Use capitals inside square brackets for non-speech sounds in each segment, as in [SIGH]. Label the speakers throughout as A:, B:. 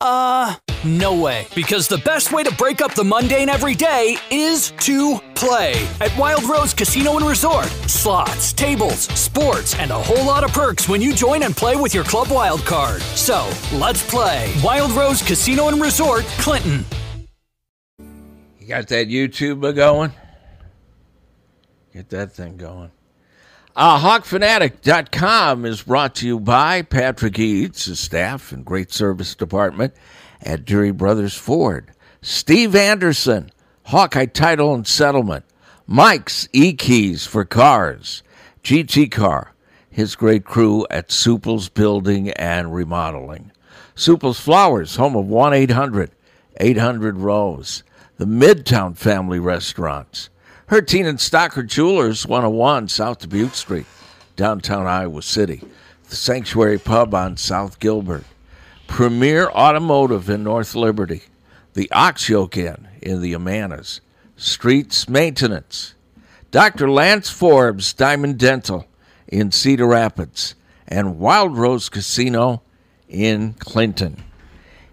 A: Uh, no way. Because the best way to break up the mundane every day is to play at Wild Rose Casino and Resort. Slots, tables, sports, and a whole lot of perks when you join and play with your club wild card. So, let's play Wild Rose Casino and Resort, Clinton.
B: You got that YouTube going? Get that thing going. Uh, HawkFanatic.com is brought to you by Patrick Eads, his staff and great service department at Dury Brothers Ford. Steve Anderson, Hawkeye Title and Settlement. Mike's E-Keys for Cars. GT Car, his great crew at Suple's Building and Remodeling. Suple's Flowers, home of 1-800-800-ROSE. The Midtown Family Restaurants. Hertine and Stocker Jewelers, 101 South Dubuque Street, downtown Iowa City. The Sanctuary Pub on South Gilbert. Premier Automotive in North Liberty. The Ox Yoke Inn in the Amanas. Streets Maintenance. Dr. Lance Forbes, Diamond Dental in Cedar Rapids. And Wild Rose Casino in Clinton.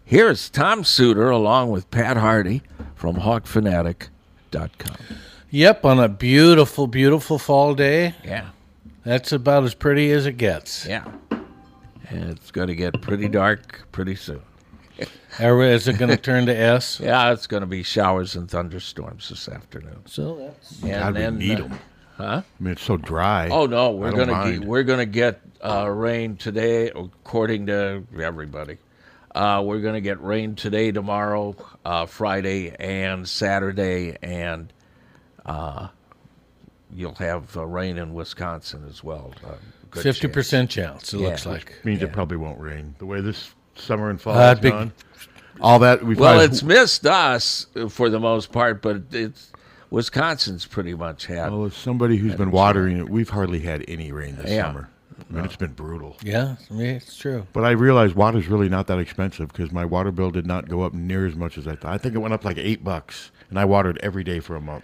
B: Here is Tom Suter along with Pat Hardy from HawkFanatic.com.
C: Yep, on a beautiful, beautiful fall day.
B: Yeah,
C: That's about as pretty as it gets.
B: yeah. And it's going to get pretty dark pretty soon.
C: [LAUGHS] Are we- Is it going to turn to
B: [LAUGHS]
C: S?
B: Yeah, it's going to be showers and thunderstorms this afternoon.
C: So that's
B: And
D: God, we
B: then,
D: need
B: uh,
D: 'em. I mean, it's so dry.
B: oh no, we're
D: I don't
B: going to
D: mind.
B: get, we're going to get uh, rain today, according to everybody. Uh, we're going to get rain today, tomorrow, uh, Friday, and Saturday, and uh, you'll have uh, rain in Wisconsin as well. Uh, good
C: fifty
B: chance.
C: percent chance. It looks
B: Yeah.
C: like.
D: means it probably won't rain the way this summer and fall
C: Uh,
D: has
C: big-
D: gone. All that we
B: Well,
D: probably-
B: it's missed us uh, for the most part, but it's Wisconsin's pretty much had.
D: well, as somebody who's been watering it, we've hardly had any rain this
B: Yeah.
D: summer. I mean, it's been brutal.
C: Yeah, I mean, it's true.
D: But I realized water's really not that expensive because my water bill did not go up near as much as I thought. I think it went up like eight bucks, and I watered every day for a month.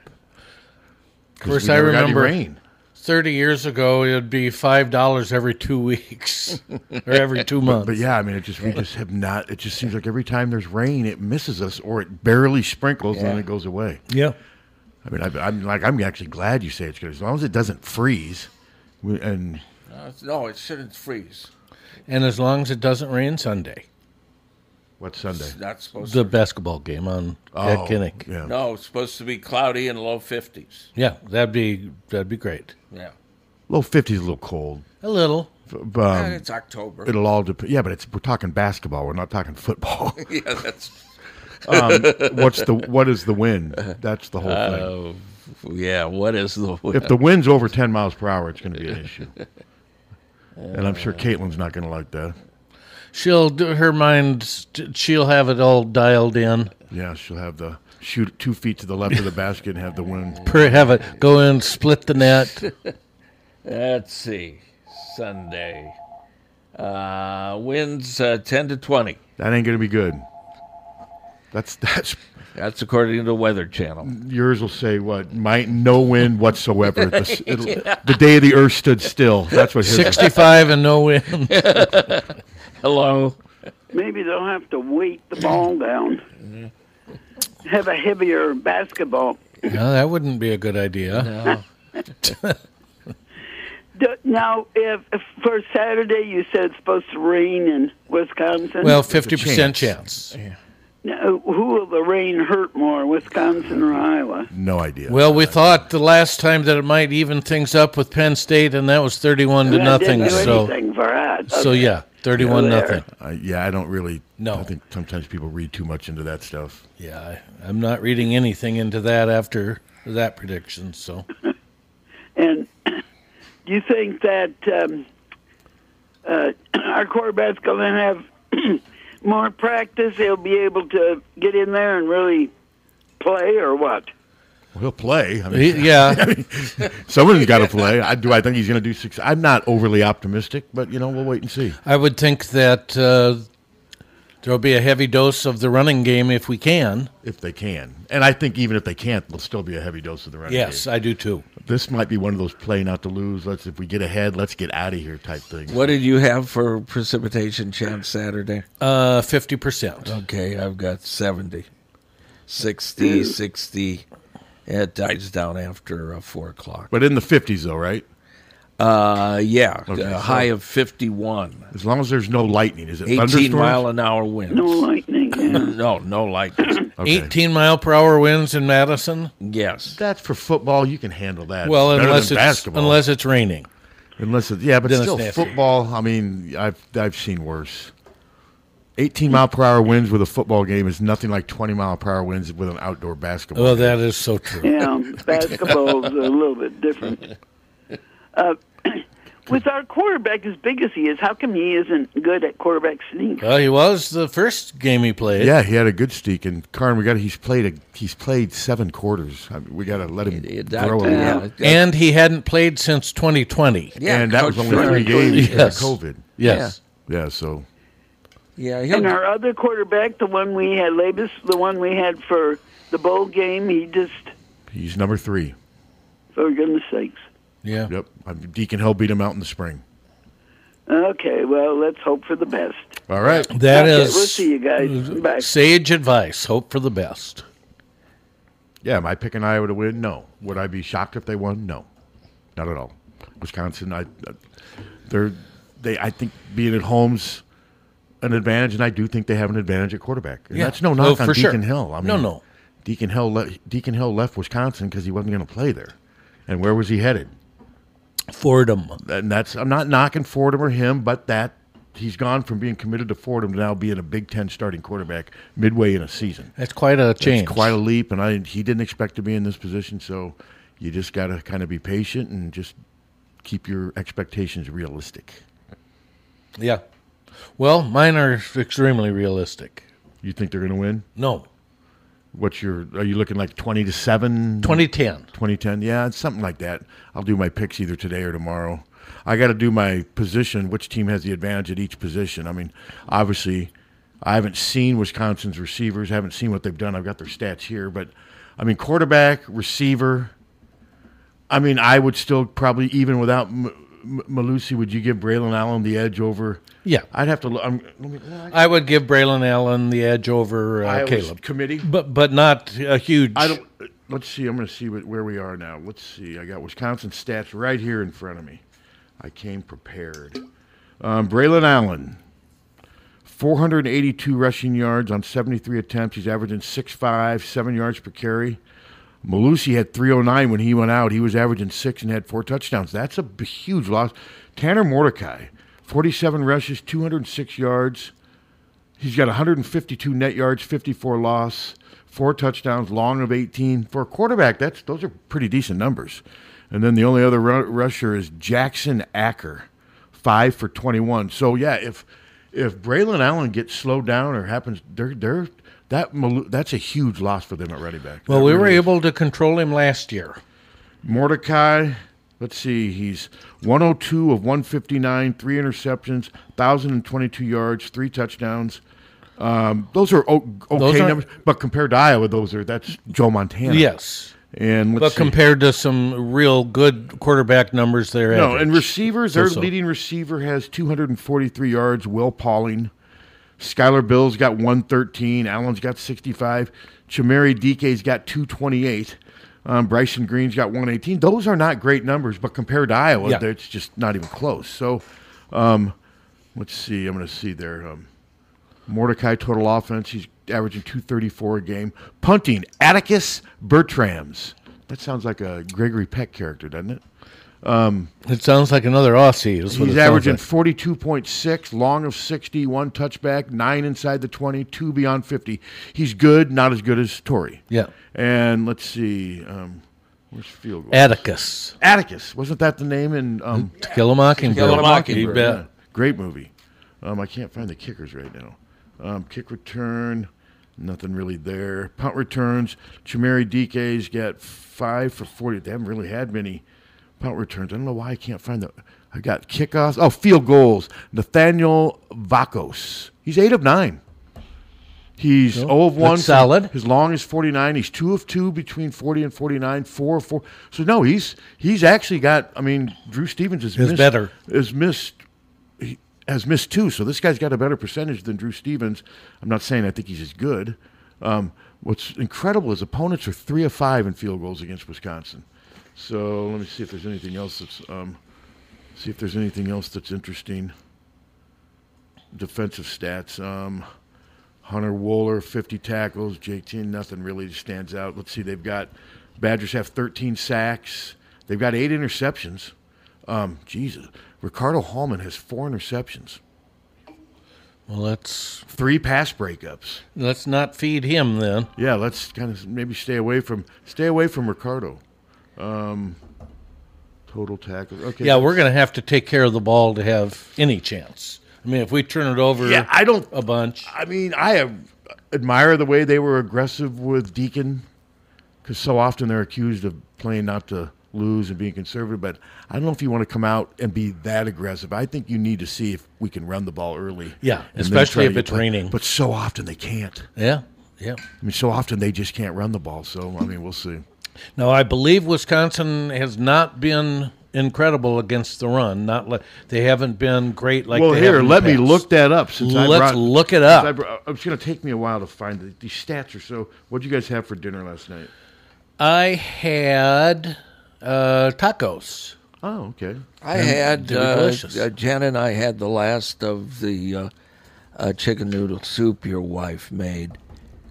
C: Of course,
D: We
C: I
D: never got any
C: remember
D: rain.
C: thirty years ago it'd be five dollars every two [LAUGHS] weeks or every two months.
D: But yeah, I mean, it just we just have not. It just seems like every time there's rain, it misses us, or it barely sprinkles, and then it goes away.
C: yeah.
D: I mean, I, I'm like, I'm actually glad you say it's good as long as it doesn't freeze. We, and
B: Uh, no, it shouldn't freeze.
C: And as long as it doesn't rain Sunday,
D: what Sunday? Oh,
B: It's not supposed
C: the
B: to.
C: basketball game on at Kinnick.
D: yeah.
B: No, it's supposed to be cloudy and low fifties.
C: Yeah, that'd be that'd be great.
B: Yeah,
D: Low fifties, a little cold.
C: A little.
D: F- but,
B: and
D: Um,
B: it's October.
D: it'll all depend. Yeah, but it's we're talking basketball. We're not
C: [LAUGHS]
D: talking football.
B: yeah, that's
D: um, what's the what is the wind? That's the whole thing.
B: uh, yeah. What is the
D: If the wind's over ten miles per hour, it's going to be an issue. And I'm sure Caitlin's not going to like that.
C: She'll do her mind. She'll have it all dialed in.
D: Yeah, she'll have the shoot two feet to the left of the basket and have the wind.
C: Per have it go in, split the net.
B: [LAUGHS] Let's see. Sunday. Uh, winds uh, ten to twenty.
D: That ain't going to be good. That's that's
B: That's according to the Weather Channel.
D: yours will say what might no wind whatsoever. The, s- it'll- the day the earth stood still. That's what his
C: Sixty-five and no win.
B: Hello.
E: Maybe they'll have to weight the ball down. Have a heavier basketball.
C: No, that wouldn't be a good idea.
E: D- Now, if, if for Saturday you said it's supposed to rain in Wisconsin,
C: Well, fifty percent chance.
E: now, who will the rain hurt more, Wisconsin or Iowa?
D: No idea.
C: Well, we thought the last time that it might even things up with Penn State, and that was thirty-one to
E: I
C: nothing.
E: Didn't do
C: So,
E: anything for that.
C: so
E: Okay.
C: yeah, thirty-one
E: There.
C: nothing.
D: I- Uh, yeah, I don't really.
C: No.
D: I think sometimes people read too much into that stuff.
C: Yeah, I, I'm not reading anything into that after that prediction. So,
E: And do you think that um, uh, [CLEARS THROAT] our quarterback's going to have [CLEARS THROAT] more practice? They'll be able to get in there and really play, or what?
D: Well, he'll play. I mean, [LAUGHS]
C: He- yeah,
D: someone's got to play. I do. I think he's going to do six. I'm not overly optimistic, but you know, we'll wait and see.
C: I would think that uh, there'll be a heavy dose of the running game if we can.
D: if they can. And I think even if they can't, there'll still be a heavy dose of the running
C: Yes,
D: game.
C: I do too.
D: This might be one of those play not to lose. Let's if we get ahead, let's get out of here type things.
B: What did you have for precipitation chance Saturday?
C: Uh, fifty percent.
B: Okay, I've got 70. 60, 60. It dies down after uh, 4 o'clock.
D: But in the fifties though, right?
B: Uh, yeah,
D: Okay,
B: a
D: so-
B: high of 51.
D: As long as there's no lightning, is it
B: 18
D: thunderstorms?
B: mile an hour winds.
E: No lightning. yeah.
B: [LAUGHS] no, no lightning.
D: [COUGHS] Okay.
C: Eighteen mile per hour winds in Madison.
B: yes.
D: That's for football. You can handle that.
C: Well,
D: It's better
C: unless
D: than
C: it's
D: basketball.
C: unless it's raining.
D: unless it's yeah, but
C: Then it's
D: still
C: nasty.
D: football. I mean, I've I've seen worse. Eighteen mile per hour winds with a football game is nothing like twenty mile per hour winds with an outdoor basketball.
C: Well,
D: game.
C: that is so true. [LAUGHS]
E: Yeah, basketball's a little bit different. Uh, [CLEARS THROAT] with our quarterback as big as he is, how come he isn't good at quarterback sneak?
C: Well, he was the first game he played.
D: Yeah, he had a good streak, and Karn, we got he's played a, he's played seven quarters. I mean, we got to let him
B: It- that-
D: grow a
B: yeah,
D: little.
B: that-
C: and he hadn't played since 2020.
B: yeah,
D: and that
B: Coach
D: was only
B: Ferrari
D: three
B: told
D: games
B: me.
D: because
C: Yes.
D: of COVID.
C: Yes.
D: Yeah, so
B: Yeah,
E: And
B: he'll,
E: our other quarterback, the one we had, Labus, the one we had for the bowl game, he just,
D: he's number three.
E: for goodness sakes.
C: Yeah.
D: Yep, I mean, Deacon Hill beat him out in the spring.
E: Okay, well, let's hope for the best.
D: All right,
C: that
E: Okay,
C: is
E: We'll see you guys. Bye.
C: sage advice. Hope for the best.
D: yeah, am I picking Iowa to win? No. Would I be shocked if they won? No, not at all. Wisconsin, I, uh, they're they. I think being at home's an advantage, and I do think they have an advantage at quarterback. And
C: Yeah.
D: that's no
C: Oh,
D: knock on
C: for sure.
D: Deacon Hill. I mean,
C: No, no.
D: Deacon Hill, le- Deacon Hill left Wisconsin because he wasn't going to play there. And where was he headed?
C: Fordham.
D: And that's I'm not knocking Fordham or him, but that he's gone from being committed to Fordham to now being a Big Ten starting quarterback midway in a season.
C: That's quite a change.
D: It's quite a leap, and I he didn't expect to be in this position, so you just got to kind of be patient and just keep your expectations realistic.
C: yeah. Well, mine are extremely realistic.
D: You think they're going to win?
C: No,
D: What's your? Are you looking like twenty to seven?
C: 2010.
D: 2010. Yeah, it's something like that. I'll do my picks either today or tomorrow. I got to do my position, which team has the advantage at each position. I mean, obviously, I haven't seen Wisconsin's receivers, haven't seen what they've done. I've got their stats here, but I mean, quarterback, receiver. I mean, I would still probably, even without M- M- Malusi, would you give Braylon Allen the edge over?
C: Yeah.
D: I'd have to look. I'm, let me, I, uh,
C: I would give Braylon Allen the edge over uh,
D: Iowa's
C: Caleb,
D: committee.
C: but but not a huge.
D: I don't. Let's see. I'm going to see what, where we are now. Let's see. I got Wisconsin stats right here in front of me. I came prepared. Um, Braylon Allen, 482 rushing yards on 73 attempts. He's averaging 6'5", 7 yards per carry. Malusi had 309 when he went out. He was averaging six and had four touchdowns. That's a b- huge loss. Tanner Mordecai, 47 rushes, 206 yards. He's got 152 net yards, 54 loss, four touchdowns, long of 18 for a quarterback. That's those are pretty decent numbers. And then the only other ru- rusher is Jackson Acker, five for 21. So yeah, if if Braylon Allen gets slowed down or happens, they're they're that Malu- that's a huge loss for them at running back.
C: well,
D: That
C: we
D: really
C: were
D: is.
C: able to control him last year.
D: Mordecai, let's see, he's 102 of 159, three interceptions, 1,022 yards, three touchdowns. Um, those are o- okay
C: Those aren't-
D: numbers, but compared to Iowa, those are that's Joe Montana.
C: Yes,
D: and
C: but
D: let's see.
C: compared to some real good quarterback numbers, there.
D: no, and receivers, their
C: So-so.
D: leading receiver has 243 yards. Will Pauling, Skylar Bill's got 113. Allen's got 65. Chamari DK's got 228. Um, Bryson Green's got 118. Those are not great numbers, but compared to Iowa,
C: Yeah.
D: it's just not even close. So, um, let's see. I'm going to see there. Um, Mordecai total offense. He's averaging 234 a game. Punting Atticus Bertrams. That sounds like a Gregory Peck character, doesn't it? Um,
C: It sounds like another Aussie. Is what
D: He's
C: it sounds
D: averaging
C: like.
D: 42.6, long of 60, one touchback, nine inside the 20, two beyond 50. He's good, not as good as Torrey.
C: Yeah.
D: And let's see, um, where's field goal?
C: Atticus.
D: Atticus. Wasn't that the name in um,
C: To Kill a Mockingbird.
D: To Kill a
C: Mockingbird,
D: Mockingbird,
C: yeah.
D: Great movie. Um, I can't find the kickers right now. Um, kick return, nothing really there. Punt returns. Chimeri DK's got five for 40. They haven't really had many punt returns. I don't know why I can't find the. I got kickoffs. Oh, field goals. Nathaniel Vacos. He's eight of nine. He's
C: Well,
D: 0 of 1.
C: that's uh, solid.
D: His long is 49. He's 2 of 2 between 40 and 49, 4 of 4. So, no, he's he's actually got, I mean, Drew Stevens has
C: Is
D: missed,
C: better.
D: Has missed, he has missed two. So, this guy's got a better percentage than Drew Stevens. I'm not saying I think he's as good. Um, what's incredible is opponents are 3 of 5 in field goals against Wisconsin. So, let me see if there's anything else that's, um, see if there's anything else that's interesting defensive stats. Um, Hunter Waller, 50 tackles. JT, nothing really stands out. Let's see, they've got Badgers have 13 sacks. They've got eight interceptions. Um, Jesus, Ricardo Hallman has four interceptions,
C: Well, let's
D: three pass breakups.
C: let's not feed him then.
D: Yeah, let's kind of maybe stay away from stay away from Ricardo. Um, total tackles. Okay.
C: Yeah, we're going to have to take care of the ball to have any chance. I mean, if we turn it over,
D: Yeah, I don't.
C: a bunch.
D: I mean, I am- admire the way they were aggressive with Deacon because so often they're accused of playing not to lose and being conservative. But I don't know if you want to come out and be that aggressive. I think you need to see if we can run the ball early.
C: Yeah,
D: and then
C: especially
D: try to
C: if
D: get
C: it's
D: play.
C: raining.
D: But so often they can't.
C: Yeah, yeah.
D: I mean, so often they just can't run the ball. So, I mean, we'll see.
C: Now, I believe Wisconsin has not been incredible against the run. Not like they haven't been great. Like
D: well,
C: they have
D: here,
C: in the
D: let me
C: past.
D: look that up since I
C: Let's
D: brought-
C: look it
D: since
C: up.
D: I brought- it's going to take me a while to find it. These stats are so. What would you guys have for dinner last night?
C: I had uh, tacos.
D: Oh, okay.
B: I
C: And
B: had
C: they're
B: uh,
C: delicious.
B: uh, Jen and I had the last of the uh, uh, chicken noodle soup your wife made.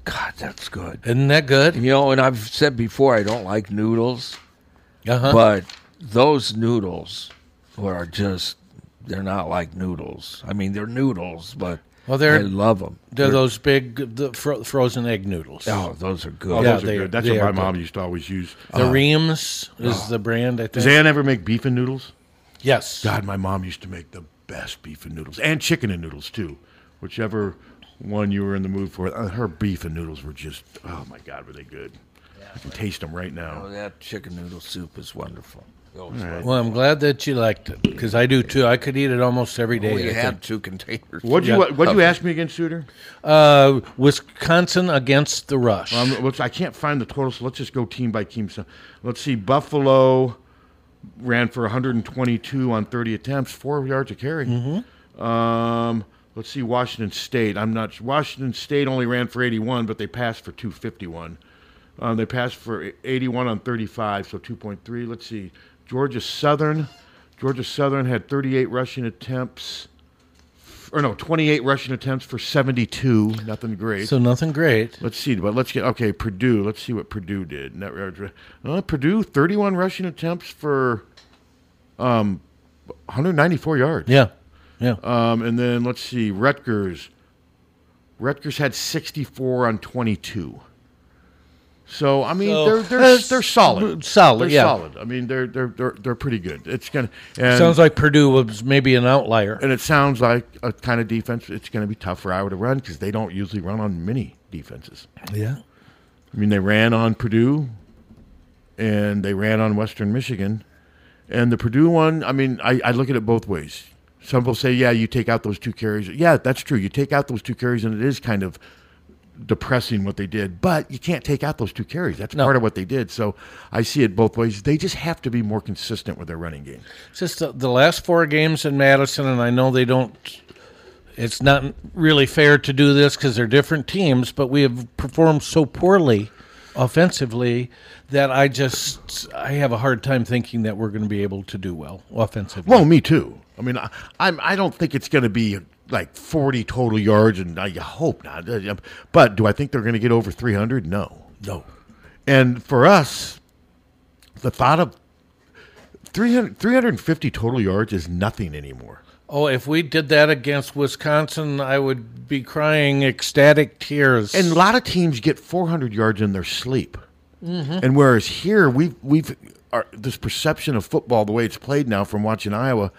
B: God, that's good.
C: Isn't that good?
B: You know, and I've said before I don't like noodles,
C: Uh huh.
B: but those noodles are just—they're not like noodles. I mean, they're noodles, but
C: Well, they're-
B: I love them.
C: They're those big the fro- frozen egg noodles.
B: Oh, those are
D: Oh,
B: good.
C: Yeah,
D: those are
C: they-
D: good. That's
C: they
D: what my
C: are good.
D: mom used to always use.
C: The Reams is the brand, I think.
D: Uh, Does Ann ever make beef and noodles?
C: yes.
D: God, my mom used to make the best beef and noodles and chicken and noodles too, whichever one you were in the mood for. Uh, Her beef and noodles were just oh my God, were they good? I can taste them right
B: Oh,
D: now.
B: that chicken noodle soup is wonderful.
C: Well, I'm glad that you liked it because I do too. I could eat it almost every day.
B: We
C: I
B: had two containers.
D: What'd you what,
C: Oh.
D: what'd you ask me again, Suter?
C: think. Uh, Wisconsin against the Rush.
D: Um, let's, I can't find the total, so let's just go team by team. So let's see. Buffalo ran for 122 on 30 attempts, four yards a carry.
C: Mm-hmm.
D: Um, let's see. Washington State. I'm not. su- Washington State only ran for 81, but they passed for 251. Um, they passed for 81 on 35, so 2.3. Let's see. Georgia Southern. Georgia Southern had 38 rushing attempts, or no, 28 rushing attempts for 72. Nothing great.
C: so nothing great.
D: Let's see. But let's get okay. Purdue. Let's see what Purdue did. Net yards. ru- Uh, Purdue thirty-one rushing attempts for um, one hundred ninety-four yards.
C: Yeah, yeah.
D: Um, and then let's see. Rutgers. Rutgers had sixty-four on twenty-two. So I mean,
C: So-
D: they're they're they're
C: Uh,
D: solid.
C: solid,
D: They're
C: yeah.
D: solid. I mean, they're they're they're they're pretty good. It's gonna and,
C: Sounds like Purdue was maybe an outlier.
D: and it sounds like a kind of defense. It's going to be tough for Iowa to run because they don't usually run on many defenses.
C: Yeah.
D: I mean, they ran on Purdue and they ran on Western Michigan. And the Purdue one, I mean, I, I look at it both ways. Some people say, yeah, you take out those two carries. Yeah, that's true. You take out those two carries, and it is kind of depressing what they did, but you can't take out those two carries. That's part of what they did. So I see it both ways. They just have to be more consistent with their running game.
C: It's just the, the last four games in Madison, and I know they don't. It's not really fair to do this because they're different teams, but we have performed so poorly offensively that I just I have a hard time thinking that we're going to be able to do well offensively.
D: Well, me too. I mean, I, I'm. I don't think it's going to be like 40 total yards, and I hope not. Uh, But do I think they're going to get over 300? No.
C: No.
D: And for us, the thought of 300, 350 total yards is nothing anymore.
C: Oh, if we did that against Wisconsin, I would be crying ecstatic tears.
D: And a lot of teams get 400 yards in their sleep.
F: Mm-hmm.
C: Mhm.
D: And whereas here we've we've our, this perception of football, the way it's played now from watching Iowa,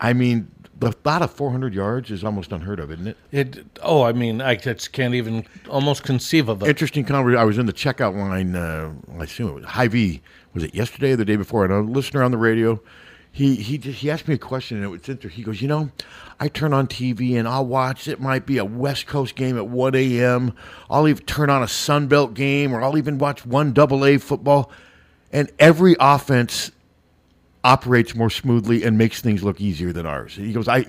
D: I mean, the thought of 400 yards is almost unheard of, isn't it?
C: It oh, I mean, I just can't even almost conceive of it.
D: Interesting conversation. I was in the checkout line. Uh, I assume it was High V. Was it yesterday or the day before? And a listener on the radio, he he just, he asked me a question, and it was interesting. He goes, you know, I turn on TV and I'll watch. It might be a West Coast game at 1 a.m. I'll even turn on a Sunbelt game, or I'll even watch one Double A football, and every offense operates more smoothly and makes things look easier than ours. He goes, I,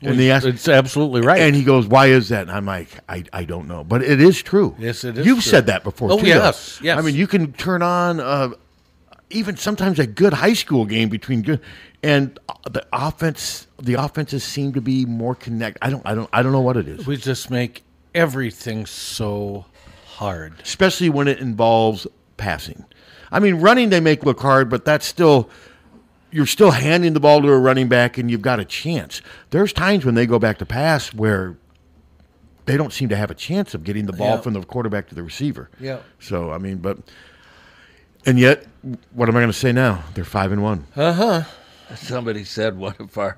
D: and they asked,
C: it's absolutely right.
D: And he goes, why is that? And I'm like, I, I don't know, but it is true.
C: Yes, it is
D: You've
C: true.
D: said that before.
C: Oh,
D: too, though.
C: yes, yes.
D: I mean, you can turn on uh, even sometimes a good high school game between good and uh, the offense. The offenses seem to be more connected. I don't, I don't, I don't know what it is.
C: we just make everything so hard.
D: especially when it involves passing. I mean, running they make look hard, but that's still you're still handing the ball to a running back and you've got a chance. There's times when they go back to pass where they don't seem to have a chance of getting the ball
C: Yeah.
D: from the quarterback to the receiver.
C: Yeah.
D: So I mean, but and yet, what am I going to say now? They're five and one.
C: Uh huh.
B: Uh-huh. Somebody said, "What if our,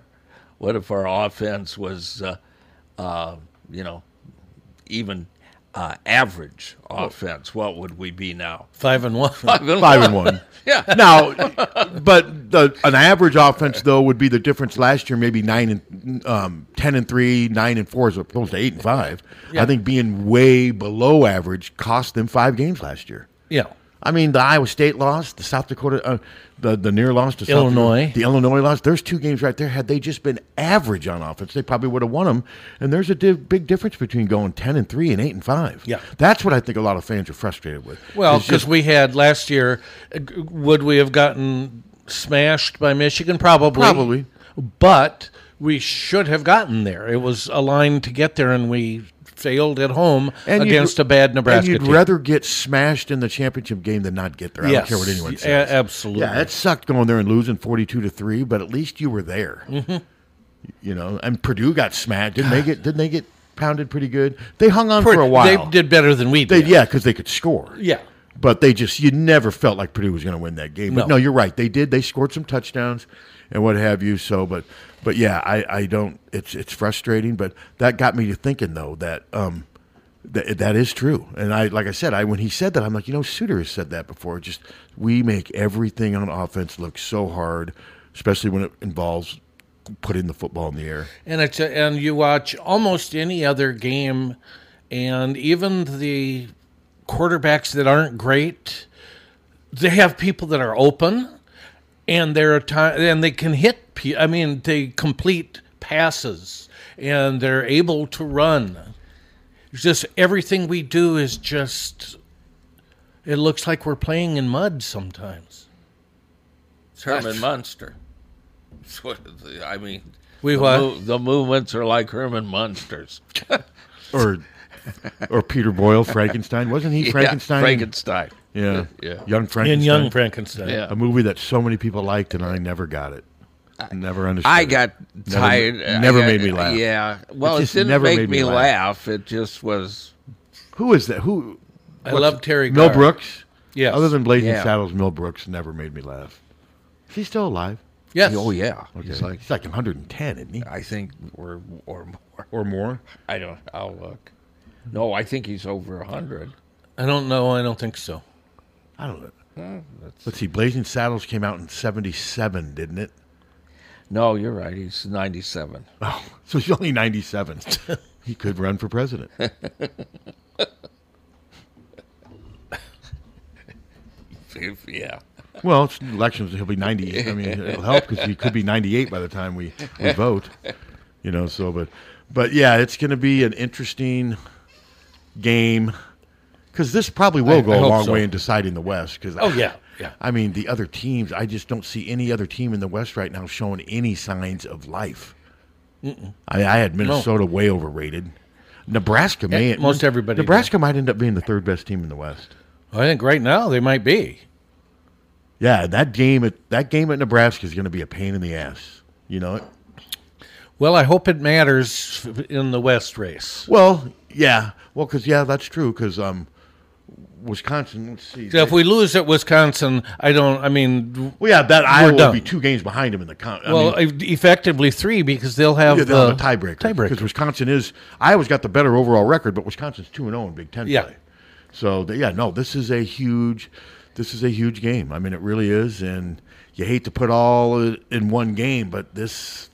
B: what if our offense was, uh, uh, you know, even uh, average offense? What would we be now?
C: Five and one.
B: Oh. Five and
D: Five and one.
B: [LAUGHS] yeah.
D: Now, but the, an average offense though would be the difference last year, maybe nine and um, ten and three, nine and four, as opposed to eight and five.
C: Yeah.
D: I think being way below average cost them five games last year.
C: Yeah.
D: I mean, the Iowa State loss, the South Dakota, uh, the the near loss to South
C: Illinois.
D: Dakota, the Illinois loss. There's two games right there. Had they just been average on offense, they probably would have won them. And there's a div- big difference between going ten and three and eight and five.
C: Yeah.
D: that's what I think a lot of fans are frustrated with.
C: Well,
D: It's just-
C: because we had last year, uh, g- would we have gotten smashed by Michigan? Probably.
D: Probably.
C: But we should have gotten there. It was a line to get there, and we failed at home
D: And you'd-
C: against a bad Nebraska
D: And you'd
C: team.
D: rather get smashed in the championship game than not get there. I
C: Yes.
D: don't care what anyone says.
C: A- absolutely.
D: Yeah, it sucked going there and losing forty-two to three, but at least you were there.
C: Mm-hmm.
D: You know, and Purdue got
C: [SIGHS]
D: smacked. Didn't they get? Didn't they get pounded pretty good? They hung on for a while.
C: They did better than we
D: They-
C: did.
D: yeah, because they could score.
C: Yeah.
D: But they just, you never felt like Purdue was going to win that game. But
C: No.
D: no. you're right. They did. They scored some touchdowns and what have you. So, but, but yeah, I, I don't, it's, it's frustrating. But that got me to thinking, though, that, um, that, that is true. And I, like I said, I, when he said that, I'm like, you know, Suter has said that before. Just, we make everything on offense look so hard, especially when it involves putting the football in the air.
C: and it's a, and you watch almost any other game, and even the quarterbacks that aren't great, they have people that are open, and they're time and they can hit. Pe- I mean, they complete passes, and they're able to run. It's just everything we do is just. It looks like we're playing in mud sometimes.
B: It's Herman Munster. It's what the- I mean.
C: We
B: the,
C: what?
B: the movements are like Herman Munster's.
D: Or, or Peter Boyle, Frankenstein. Wasn't
B: [LAUGHS]
D: he
B: Yeah,
D: Frankenstein?
B: Frankenstein.
D: Yeah.
B: Yeah.
D: Young Frankenstein.
C: In Young Frankenstein.
B: Yeah.
D: a movie that so many people liked and I never got it. Never understood.
B: I
D: it.
B: got
D: Never-
B: tired. I
D: Never
B: got-
D: made me laugh.
B: Yeah. Well, it,
D: just
B: didn't
D: never
B: make
D: made
B: me
D: me
B: laugh. It just was.
D: Who is that? Who?
C: I
D: what's-
C: love Terry
D: Mel
C: Garr.
D: Brooks.
C: Yes.
D: Other than Blazing
B: Yeah.
D: Saddles, Mel Brooks never made me laugh. Is he still alive?
C: Yes.
B: Oh yeah. It's like
D: He's like 110, isn't he?
B: I think or or more.
D: Or more.
B: I don't. I'll look. No, I think he's over hundred.
C: I don't know. I don't think so.
D: I don't know. Let's see. Blazing Saddles came out in 77, didn't it?
B: No, you're right. He's ninety-seven.
D: Oh, [LAUGHS] so he's only 97. [LAUGHS] he could run
B: [LAUGHS]
D: for president.
B: yeah.
D: Well, it's elections. He'll be 90. I
C: [LAUGHS]
D: mean, it'll help because he could be 98 by the time we, we vote. You know, so, but, but yeah, it's going to be an interesting game. because this probably
C: I-
D: will go
C: I
D: a
C: hope
D: long
C: so.
D: way in deciding the West. Because
C: Oh, yeah, yeah.
D: I mean the other teams. I just don't see any other team in the West right now showing any signs of life.
C: Mm-mm.
D: I, I had Minnesota way overrated. Nebraska may
C: Yeah, Eh, most everybody
D: Nebraska might end up being the third best team in the West.
C: I think right now they might be.
D: Yeah, that game at that game at Nebraska is going to be a pain in the ass. You know it.
C: Well, I hope it matters f- in the West race.
D: Well, yeah. Well, because yeah, that's true. Because um, Wisconsin. Let's see.
C: So if we lose at Wisconsin, I don't. I mean,
D: well, yeah, that
C: we're
D: Iowa will
C: done.
D: be two games behind him in the con- I
C: well,
D: mean-
C: e- effectively three because they'll have
D: yeah, they'll
C: the
D: have a tiebreaker. Because Wisconsin is Iowa's got the better overall record, but Wisconsin's two and zero in Big Ten
C: Yeah.
D: play. So th- yeah, no, this is a huge, this is a huge game. I mean, it really is, and you hate to put all i- in one game, but this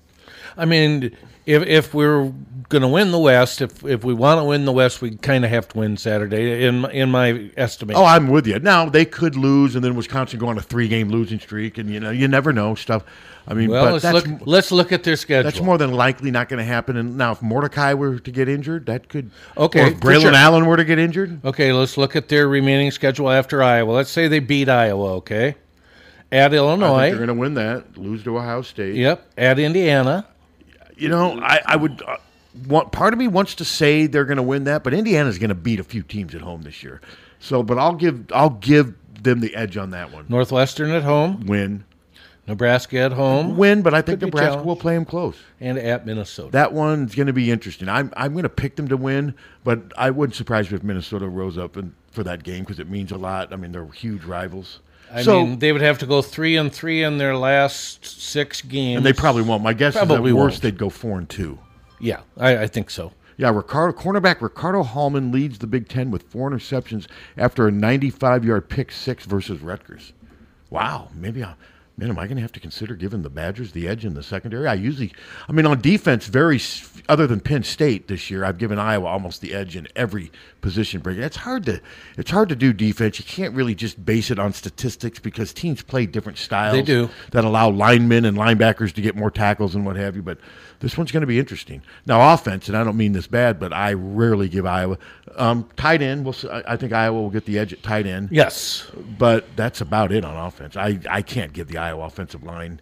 C: I mean, if if we're going to win the West, if if we want to win the West, we kind of have to win Saturday. In my- in my estimation.
D: Oh, I'm with you. Now they could lose, and then Wisconsin go on a three-game losing streak, and you know you never know stuff. I mean,
C: Well,
D: but
C: let's
D: that's,
C: look- let's look at their schedule.
D: That's more than likely not going to happen. And now, if Mordecai were to get injured, that could
C: Okay,
D: Or if
C: for
D: Braylon
C: sure.
D: Allen were to get injured,
C: Okay, let's look at their remaining schedule after Iowa. Let's say they beat Iowa. Okay, at
D: I
C: Illinois.
D: think they're going to win that. Lose to Ohio State.
C: Yep, at Indiana.
D: You know, I, I would. Uh, want, part of me wants to say they're going to win that, but Indiana's going to beat a few teams at home this year. So, but I'll give I'll give them the edge on that one.
C: Northwestern at home.
D: Win.
C: Nebraska at home.
D: Win, but I think
C: Could be
D: Nebraska
C: challenged.
D: will play them close.
C: And at Minnesota.
D: That one's going to be interesting. I'm I'm going to pick them to win, but I wouldn't surprise me if Minnesota rose up and, for that game because it means a lot. I mean, they're huge rivals.
C: I
D: so,
C: mean, they would have to go three and three in their last six games.
D: and they probably won't. My guess
C: Probably
D: is at
C: won't.
D: worst they'd go four and two.
C: Yeah, I, I think so.
D: Yeah, Ricardo cornerback Ricardo Hallman leads the Big Ten with four interceptions after a 95-yard pick six versus Rutgers. Wow, maybe I. Man, am I going to have to consider giving the Badgers the edge in the secondary? I usually, I mean, on defense, very s- other than Penn State this year, I've given Iowa almost the edge in every position break. It's hard to, it's hard to do defense. You can't really just base it on statistics because teams play different styles.
C: They do.
D: that allow linemen and linebackers to get more tackles and what have you. But this one's going to be interesting. Now, offense, and I don't mean this bad, but I rarely give Iowa um, tight end. We'll, s- I I think Iowa will get the edge at tight end.
C: Yes,
D: but that's about it on offense. I, I can't give the Iowa offensive line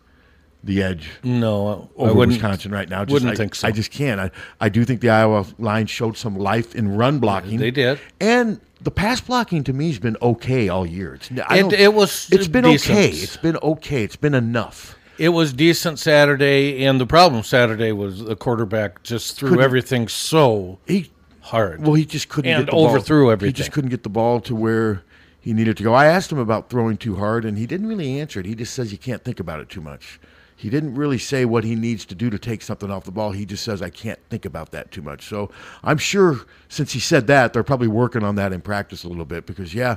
D: the edge.
C: No, I
D: over
C: wouldn't-
D: Wisconsin right now. Just,
C: wouldn't
D: I,
C: think so.
D: I just can't. I, I do think the Iowa line showed some life in run blocking.
C: They did.
D: and the pass blocking to me has been okay all year. It's I
C: It-
D: don't-
C: it was
D: it's been
C: decent.
D: okay. It's been okay. It's been enough.
C: It was decent Saturday, and the problem Saturday was the quarterback just threw
D: Couldn't-
C: everything so
D: He
C: hard.
D: Well, he just couldn't
C: and
D: get the
C: overthrew
D: ball.
C: everything.
D: He just couldn't get the ball to where he needed to go. I asked him about throwing too hard, and he didn't really answer it. He just says you can't think about it too much. He didn't really say what he needs to do to take something off the ball. He just says I can't think about that too much. So I'm sure since he said that, they're probably working on that in practice a little bit because yeah.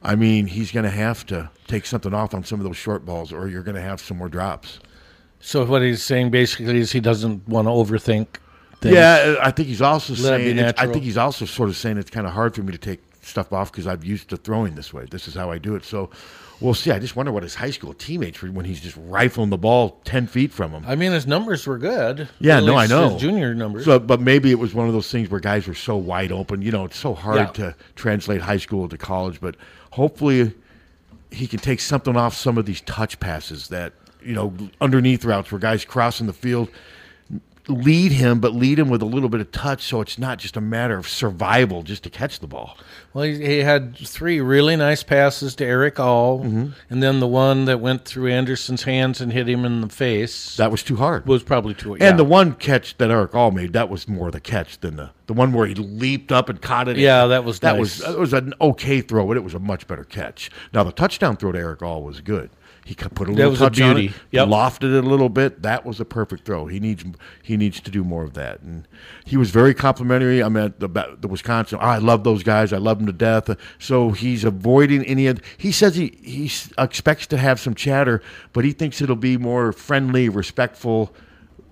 D: I mean, he's going to have to take something off on some of those short balls, or you're going to have some more drops.
C: so what he's saying basically is he doesn't want to overthink. Things.
D: Yeah, I think he's also
C: Let it be
D: saying. it's- I
C: natural.
D: think he's also sort of saying it's kind of hard for me to take stuff off because I'm used to throwing this way. This is how I do it. So we'll see. I just wonder what his high school teammates were when he's just rifling the ball ten feet from him.
C: I mean his numbers were good.
D: Yeah,
C: At
D: no, I
C: least
D: know
C: his junior numbers.
D: So, but maybe it was one of those things where guys were so wide open. You know, it's so hard
C: Yeah.
D: to translate high school to college. But hopefully, he can take something off some of these touch passes that you know underneath routes where guys crossing the field lead him, but lead him with a little bit of touch, so it's not just a matter of survival just to catch the ball.
C: well, he, he had three really nice passes to Eric All,
D: Mm-hmm.
C: and then the one that went through Anderson's hands and hit him in the face
D: That was too hard.
C: was probably too.
D: And the one catch that Eric All made, that was more the catch than the the one where he leaped up and caught it.
C: Yeah, that was
D: that
C: nice.
D: was that was an okay throw, but it was a much better catch. Now the touchdown throw to Eric All was good. He cu- put a little
C: was a
D: touch on it,
C: beauty. Yep.
D: lofted it a little bit. That was a perfect throw. He needs he needs to do more of that. And he was very complimentary. I mean, the ba- the Wisconsin. "Oh, I love those guys. I love them to death. So he's avoiding any of. He says he he s- expects to have some chatter, but he thinks it'll be more friendly, respectful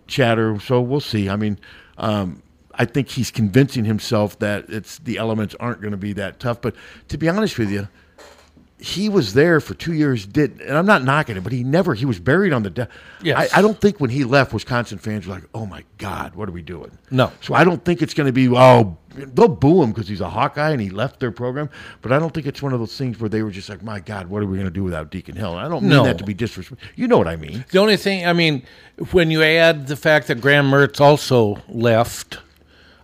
D: chatter. So we'll see. I mean, um, I think he's convincing himself that it's the elements aren't going to be that tough. But to be honest with you, he was there for two years. Did and I'm not knocking it, but he never he was buried on the deck.
C: Yes.
D: I, I don't think when he left, Wisconsin fans were like, "Oh my God, what are we doing?"
C: No.
D: So I don't think it's going to be. Oh, they'll boo him because he's a Hawkeye and he left their program. But I don't think it's one of those things where they were just like, "My God, what are we going to do without Deacon Hill?" And I don't mean
C: No.
D: that to be disrespectful. You know what I mean?
C: The only thing, I mean, when you add the fact that Graham Mertz also left,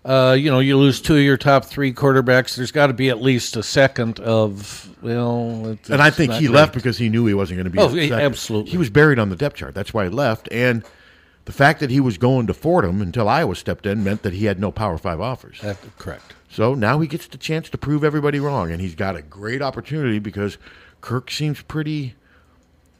C: uh, you know, you lose two of your top three quarterbacks. There's got to be at least a second of, well. it-
D: and I
C: it's
D: think
C: not
D: he
C: great.
D: left because he knew he wasn't going to be.
C: Oh,
D: the
C: he-
D: second.
C: absolutely.
D: He was buried on the depth chart. That's why he left. And the fact that he was going to Fordham until Iowa stepped in meant that he had no Power Five offers.
C: That- correct.
D: So now he gets the chance to prove everybody wrong, and he's got a great opportunity because Kirk seems pretty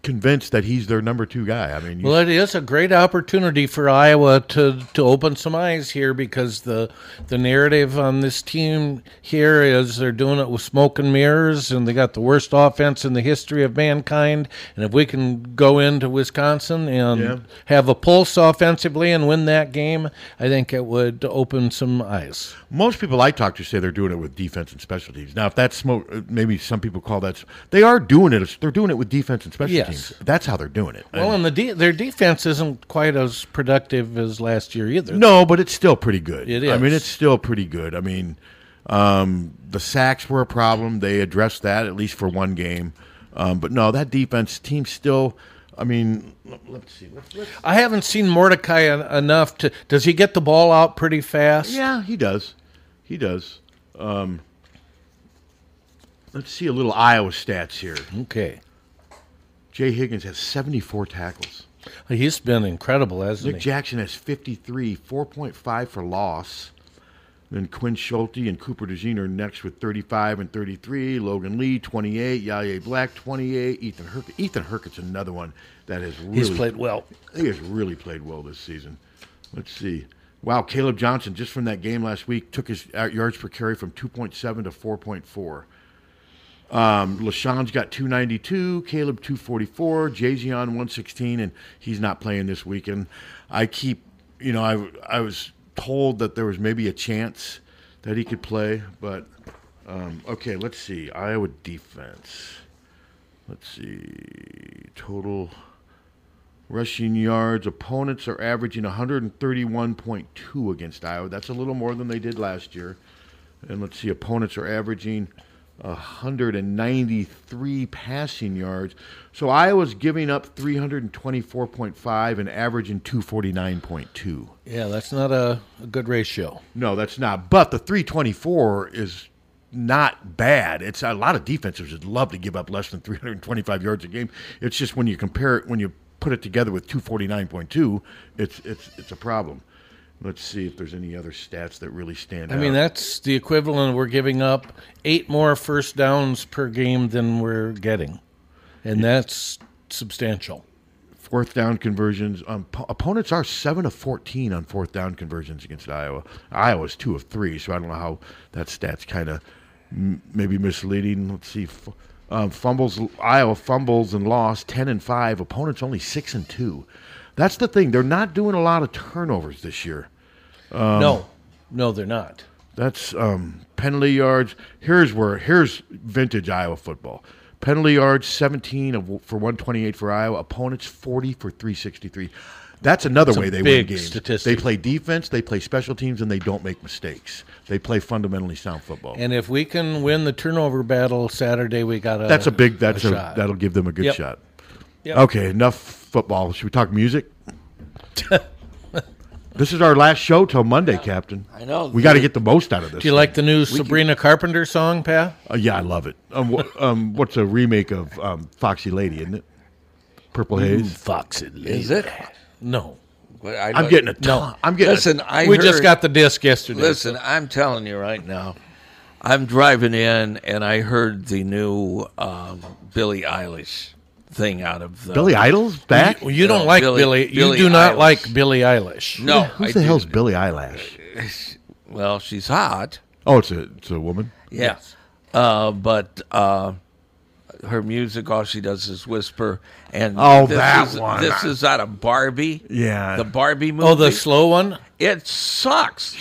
D: convinced that he's their number two guy. I mean, you-
C: Well, it is a great opportunity for Iowa to, to open some eyes here because the the narrative on this team here is they're doing it with smoke and mirrors, and they got the worst offense in the history of mankind. And if we can go into Wisconsin and
D: Yeah.
C: have a pulse offensively and win that game, I think it would open some eyes.
D: most people I talk to say they're doing it with defense and special teams. Now, if that's smoke, uh, maybe some people call that s- they are doing it. They're doing it with defense and special
C: Yes.
D: teams. That's how they're doing it.
C: Well, and the de- their defense isn't quite as productive as last year either.
D: No, but it's still pretty good.
C: It
D: I mean,
C: is.
D: it's still pretty good. I mean, um, the sacks were a problem. They addressed that at least for one game. Um, but no, that defense team still. I mean, l- let's see. Let's, let's,
C: I haven't seen Mordecai en- enough to. Does he get the ball out pretty fast?
D: yeah, he does. He does. Um, let's see a little Iowa stats here.
C: Okay.
D: Jay Higgins has 74 tackles.
C: He's been incredible, hasn't
D: Nick
C: he?
D: Jackson has 53, 4.5 for loss. Then Quinn Schulte and Cooper DeJean are next with 35 and 33. Logan Lee, 28. Yaye Black, 28. Ethan Herc- Ethan Herckett's another one that has really
C: He's played well.
D: He has really played well this season. Let's see. Wow, Caleb Johnson just from that game last week took his uh, yards per carry from 2.7 to 4.4. Um, LaShawn's got 292, Caleb 244, Jazion 116, and he's not playing this weekend. I keep, you know, I, I was told that there was maybe a chance that he could play, but um, okay, let's see. Iowa defense. Let's see. Total rushing yards. Opponents are averaging 131.2 against Iowa. That's a little more than they did last year. And let's see, opponents are averaging 193 passing yards. So Iowa's giving up 324.5 and averaging 249.2.
C: Yeah, that's not a, a good ratio.
D: No, that's not. But the 324 is not bad. It's a lot of defenses would love to give up less than 325 yards a game. It's just when you compare it, when you put it together with 249.2, it's it's it's a problem. Let's see if there's any other stats that really stand
C: I
D: out.
C: mean, that's the equivalent. We're giving up eight more first downs per game than we're getting, and that's substantial.
D: fourth down conversions. Um, po- opponents are seven of fourteen on fourth down conversions against Iowa. Iowa's two of three, so I don't know how that stat's kind of m- maybe misleading. Let's see, F- um, fumbles. Iowa fumbles and lost ten and five. Opponents only six and two. That's the thing. They're not doing a lot of turnovers this year.
C: no, no, they're not.
D: Um, That's um, penalty yards. Here's where here's vintage Iowa football. Penalty yards 17 of, for 128 for Iowa. Opponents 40 for 363. That's another way they win
C: big
D: games.
C: statistic.
D: They play defense, they play special teams, and they don't make mistakes. They play fundamentally sound football.
C: And if we can win the turnover battle Saturday, we got a.
D: that's a big. That's a,
C: shot.
D: that'll give them a good
C: Yep.
D: shot.
C: Yep.
D: Okay, enough football. Should we talk
C: [LAUGHS]
D: music? this is our last show till Monday, Captain. I
B: know.
D: We got to get the most out of this.
C: Do you like the new Sabrina Carpenter song, Pat?
D: Uh, yeah, I love it. Um, wh- [LAUGHS] um, what's a remake of um, Foxy Lady, isn't it? Purple Haze.
C: Fox it
B: Is it?
C: No,
B: Well, I
D: I'm
B: know-
D: getting a
C: No.
D: ton. I'm getting.
B: Listen,
D: a,
B: I
C: we just
B: heard-
C: got the disc yesterday.
B: Listen, I'm telling you right now, I'm driving in and I heard the new um, Billie Eilish thing out of the
D: Billy Idol's back.
C: Well, you don't like
B: Billie-
C: Billy. You
B: Billie
C: do not
B: Eilish.
C: like Billie Eilish.
B: No,
D: Who
B: I
D: the hell's
B: didn't.
D: Billy Eyelash?
B: Well, she's hot.
D: Oh, it's a it's a woman.
B: Yeah. Uh, but uh, her music, all she does is whisper. And
D: Oh,
B: this
D: that
B: is-
D: one.
B: This is out of Barbie.
D: Yeah.
B: The Barbie movie.
C: Oh, the slow one.
B: it sucks.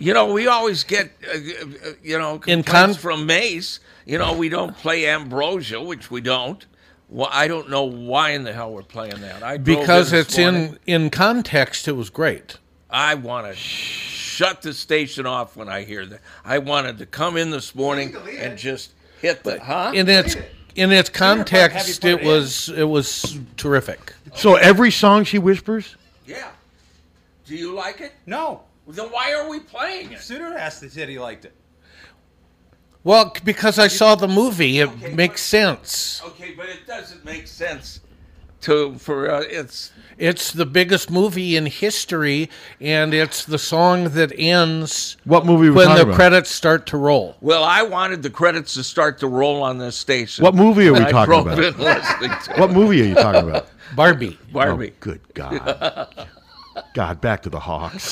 B: You know, we always get, uh, uh, you know,
C: In
B: complaints
C: con-
B: from Mace. You know, we don't play Ambrosia, which we don't. Well, I don't know why in the hell we're playing that. I drove
C: because
B: this
C: it's
B: morning.
C: in in context. It was great.
B: I want to shut the station off when I hear that. I wanted to come in this morning and just hit the huh.
C: In its in its context,
B: put
C: it
B: it in.
C: was it was terrific.
D: So every song she whispers.
B: yeah. Do you like it?
G: No.
B: Then why are we playing it?
G: Suter asked if he liked it.
C: Well, c- because I saw the movie, it makes sense.
B: Okay, but it doesn't make sense to for uh, it's
C: It's the biggest movie in history, and it's the song that ends
D: What movie? Were we
C: when
D: talking
C: the
D: about?
C: credits start to roll.
B: Well, I wanted the credits to start to roll on this station.
D: What movie are we
B: I
D: talking
B: drove
D: about?
B: in [LAUGHS] listening to
D: What movie are you talking about?
C: Barbie.
B: Barbie.
D: Oh, good God. God, back to the Hawks.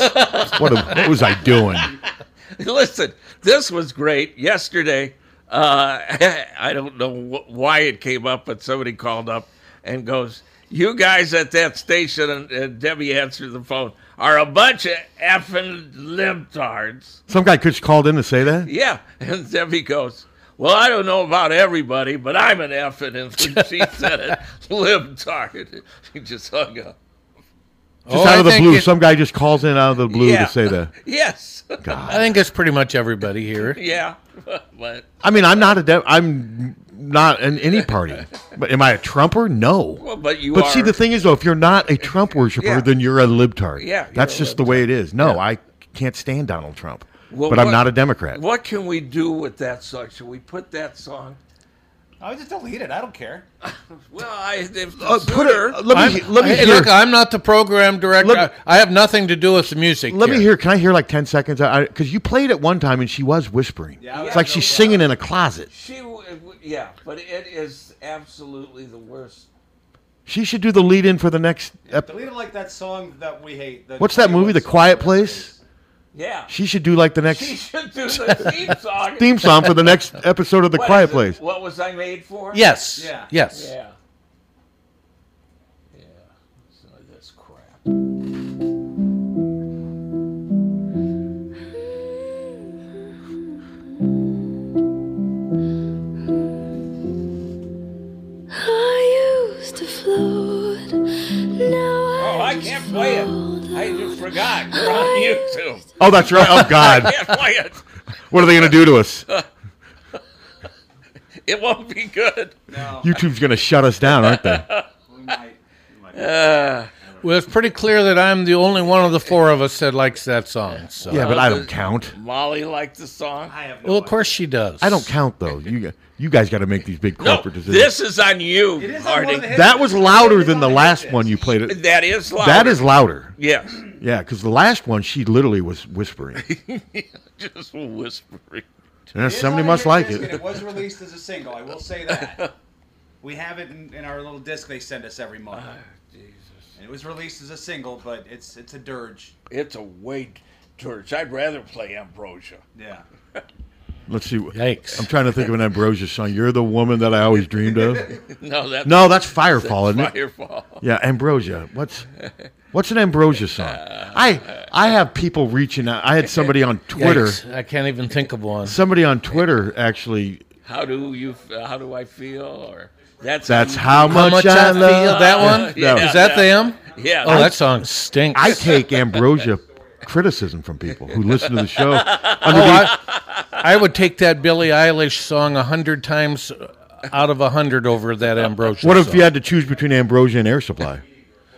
D: What, a, what was I doing?
B: [LAUGHS] Listen, this was great yesterday. Uh, [LAUGHS] I don't know wh- why it came up, but somebody called up and goes, "You guys at that station," and, and Debbie answered the phone, "Are a bunch of effing libtards." [LAUGHS]
D: Some guy could called in to say that.
B: Yeah, and Debbie goes, "Well, I don't know about everybody, but I'm an effing," and [LAUGHS] when she said it, libtard. [LAUGHS] She just hung up.
D: Just
C: Oh,
D: out
C: I
D: of the
C: think
D: blue,
C: it-
D: some guy just calls in out of the blue
B: Yeah.
D: to
C: [LAUGHS]
D: say that.
B: [LAUGHS] Yes.
C: I think it's pretty much everybody here.
B: [LAUGHS] Yeah, [LAUGHS] but
D: I mean, I'm not a de- I'm not in any party, but am I a Trumper? No.
B: well, but you
D: but
B: are.
D: see, the thing is, though, if you're not a Trump worshiper,
B: Yeah.
D: then you're a libtard.
B: Yeah, you're
D: that's
B: a
D: just the way it is. No, I can't stand Donald Trump,
B: Well,
D: but I'm
B: what-
D: not a Democrat.
B: What can we do with that song? Should we put that song?
G: I would just delete it. I don't care.
B: [LAUGHS] Well, I if
D: Uh, put it. Let me let me
C: Hey,
D: hear.
C: look, I'm not the program director.
D: Let-
C: I I have nothing to do with the music.
D: let me hear. Can I hear like ten seconds? Because you played it one time and she was whispering.
G: Yeah, I
D: it's
G: was-
D: like she's singing in a closet.
B: she, w- w- yeah, but it is absolutely the worst.
D: She should do the lead in for the next. Ep-
G: Delete it like that song that we hate. the
D: What's that
G: Hollywood
D: movie, The
G: song.
D: Quiet Place?
B: Yeah,
D: She should do like the
B: she
D: next
B: should do the
D: [LAUGHS]
B: theme song.
D: theme song for the next episode of The
B: What
D: Quiet
B: is it?
D: Place.
B: What was I made for?
C: Yes.
G: Yeah.
C: Yes.
B: Yeah. Yeah. Some of this crap.
F: I used to float. Now
B: Oh, I can't play it. I just forgot.
G: [LAUGHS]
B: You're on
F: [LAUGHS]
B: YouTube.
D: Oh, that's right.
B: [LAUGHS]
D: Oh God,
B: Can't play it.
D: what are they gonna do to us?
B: It won't be good.
D: YouTube's gonna shut us down, aren't they?
G: We might- we might-
C: Uh, Well, it's pretty clear that I'm the only one of the four of us that likes that song. So.
D: Yeah, but I don't count.
B: Molly liked the song.
G: I have no
C: Uh, Well, of
G: idea.
C: course [LAUGHS] she does.
D: I don't count though. You you guys got to make these big
B: No,
D: corporate decisions.
B: this is on you,
G: It is on one
B: Harding.
G: of the hit-
D: that was louder than the
G: It is on
D: last
G: hit
D: one
G: list.
D: you played. It
B: That is loud.
D: that is louder.
B: yes,
D: Yeah, because the last one she literally
B: [LAUGHS]
D: was whispering.
B: just whispering.
D: Yeah,
G: It is
D: somebody
G: on
D: must
G: your
D: like
G: disc, and
D: it.
G: It was released as a single. I will say
B: [LAUGHS]
G: that. we have it in, in our little disc they send us every month.
B: Ah,
G: And it was released as a single, but it's it's a dirge.
B: It's a weight church. I'd rather play Ambrosia.
G: Yeah.
D: Let's see.
C: Yikes.
D: I'm trying to think of an Ambrosia song. You're the woman that I always
C: [LAUGHS]
D: dreamed of.
B: No, that's
D: No, that's Firefall, isn't it?
B: Firefall.
D: Yeah, Ambrosia. What's what's an Ambrosia song? I I have people reaching out. I had
C: [LAUGHS]
D: somebody on Twitter.
C: Yikes. I can't even think of one.
D: Somebody on Twitter actually.
B: How do you? f- uh, How do I feel? Or that's
D: That's
B: you-
D: how much,
C: How much
D: I,
C: I feel
D: love.
C: that
D: [LAUGHS]
C: one?
D: Yeah.
C: Is that them?
B: Yeah. [LAUGHS]
C: Oh, that song stinks.
D: I take
C: [LAUGHS]
D: Ambrosia criticism from people who listen to the show. Under the-
C: Oh, I would take that Billie Eilish song a hundred times out of a hundred over that Ambrosia.
D: what if
C: song.
D: you had to choose between Ambrosia and Air Supply?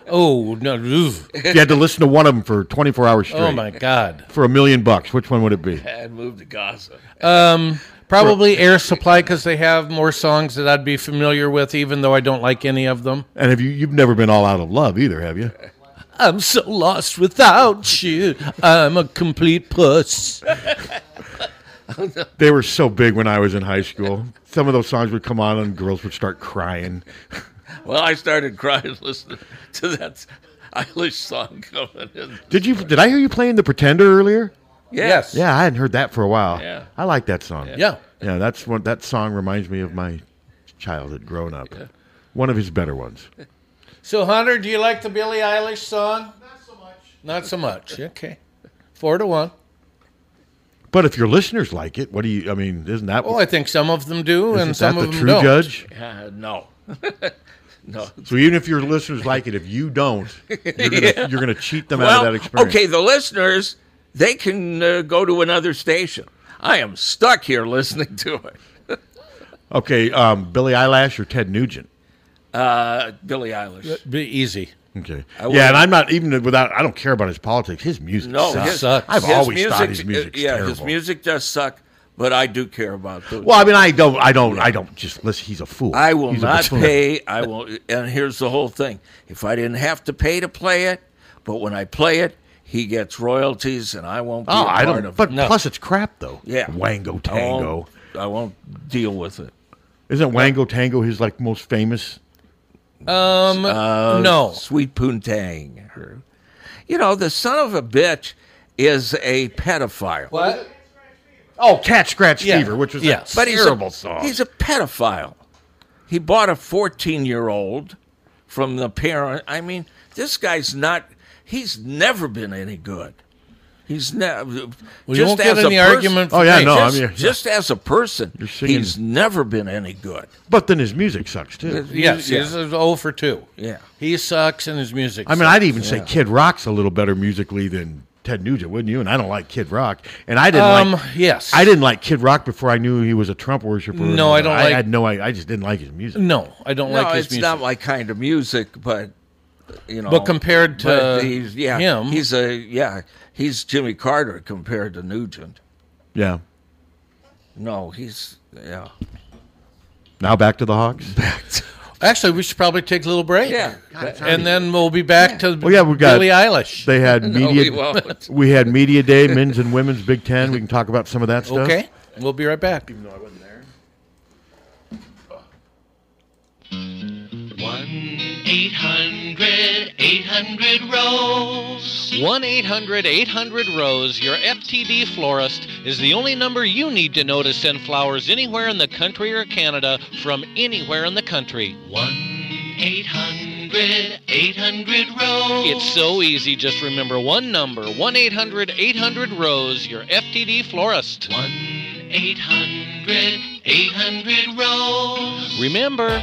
C: Oh no! oof.
D: If you had to listen to one of them for 24 hours straight
C: Oh my God!
D: for a million bucks, which one would it be?
B: and moved to Gaza. [LAUGHS]
C: Um, Probably Air Supply because they have more songs that I'd be familiar with, even though I don't like any of them.
D: And have you you've never been all out of love either, have you?
C: I'm so lost without you. I'm a complete puss.
D: They were so big when I was in high school. Some of those songs would come on and girls would start crying.
B: Well, I started crying [LAUGHS] listening to that Eilish song coming in.
D: Did you did I hear you playing The Pretender earlier?
C: Yes.
D: Yeah, I hadn't heard that for a while.
B: Yeah.
D: I like that song.
C: Yeah.
D: Yeah, that's what that song reminds me of my childhood growing up. One of his better ones.
C: So Hunter, do you like the Billie Eilish song? Not so much. Not so much. Okay. Four to one.
D: But if your listeners like it, what do you? I mean, isn't that?
C: Well, I think some of them do,
D: Isn't
C: and some
D: that
C: of
D: the
C: them
D: true
C: don't.
D: judge?
B: Uh, no. [LAUGHS] no.
D: so even if your listeners like it, if
B: [LAUGHS]
D: you don't, you're gonna,
B: Yeah.
D: you're gonna cheat them
B: well,
D: out of that experience.
B: okay, the listeners, they can uh, go to another station. I am stuck here listening [LAUGHS] to it.
D: Okay, um, Billy Eyelash or Ted Nugent?
B: Uh, Billie Eilish.
C: Be easy.
D: Okay.
B: wouldn't-
D: yeah, and I'm not even without. I don't care about his politics. His music
B: No,
D: sucks.
B: his,
C: Sucks.
D: I've
B: his
D: always
B: music,
D: thought his music's
B: uh, yeah,
D: terrible.
B: his music does suck, but I do care about the
D: Well, I mean, I don't, I don't, I don't just listen. He's a fool.
B: I will
D: He's a
B: not
D: buffoon.
B: pay. I will. And here's the whole thing: if I didn't have to pay to play it, but when I play it, he gets royalties, and I won't. Be
D: Oh,
B: a
D: I
B: part
D: don't.
B: Of
D: But
B: it.
D: plus, it's crap though.
B: yeah, Oh.
D: Wango
B: I won't-
D: Tango.
B: I won't deal with it.
D: Isn't Wango Tango his like most famous?
C: Um, no.
B: uh, Sweet Poontang. Her. You know, the son of a bitch is a pedophile.
C: What?
D: Oh, Cat Scratch
C: Yeah.
D: Fever, which was
C: Yeah.
D: a
B: But he's
D: terrible
B: a,
D: song.
B: He's a pedophile. He bought a 14 year old from the parent. I mean, this guy's not, he's never been any good. He's never.
C: We won't get any argument.
D: Oh,
C: from
D: yeah,
C: me.
D: no,
C: Just-
D: I mean-
B: Just, just as a person,
D: singing-
B: he's never been any good.
D: but then his music sucks too.
C: Yes,
B: Yeah.
C: this is 0 for 2.
B: Yeah.
C: He sucks and his music
D: I mean,
C: sucks.
D: I'd even say Kid Rock's a little better musically than Ted Nugent, wouldn't you? And I don't like Kid Rock, and I didn't
C: Um,
D: like.
C: yes.
D: I didn't like Kid Rock before I knew he was a Trump worshiper.
C: No, I don't
D: I
C: like-
D: had no. I, I just didn't like his music.
C: No, I don't
B: No,
C: like his
B: it's
C: music.
B: not my kind of music, but you know.
C: But compared to
B: but he's, yeah,
C: him-
B: he's a yeah, he's Jimmy Carter compared to Nugent.
D: Yeah.
B: No, he's yeah,
D: Now back to the Hawks.
C: Actually, we should probably take a little break.
B: yeah.
C: And then we'll be back to
D: Well, yeah, we've got-
C: Billie Eilish.
D: They had
B: No,
D: media.
B: we won't.
D: [LAUGHS] we had media day, men's and women's Big Ten. We can talk about some of that stuff.
C: okay, we'll be right back.
H: one 800-800-ROSE, your FTD florist, is the only number you need to know to send flowers anywhere in the country or Canada from anywhere in the country. 1-800-800-ROSE. It's so easy. Just remember one number, 1-800-800-ROSE, your FTD florist. 1-800-800-ROSE. Remember...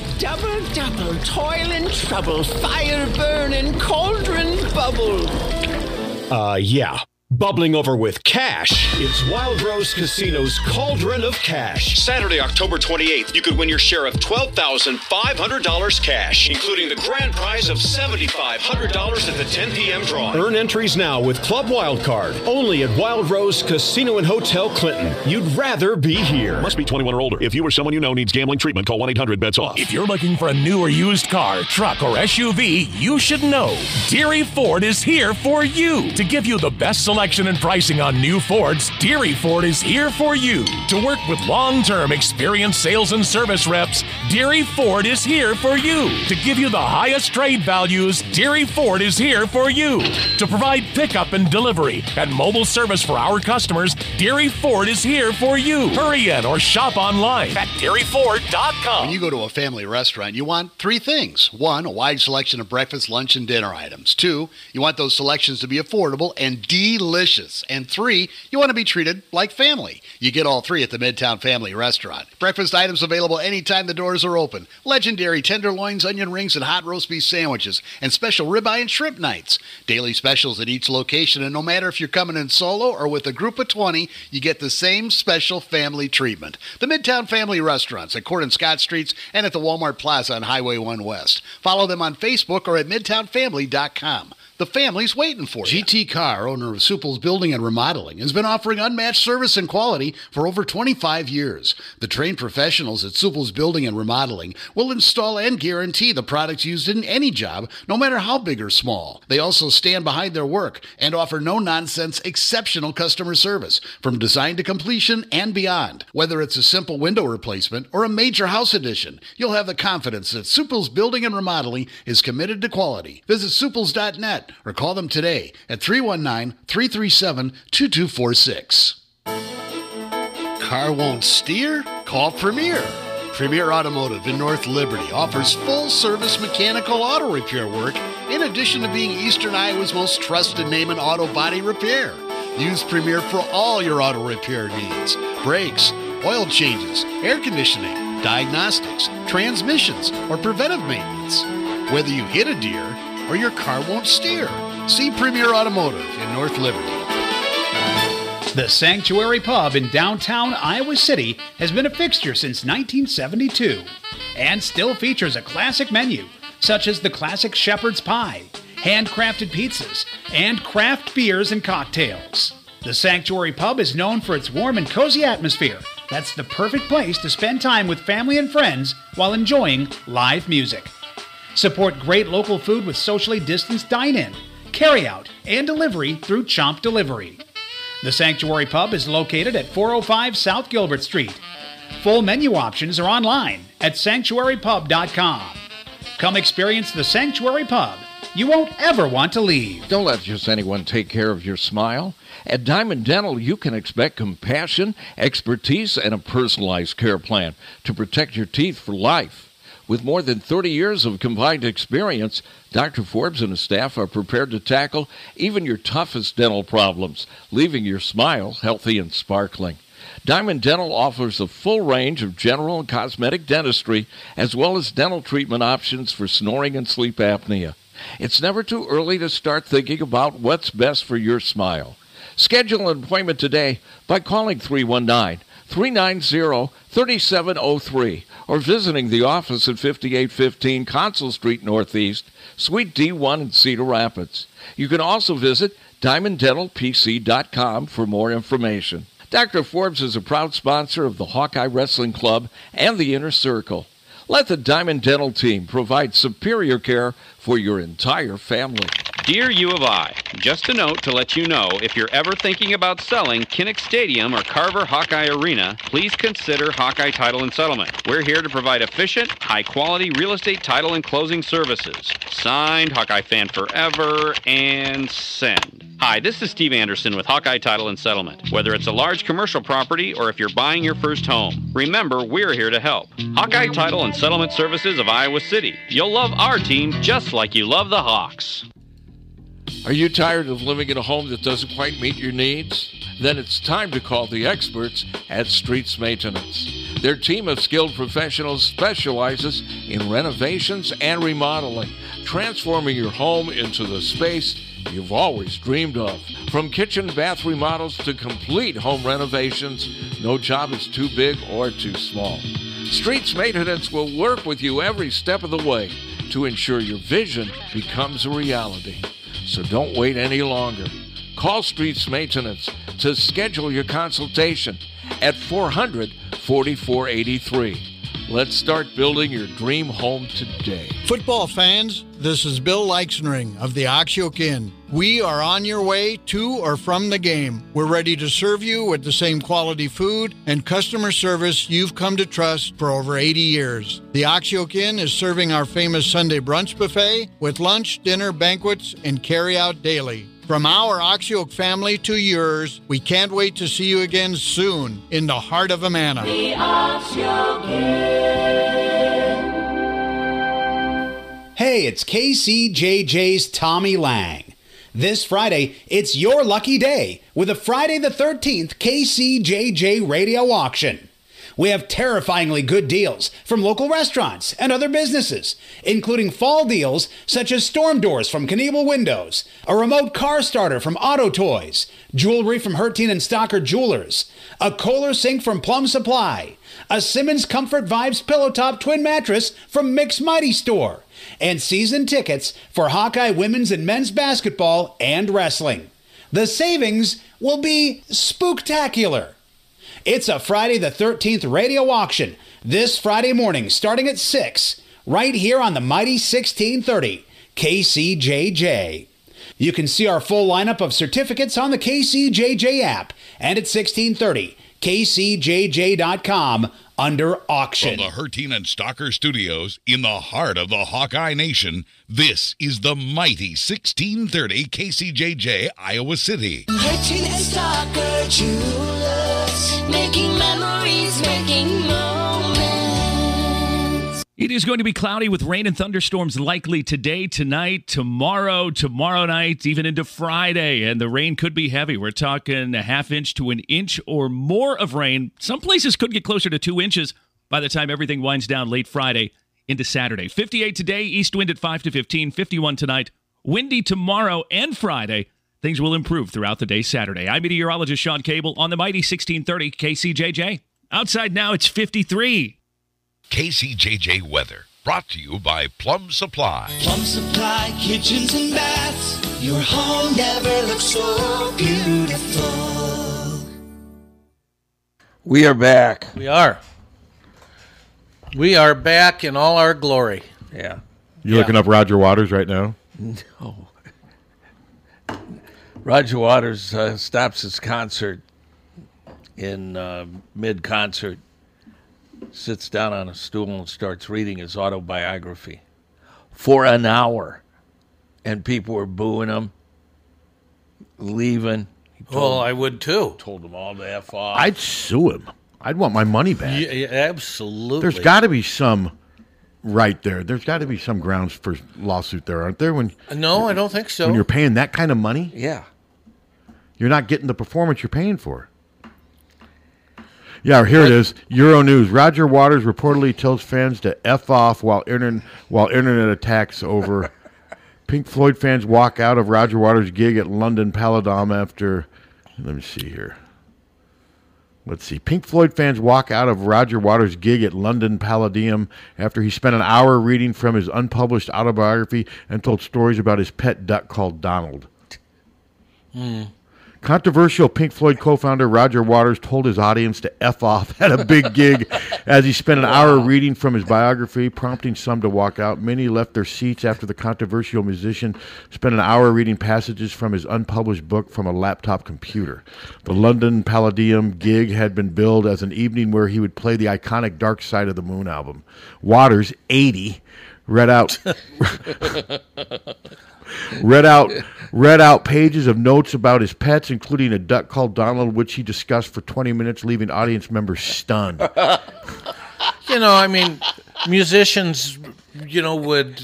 I: Double, double, toil and trouble, fire burn and cauldron bubble.
H: Uh, yeah. Bubbling over with cash is Wild Rose Casino's Cauldron of Cash. Saturday, October 28th, you could win your share of $12,500 cash, including the grand prize of $7,500 at the 10 p.m. draw. Earn entries now with Club Wildcard, only at Wild Rose Casino and Hotel Clinton. You'd rather be here.
I: Must be 21 or older. If you or someone you know needs gambling treatment, call 1 800 bets off.
H: If you're looking for a new or used car, truck, or SUV, you should know Deary Ford is here for you. To give you the best selection and pricing on new Fords, Deary Ford is here for you. To work with long term experienced sales and service reps, Deary Ford is here for you. To give you the highest trade values, Deary Ford is here for you. To provide pickup and delivery and mobile service for our customers, Deary Ford is here for you. Hurry in or shop online at DearyFord.com.
I: When you go to a family restaurant, you want three things. One, a wide selection of breakfast, lunch, and dinner items. Two, you want those selections to be affordable and delicious.
J: delicious. And three, you want to be treated like family. You get all three at the Midtown Family Restaurant. Breakfast items available anytime the doors are open. Legendary tenderloins, onion rings, and hot roast beef sandwiches, and special ribeye and shrimp nights. Daily specials at each location, and no matter if you're coming in solo or with a group of 20, you get the same special family treatment. The Midtown Family Restaurants at Court and Scott Streets and at the Walmart Plaza on Highway 1 West. Follow them on Facebook or at MidtownFamily.com. The family's waiting for you. GT Carr, owner of Supple's Building and Remodeling, has been offering unmatched service and quality for over 25 years. The trained professionals at Supple's Building and Remodeling will install and guarantee the products used in any job, no matter how big or small. They also stand behind their work and offer no nonsense, exceptional customer service from design to completion and beyond. Whether it's a simple window replacement or a major house addition, you'll have the confidence that Supple's Building and Remodeling is committed to quality. Visit supples.net or call them today at 319 337 2246. Car won't steer? Call Premier. Premier Automotive in North Liberty offers full service mechanical auto repair work in addition to being Eastern Iowa's most trusted name in auto body repair. Use Premier for all your auto repair needs brakes, oil changes, air conditioning, diagnostics, transmissions, or preventive maintenance. Whether you hit a deer or your car won't steer, see Premier Automotive in North Liberty.
K: The Sanctuary Pub in downtown Iowa City has been a fixture since 1972 and still features a classic menu such as the classic shepherd's pie, handcrafted pizzas, and craft beers and cocktails. The Sanctuary Pub is known for its warm and cozy atmosphere. That's the perfect place to spend time with family and friends while enjoying live music. Support great local food with socially distanced dine in, carry out, and delivery through Chomp Delivery. The Sanctuary Pub is located at 405 South Gilbert Street. Full menu options are online at sanctuarypub.com. Come experience the Sanctuary Pub. You won't ever want to leave.
B: Don't let just anyone take care of your smile. At Diamond Dental, you can expect compassion, expertise, and a personalized care plan to protect your teeth for life. With more than 30 years of combined experience, Dr. Forbes and his staff are prepared to tackle even your toughest dental problems, leaving your smile healthy and sparkling. Diamond Dental offers a full range of general and cosmetic dentistry, as well as dental treatment options for snoring and sleep apnea. It's never too early to start thinking about what's best for your smile. Schedule an appointment today by calling 319 390 3703 or visiting the office at 5815 Consul Street Northeast, Suite D1 in Cedar Rapids. You can also visit diamonddentalpc.com for more information. Dr. Forbes is a proud sponsor of the Hawkeye Wrestling Club and the Inner Circle. Let the Diamond Dental team provide superior care for your entire family.
L: Dear U of I, just a note to let you know if you're ever thinking about selling Kinnick Stadium or Carver Hawkeye Arena, please consider Hawkeye Title and Settlement. We're here to provide efficient, high quality real estate title and closing services. Signed, Hawkeye Fan Forever, and send. Hi, this is Steve Anderson with Hawkeye Title and Settlement. Whether it's a large commercial property or if you're buying your first home, remember we're here to help. Hawkeye Title and Settlement Services of Iowa City. You'll love our team just like you love the Hawks.
B: Are you tired of living in a home that doesn't quite meet your needs? Then it's time to call the experts at Streets Maintenance. Their team of skilled professionals specializes in renovations and remodeling, transforming your home into the space you've always dreamed of. From kitchen and bath remodels to complete home renovations, no job is too big or too small. Streets Maintenance will work with you every step of the way to ensure your vision becomes a reality. So don't wait any longer. Call Streets Maintenance to schedule your consultation at 400 4483. Let's start building your dream home today.
M: Football fans, this is Bill Leixenring of the Oxyoke Inn. We are on your way to or from the game. We're ready to serve you with the same quality food and customer service you've come to trust for over 80 years. The Oxyoke Inn is serving our famous Sunday brunch buffet with lunch, dinner, banquets, and carry out daily. From our Oxyoke family to yours, we can't wait to see you again soon in the heart of Amana.
F: The Oxyoke Inn.
K: Hey, it's KCJJ's Tommy Lang. This Friday, it's your lucky day with a Friday the 13th KCJJ radio auction. We have terrifyingly good deals from local restaurants and other businesses, including fall deals such as storm doors from Knievel Windows, a remote car starter from Auto Toys, jewelry from Hertin and Stocker Jewelers, a Kohler sink from Plum Supply, a Simmons Comfort Vibes pillow top twin mattress from Mix Mighty Store, and season tickets for Hawkeye women's and men's basketball and wrestling. The savings will be spooktacular. It's a Friday the 13th radio auction this Friday morning starting at 6 right here on the Mighty 1630 KCJJ. You can see our full lineup of certificates on the KCJJ app and at 1630 kcjj.com under auction.
N: From the Hertin and Stocker Studios in the heart of the Hawkeye Nation, this is the mighty 1630 KCJJ Iowa City.
F: Hertin and Stocker Jewelers, making memories, making moments.
O: It is going to be cloudy with rain and thunderstorms likely today, tonight, tomorrow, tomorrow night, even into Friday. And the rain could be heavy. We're talking a half inch to an inch or more of rain. Some places could get closer to two inches by the time everything winds down late Friday into Saturday. 58 today, east wind at 5 to 15, 51 tonight, windy tomorrow and Friday. Things will improve throughout the day Saturday. I'm meteorologist Sean Cable on the mighty 1630 KCJJ. Outside now, it's 53.
N: KCJJ Weather, brought to you by Plum Supply.
F: Plum Supply kitchens and baths. Your home never looks so beautiful.
B: We are back.
C: We are. We are back in all our glory.
B: Yeah.
D: You're looking up Roger Waters right now.
B: No. Roger Waters uh, stops his concert in uh, mid concert, sits down on a stool, and starts reading his autobiography for an hour. And people were booing him, leaving. He
C: Well, I would too.
B: Told them all to F off.
D: I'd sue him. I'd want my money back.
C: Yeah, yeah, absolutely.
D: There's got to be some right there. There's got to be some grounds for lawsuit there, aren't there? When
C: No, I don't think so.
D: when you're paying that kind of money,
B: yeah.
D: you're not getting the performance you're paying for. Yeah, here it is. Euro News. Roger Waters reportedly tells fans to f off while internet while internet attacks over. Pink Floyd fans walk out of Roger Waters' gig at London Palladom after. Let me see here. Let's see. Pink Floyd fans walk out of Roger Waters' gig at London Palladium after he spent an hour reading from his unpublished autobiography and told stories about his pet duck called Donald. Controversial Pink Floyd co founder Roger Waters told his audience to F off [LAUGHS] at a big gig as he spent an hour reading from his biography, prompting some to walk out. Many left their seats after the controversial musician spent an hour reading passages from his unpublished book from a laptop computer. The London Palladium gig had been billed as an evening where he would play the iconic Dark Side of the Moon album. Waters, 80, read out read out read out pages of notes about his pets, including a duck called Donald, which he discussed for 20 minutes, leaving audience members stunned.
C: [LAUGHS] you know, I mean, musicians, you know, would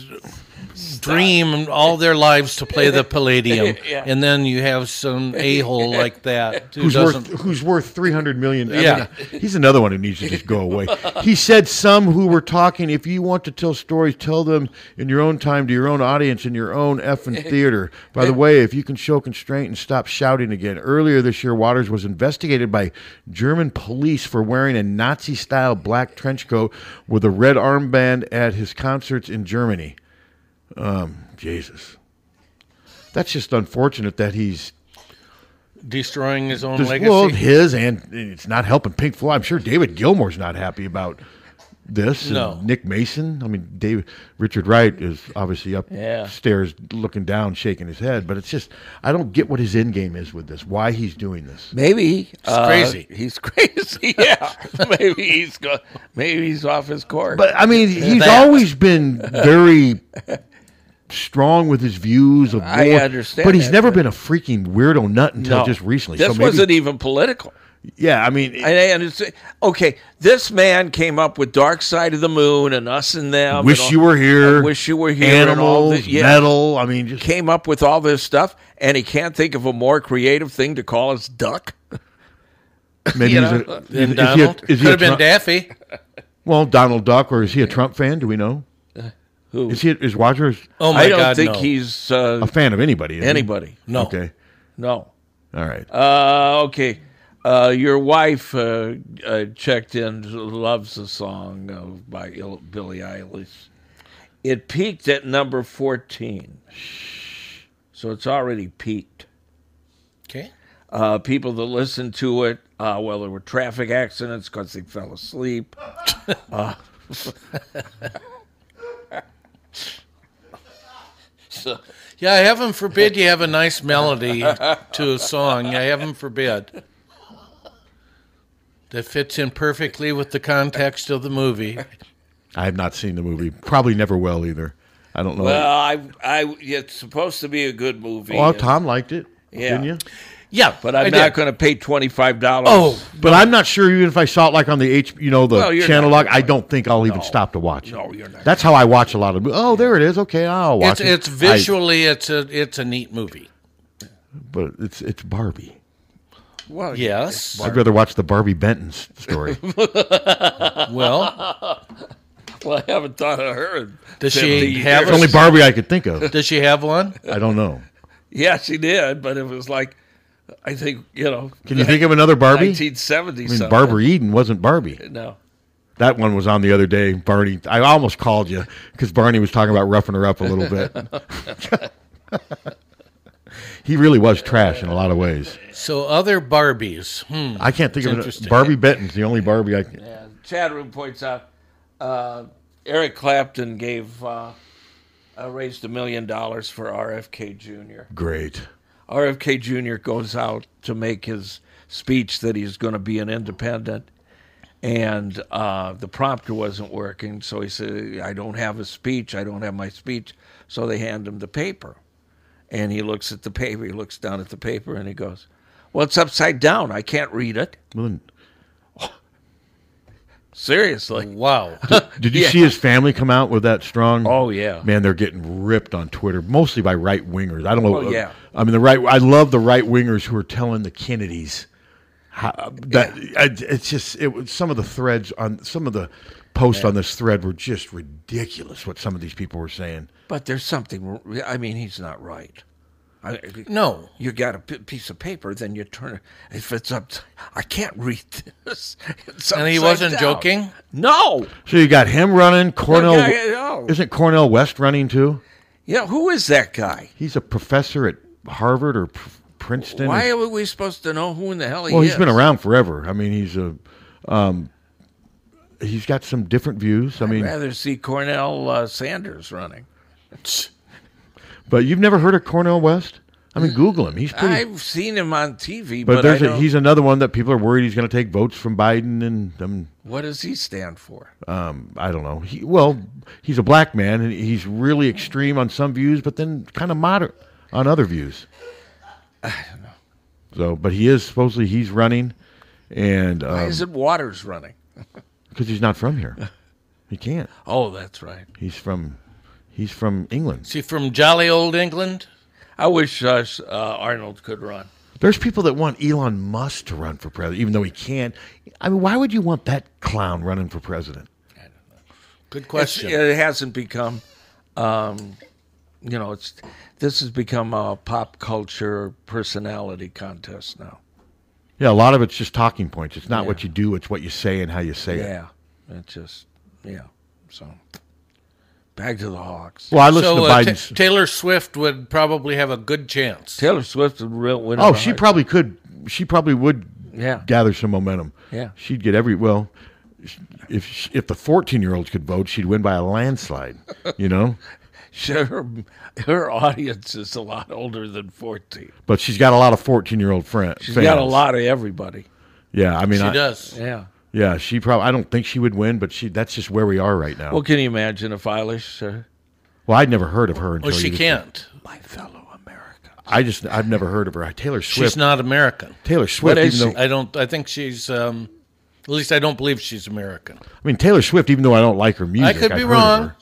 C: dream all their lives to play the Palladium,
D: Yeah.
C: and then you have some a hole like that who
D: Who's worth
C: doesn't.
D: who's worth 300 million? I
C: Yeah.
D: mean, uh, he's another one who needs to just
C: [LAUGHS]
D: go away. He said some who were talking. If you want to tell stories, tell them in your own time to your own audience in your own effing
C: [LAUGHS]
D: theater. By the way, if you can show constraint and stop shouting again. Earlier this year, Waters was investigated by German police for wearing a Nazi-style black trench coat with a red armband at his concerts in Germany. Um, Jesus, that's just unfortunate that he's
C: destroying his own
D: just-
C: legacy.
D: Well, his and it's not helping Pink Floyd. I'm sure David Gilmour's not happy about this. and
C: No.
D: Nick Mason. I mean, David Richard Wright is obviously
C: Yeah.
D: upstairs looking down, shaking his head. But it's just I don't get what his end game is with this. Why he's doing this?
B: Maybe uh,
D: crazy.
B: He's [LAUGHS] crazy. Yeah, maybe he's go- maybe he's off his course.
D: But I mean,
B: [LAUGHS]
D: he's
B: That.
D: always been very strong with his views of
B: I
D: war,
B: understand
D: but he's
B: that,
D: never been a freaking weirdo nut until
B: No.
D: just recently.
B: This
D: so maybe,
B: wasn't even political.
D: Yeah, I mean,
B: and, and it's, okay, this man came up with Dark Side of the Moon and Us and Them.
D: Wish
B: and all-
D: You Were Here,
B: I wish You Were Here. and all
D: Animals,
B: thi- yeah.
D: Metal, I mean, just-
B: came up with all this stuff, and he can't think of a more creative thing to call us duck.
D: maybe
B: you
D: he's
B: know, than
D: a, is, is he a,
B: Donald.
D: is he a
C: Could have been
D: Trump-
C: Daffy.
D: Well, Donald Duck, or is he a Trump fan? Do we know?
B: Uh, Who
D: is he? Is Rogers?
B: Oh my I don't God, think no. he's, uh,
D: a fan of anybody. is he?
B: anybody. No.
D: Okay.
B: No.
D: All right.
B: Uh, okay. Uh, your wife uh, uh, checked in, loves the song uh, by Il- Billie Eilish. It peaked at number 14. So it's already peaked.
C: Okay.
B: Uh, people that listened to it, uh, well, there were traffic accidents because they fell [LAUGHS] asleep. uh,
C: Yeah, heaven forbid you have a nice melody to a song. Yeah, heaven forbid. That fits in perfectly with the context of the movie.
D: I have not seen the movie. Probably never will either. I don't know.
B: well, I, I, it's supposed to be a good movie.
D: well, Oh, Tom liked it.
B: Yeah.
D: Didn't you?
C: Yeah,
B: but I'm
C: I
B: not
C: did.
B: going to pay twenty five dollars. [LAUGHS]
D: Oh, but I'm not sure even if I saw it like on the H, you know, the
B: Well, you're
D: channel
B: not
D: log. I don't think I'll even stop to watch.
B: No,
D: you're not. That's how I watch a lot of. mo- Oh, there it is. Okay, I'll
C: It's,
D: watch it.
C: it's
D: I-
C: visually, it's a it's a neat movie.
D: but it's it's Barbie.
B: Well,
C: yes.
D: I'd rather watch the Barbie Benton s-
C: [LAUGHS]
D: story.
C: Well-
B: well, I haven't thought of her. In
C: Does
B: 50
C: she have?
D: It's
C: a-
D: only Barbie I could think of.
C: Does she have one?
D: I don't know.
B: [LAUGHS] Yeah, she did, but it was like, I think you know. [LAUGHS]
D: Can you think of another Barbie?
B: Nineteen seventy. Uh,
D: I mean, Barbara Eden wasn't Barbie.
B: No.
D: That one was on the other day, Barney. I almost called you because Barney was talking about roughing her up a little bit. he really was trash in a lot of ways.
C: [LAUGHS] So other Barbies. Hmm.
D: I can't think
C: It's
D: of it.
C: interesting.
D: Barbie Benton's the only Barbie I can.
B: Yeah. Chad Room points out uh, Eric Clapton gave uh, uh, raised a million dollars for RFK Jr.
D: Great.
B: RFK Jr. goes out to make his speech that he's going to be an independent, and uh, the prompter wasn't working, so he said, "I don't have a speech. I don't have my speech." So they hand him the paper, and he looks at the paper. He looks down at the paper, and he goes, "Well, it's upside down. I can't read it."
D: Well,
B: [LAUGHS] Seriously. [LAUGHS]
C: Wow.
D: Did you see his family come out with that strong?
B: Oh, yeah.
D: man, they're getting ripped on Twitter, mostly by right wingers. I don't know. uh,
B: Oh, yeah.
D: I mean, the right. I love the right wingers who are telling the Kennedys
B: Uh,
D: how, that I, it's just it. was- Some of the threads on some of the posts on this thread were just ridiculous. What some of these people were saying.
B: But there's something. I mean, he's not right. I,
C: no,
B: you got a p- piece of paper, then you turn it. If it's up, I can't read this. [LAUGHS] It's
C: And he
B: upside
C: wasn't
B: down.
C: joking?
B: No.
D: So you got him running. Cornell
B: yeah, yeah, no.
D: isn't Cornell West running too?
B: Yeah. Who is that guy?
D: He's a professor at Harvard or P- Princeton.
B: Why are we supposed to know who in the hell he
D: well,
B: is?
D: he's been around forever. I mean, he's a. Um, He's got some different views. I
B: I'd
D: mean,
B: rather see Cornell uh, Sanders running.
D: [LAUGHS] But you've never heard of Cornell West? I mean, Google him. He's pretty.
B: I've seen him on TV,
D: but
B: but, I
D: there's a,
B: don't,
D: he's another one that people are worried he's going to take votes from Biden and um,
B: what does he stand for?
D: um, I don't know. He, well, he's a black man and he's really extreme on some views, but then kind of moderate on other views. I don't know. So, but he is supposedly he's running, and
B: Why
D: because
B: is it Waters running?
D: he's not
B: [LAUGHS]
D: from here, he can't.
B: Oh, that's right.
D: He's from he's from England.
C: See from jolly old England.
B: I wish uh, s- uh, Arnold could run.
D: There's people that want Elon Musk to run for president, even though he can't. I mean, why would you want that clown running for president?
C: Good question.
B: It's- it hasn't become, um, you know, it's this has become a pop culture personality contest now.
D: Yeah, a lot of it's just talking points. It's not what you do; it's what you say and how you say it.
B: Yeah, it just yeah. So [LAUGHS] back to the Hawks.
D: Well, I listen
C: so,
D: to
C: uh,
D: Biden's.
C: Ta- Taylor Swift would probably have a good chance.
B: Taylor Swift would real win.
D: oh, she probably could. She probably would.
B: Yeah.
D: gather some momentum.
B: Yeah.
D: she'd get every well. sh- If sh- if the fourteen year olds could vote, she'd win by a landslide. You know,
B: her her audience is a lot older than fourteen.
D: but she's got a lot of fourteen year old friends.
B: She's got a lot of everybody.
D: Yeah, I mean,
B: She
D: I-
B: does. Yeah.
D: Yeah, she probably. I don't think she would win, but she. That's just where we are right now.
B: Well, can you imagine if Eilish uh,
D: Well, I'd never heard of her.
C: Well,
D: Until
C: she
D: you-
C: can't.
D: I just I've never heard of her. Taylor Swift.
C: She's not American.
D: Taylor Swift. Even though,
C: I don't. I think she's. Um, at least I don't believe she's American.
D: I mean, Taylor Swift. Even though I don't like her music,
C: I could
D: I've
C: be
D: heard of
C: wrong.
D: her.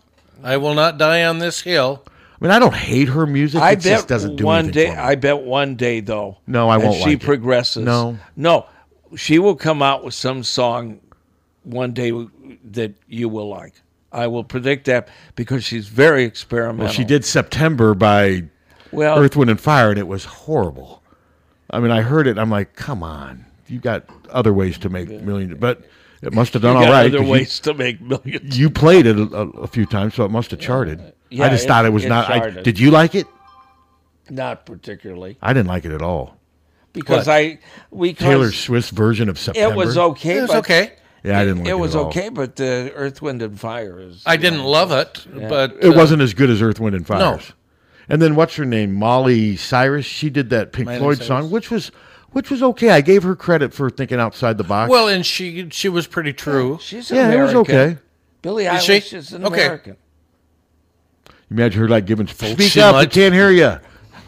C: I will not die on this hill.
D: I mean, I don't hate her music.
B: I
D: it
B: bet
D: just doesn't do
B: one
D: anything
B: day. I bet one day though.
D: No, I
B: as
D: won't
B: She
D: like it.
B: progresses.
D: No.
B: no, she will come out with some song one day that you will like. I will predict that because she's very experimental.
D: Well, she did September by
B: Well-
D: Earth, Wind, and Fire, and it was horrible. I mean, I heard it. I'm like, come on, you got other ways to make millions, but it must have done
B: You
D: all
B: got
D: right.
B: other
D: 'cause you-
B: ways to make millions.
D: You played it a, a, a few times, so it must have charted.
B: Yeah,
D: I just
B: it-
D: thought it was
B: it
D: not. I,
B: charted.
D: did you like it?
B: Not particularly
D: I didn't like it at all.
B: because
C: What?
B: I because
D: Taylor Swift's version of September.
B: It was okay.
C: It was
B: but-
C: okay.
D: Yeah, I didn't like
B: it
D: it
B: was
D: at all.
B: okay, but the Earth, Wind, and Fire is.
C: I didn't love it, but
D: It wasn't as good as Earth, Wind, and Fire.
C: No.
D: And then what's her name? Molly Cyrus. She did that Pink
C: Miley
D: Floyd
C: Cyrus.
D: song, which was which was okay. I gave her credit for thinking outside the box.
C: Well, and she she was pretty true.
B: She's
D: Yeah, it was American. okay.
B: Billie
C: Is she?
B: Eilish is an
C: Okay.
B: American.
D: Imagine her like giving speak
B: too
D: up.
B: much.
D: I can't hear you.
B: [LAUGHS]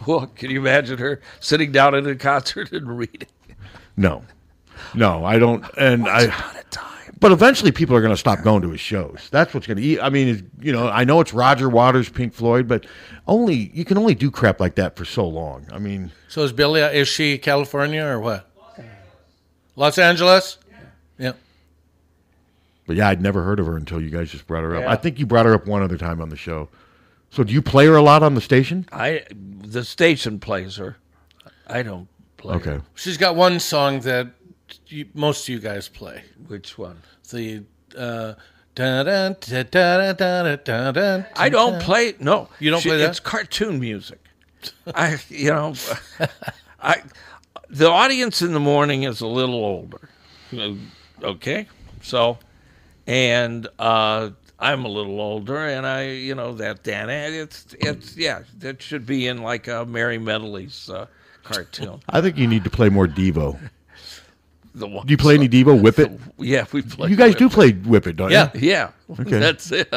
B: Well, can you imagine her sitting down at a concert and reading?
D: No, no, I don't. And I. But eventually, people are going to stop going to his shows. That's what's going to eat. I mean, it's- you know, I know it's Roger Waters, Pink Floyd, but only you can only do crap like that for so long. I mean,
C: So is Billy? Is she California or what? Los Angeles. Yeah.
D: but yeah, I'd never heard of her until you guys just brought her up.
B: Yeah.
D: I think you brought her up one other time on the show. So do you play her a lot on the station?
B: I the station plays her. I don't play. her.
D: Okay.
C: She's got one song that you, most of you guys play.
B: Which one?
C: The. Uh, da-da, da-da, da-da, da-da,
B: I don't
C: da-da.
B: play. No,
C: You don't
B: She-
C: play that.
B: It's cartoon
C: [LAUGHS]
B: music. I, you know, I the audience in the morning is a little older. Okay, so and uh, I'm a little older, and I, you know, that Dan, it's it's yeah, that should be in like a Mary Medley's uh, cartoon.
D: I think you need to play more Devo.
B: The one
D: [LAUGHS] Do you play any Devo? Whip it.
B: Yeah, we play
D: You guys do
B: Whip It.
D: play Whip it, don't
B: Yeah,
D: you?
B: yeah.
D: Okay.
B: That's it.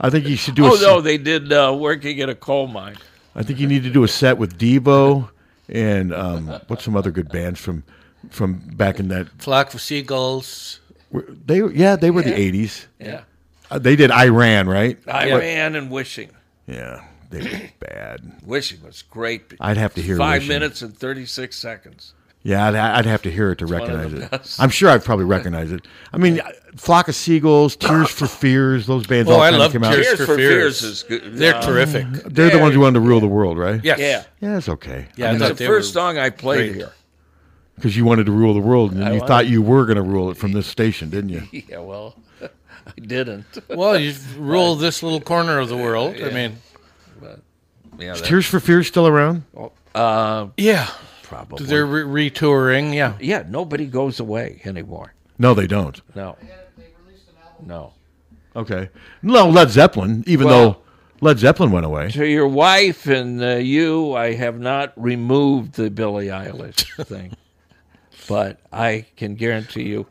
D: I think you should do a
B: Oh
D: s-
B: no, they did uh, working at a coal mine.
D: I think you need to do a set with Devo and um, what's some other good bands from from back in that.
C: Flock of seagulls.
D: were- They were- yeah, they were the eighties.
B: Yeah.
D: uh, they did Iran, right?
B: Iran and wishing.
D: Yeah, they
B: [CLEARS THROAT]
D: were bad.
B: Wishing was great.
D: I'd have to hear
B: five
D: Wishing.
B: minutes and thirty six seconds.
D: Yeah, I'd, I'd have to hear it to
B: one of
D: recognize
B: the
D: it.
B: best.
D: I'm sure I've probably recognized it. I mean, Flock of Seagulls, Tears for Fears, those bands
C: Oh,
D: all
C: I
D: kinda
C: love
D: came out. Mm-hmm.
C: Tears,
B: Tears
C: for,
B: for
C: Fears.
B: Fears is good.
C: They're
B: Um,
C: terrific.
D: They're the ones who wanted to rule the world, right?
C: Yes.
B: Yeah.
D: Yeah, it's okay.
C: Yeah, I
B: It's the
C: thought they were
B: first song I played here.
D: Because you wanted to rule the world, and then
B: I
D: you
B: wanted-
D: thought you were going to rule it from this station, didn't you?
B: [LAUGHS] Yeah, well, I didn't.
C: Well,
B: [LAUGHS]
C: you rule this little corner of the world. I
B: Yeah.
C: mean,
B: Yeah,
D: Is
B: that-
D: Tears for Fears still around?
B: uh,
C: yeah,
B: probably.
C: they're re- retouring. Yeah,
B: yeah, nobody goes away anymore.
D: No, they don't.
B: No. No.
D: Okay. No, Led Zeppelin, even
B: Well-
D: though Led Zeppelin went away.
B: To your wife and uh, you, I have not removed the Billie
C: [LAUGHS]
B: Eilish thing, but I can guarantee you,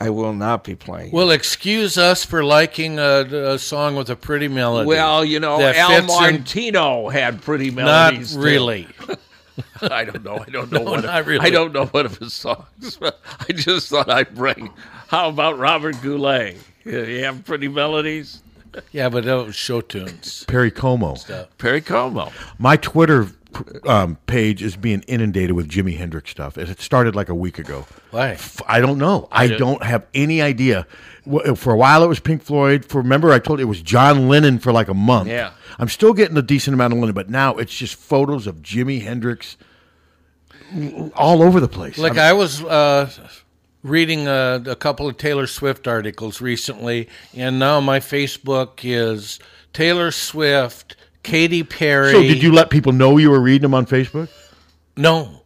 B: I will not be playing.
C: Well, excuse us for liking a, a song with a pretty melody.
B: Well, you know,
C: that
B: Al
C: fits in-
B: Martino had pretty
C: Not
B: melodies. too.
C: really.
B: [LAUGHS] I don't know. I don't know
C: No,
B: what.
C: not really.
B: I don't know one of his songs. [LAUGHS] I just thought I'd bring. How about Robert Goulet? Yeah, You have pretty melodies.
C: yeah, but those show tunes.
D: Perry Como.
B: Perry Como.
D: My Twitter um, page is being inundated with Jimi Hendrix stuff. It started like a week ago.
C: Why?
D: F- I don't know. I
C: did-
D: don't have any idea. Wh- For a while, it was Pink Floyd. For remember, I told you it was John Lennon for like a month.
B: Yeah.
D: I'm still getting a decent amount of Lennon, but now it's just photos of Jimi Hendrix all over the place.
C: Like I was uh, reading a, a couple of Taylor Swift articles recently, and now my Facebook is Taylor Swift, Katy Perry.
D: so did you let people know you were reading them on Facebook?
C: No,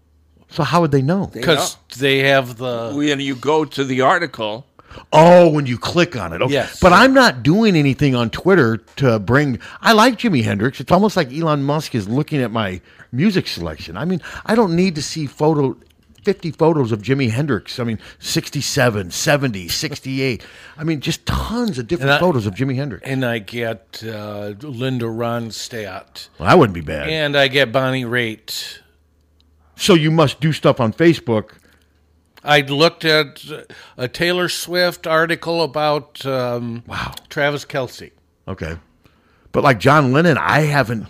D: So how would they know?
C: because they have the.
B: When you go to the article,
D: Oh, when you click on it. Okay.
C: Yes.
D: But I'm not doing anything on Twitter to bring. I like Jimi Hendrix. It's almost like Elon Musk is looking at my music selection. I mean, I don't need to see photo 50 photos of Jimi Hendrix. I mean, 67, 70, 68. I mean, just tons of different
C: And I-
D: photos of Jimi Hendrix.
C: And I get uh, Linda Ronstadt.
D: Well, that wouldn't be bad.
C: And I get Bonnie Raitt.
D: So you must do stuff on Facebook.
C: I looked at a Taylor Swift article about um, wow Travis Kelsey.
D: Okay. But like John Lennon, I haven't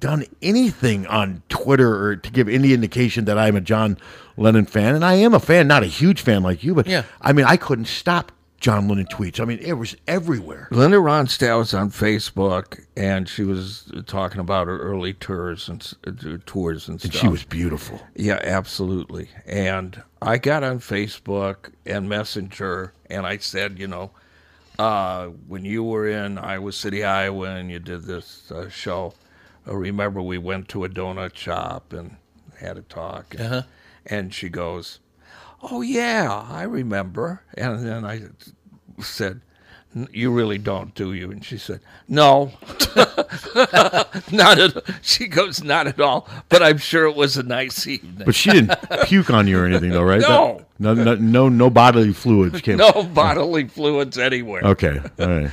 D: done anything on Twitter or to give any indication that I'm a John Lennon fan. And I am a fan, not a huge fan like you, but
C: Yeah.
D: I mean, I couldn't stop John Lennon tweets. I mean,
B: [LAUGHS]
D: it was everywhere.
B: Linda Ronstadt was on Facebook, and she was talking about her early tours and s- uh, tours and stuff.
D: she was beautiful.
B: Yeah, absolutely. And I got on Facebook and Messenger, and I said, you know, uh, when you were in Iowa City, Iowa, and you did this uh, show, uh, remember we went to a donut shop and had a talk.
C: Uh-huh.
B: And she goes, "Oh yeah, I remember." And then I said, "N- "You really don't, do you?" And she said, "No, [LAUGHS] not at." She goes, "Not at all." But I'm sure it was a nice evening.
D: But
B: [LAUGHS]
D: she didn't puke on you or anything, though, right?
B: No.
D: That- no, no, no, no bodily fluids came.
B: no bodily fluids anywhere. [LAUGHS]
D: [LAUGHS] Okay. All right.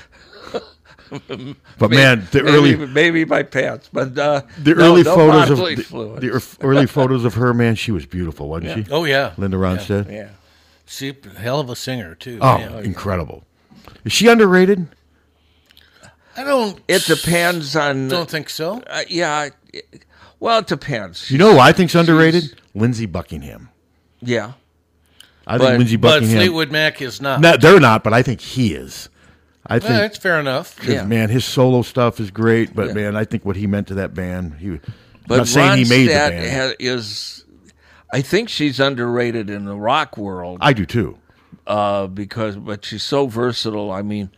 B: May-
D: man, the
B: maybe,
D: early-
B: maybe my pants, but uh,
D: The
B: no-
D: early
B: no
D: photos
B: bodily
D: of the,
B: fluids.
D: the er- early photos of her, man, she was beautiful, wasn't
C: Yeah.
D: she?
C: Oh, yeah.
D: Linda Ronstadt.
B: Yeah.
C: She hell of a singer too.
D: Oh,
C: man.
D: incredible. Is she underrated?
C: I don't.
B: It depends on.
C: Don't think so.
B: Uh, yeah. I- well, it depends.
D: You know who I think's underrated? Lindsey Buckingham.
B: Yeah.
D: I think Lindsey
C: but
D: Buckingham.
C: Fleetwood Mac is not.
D: No, they're not, but I think he is. I
C: Well,
D: think
C: that's fair enough.
D: 'cause,
C: Yeah.
D: man, his solo stuff is great, but
B: Yeah.
D: man, I think what he meant to that band, he. I'm
B: But
D: not saying he made the
B: Ronstadt
D: band.
B: ha- is, I think she's underrated in the rock world.
D: I do too.
B: Uh, because, but she's so versatile. I mean,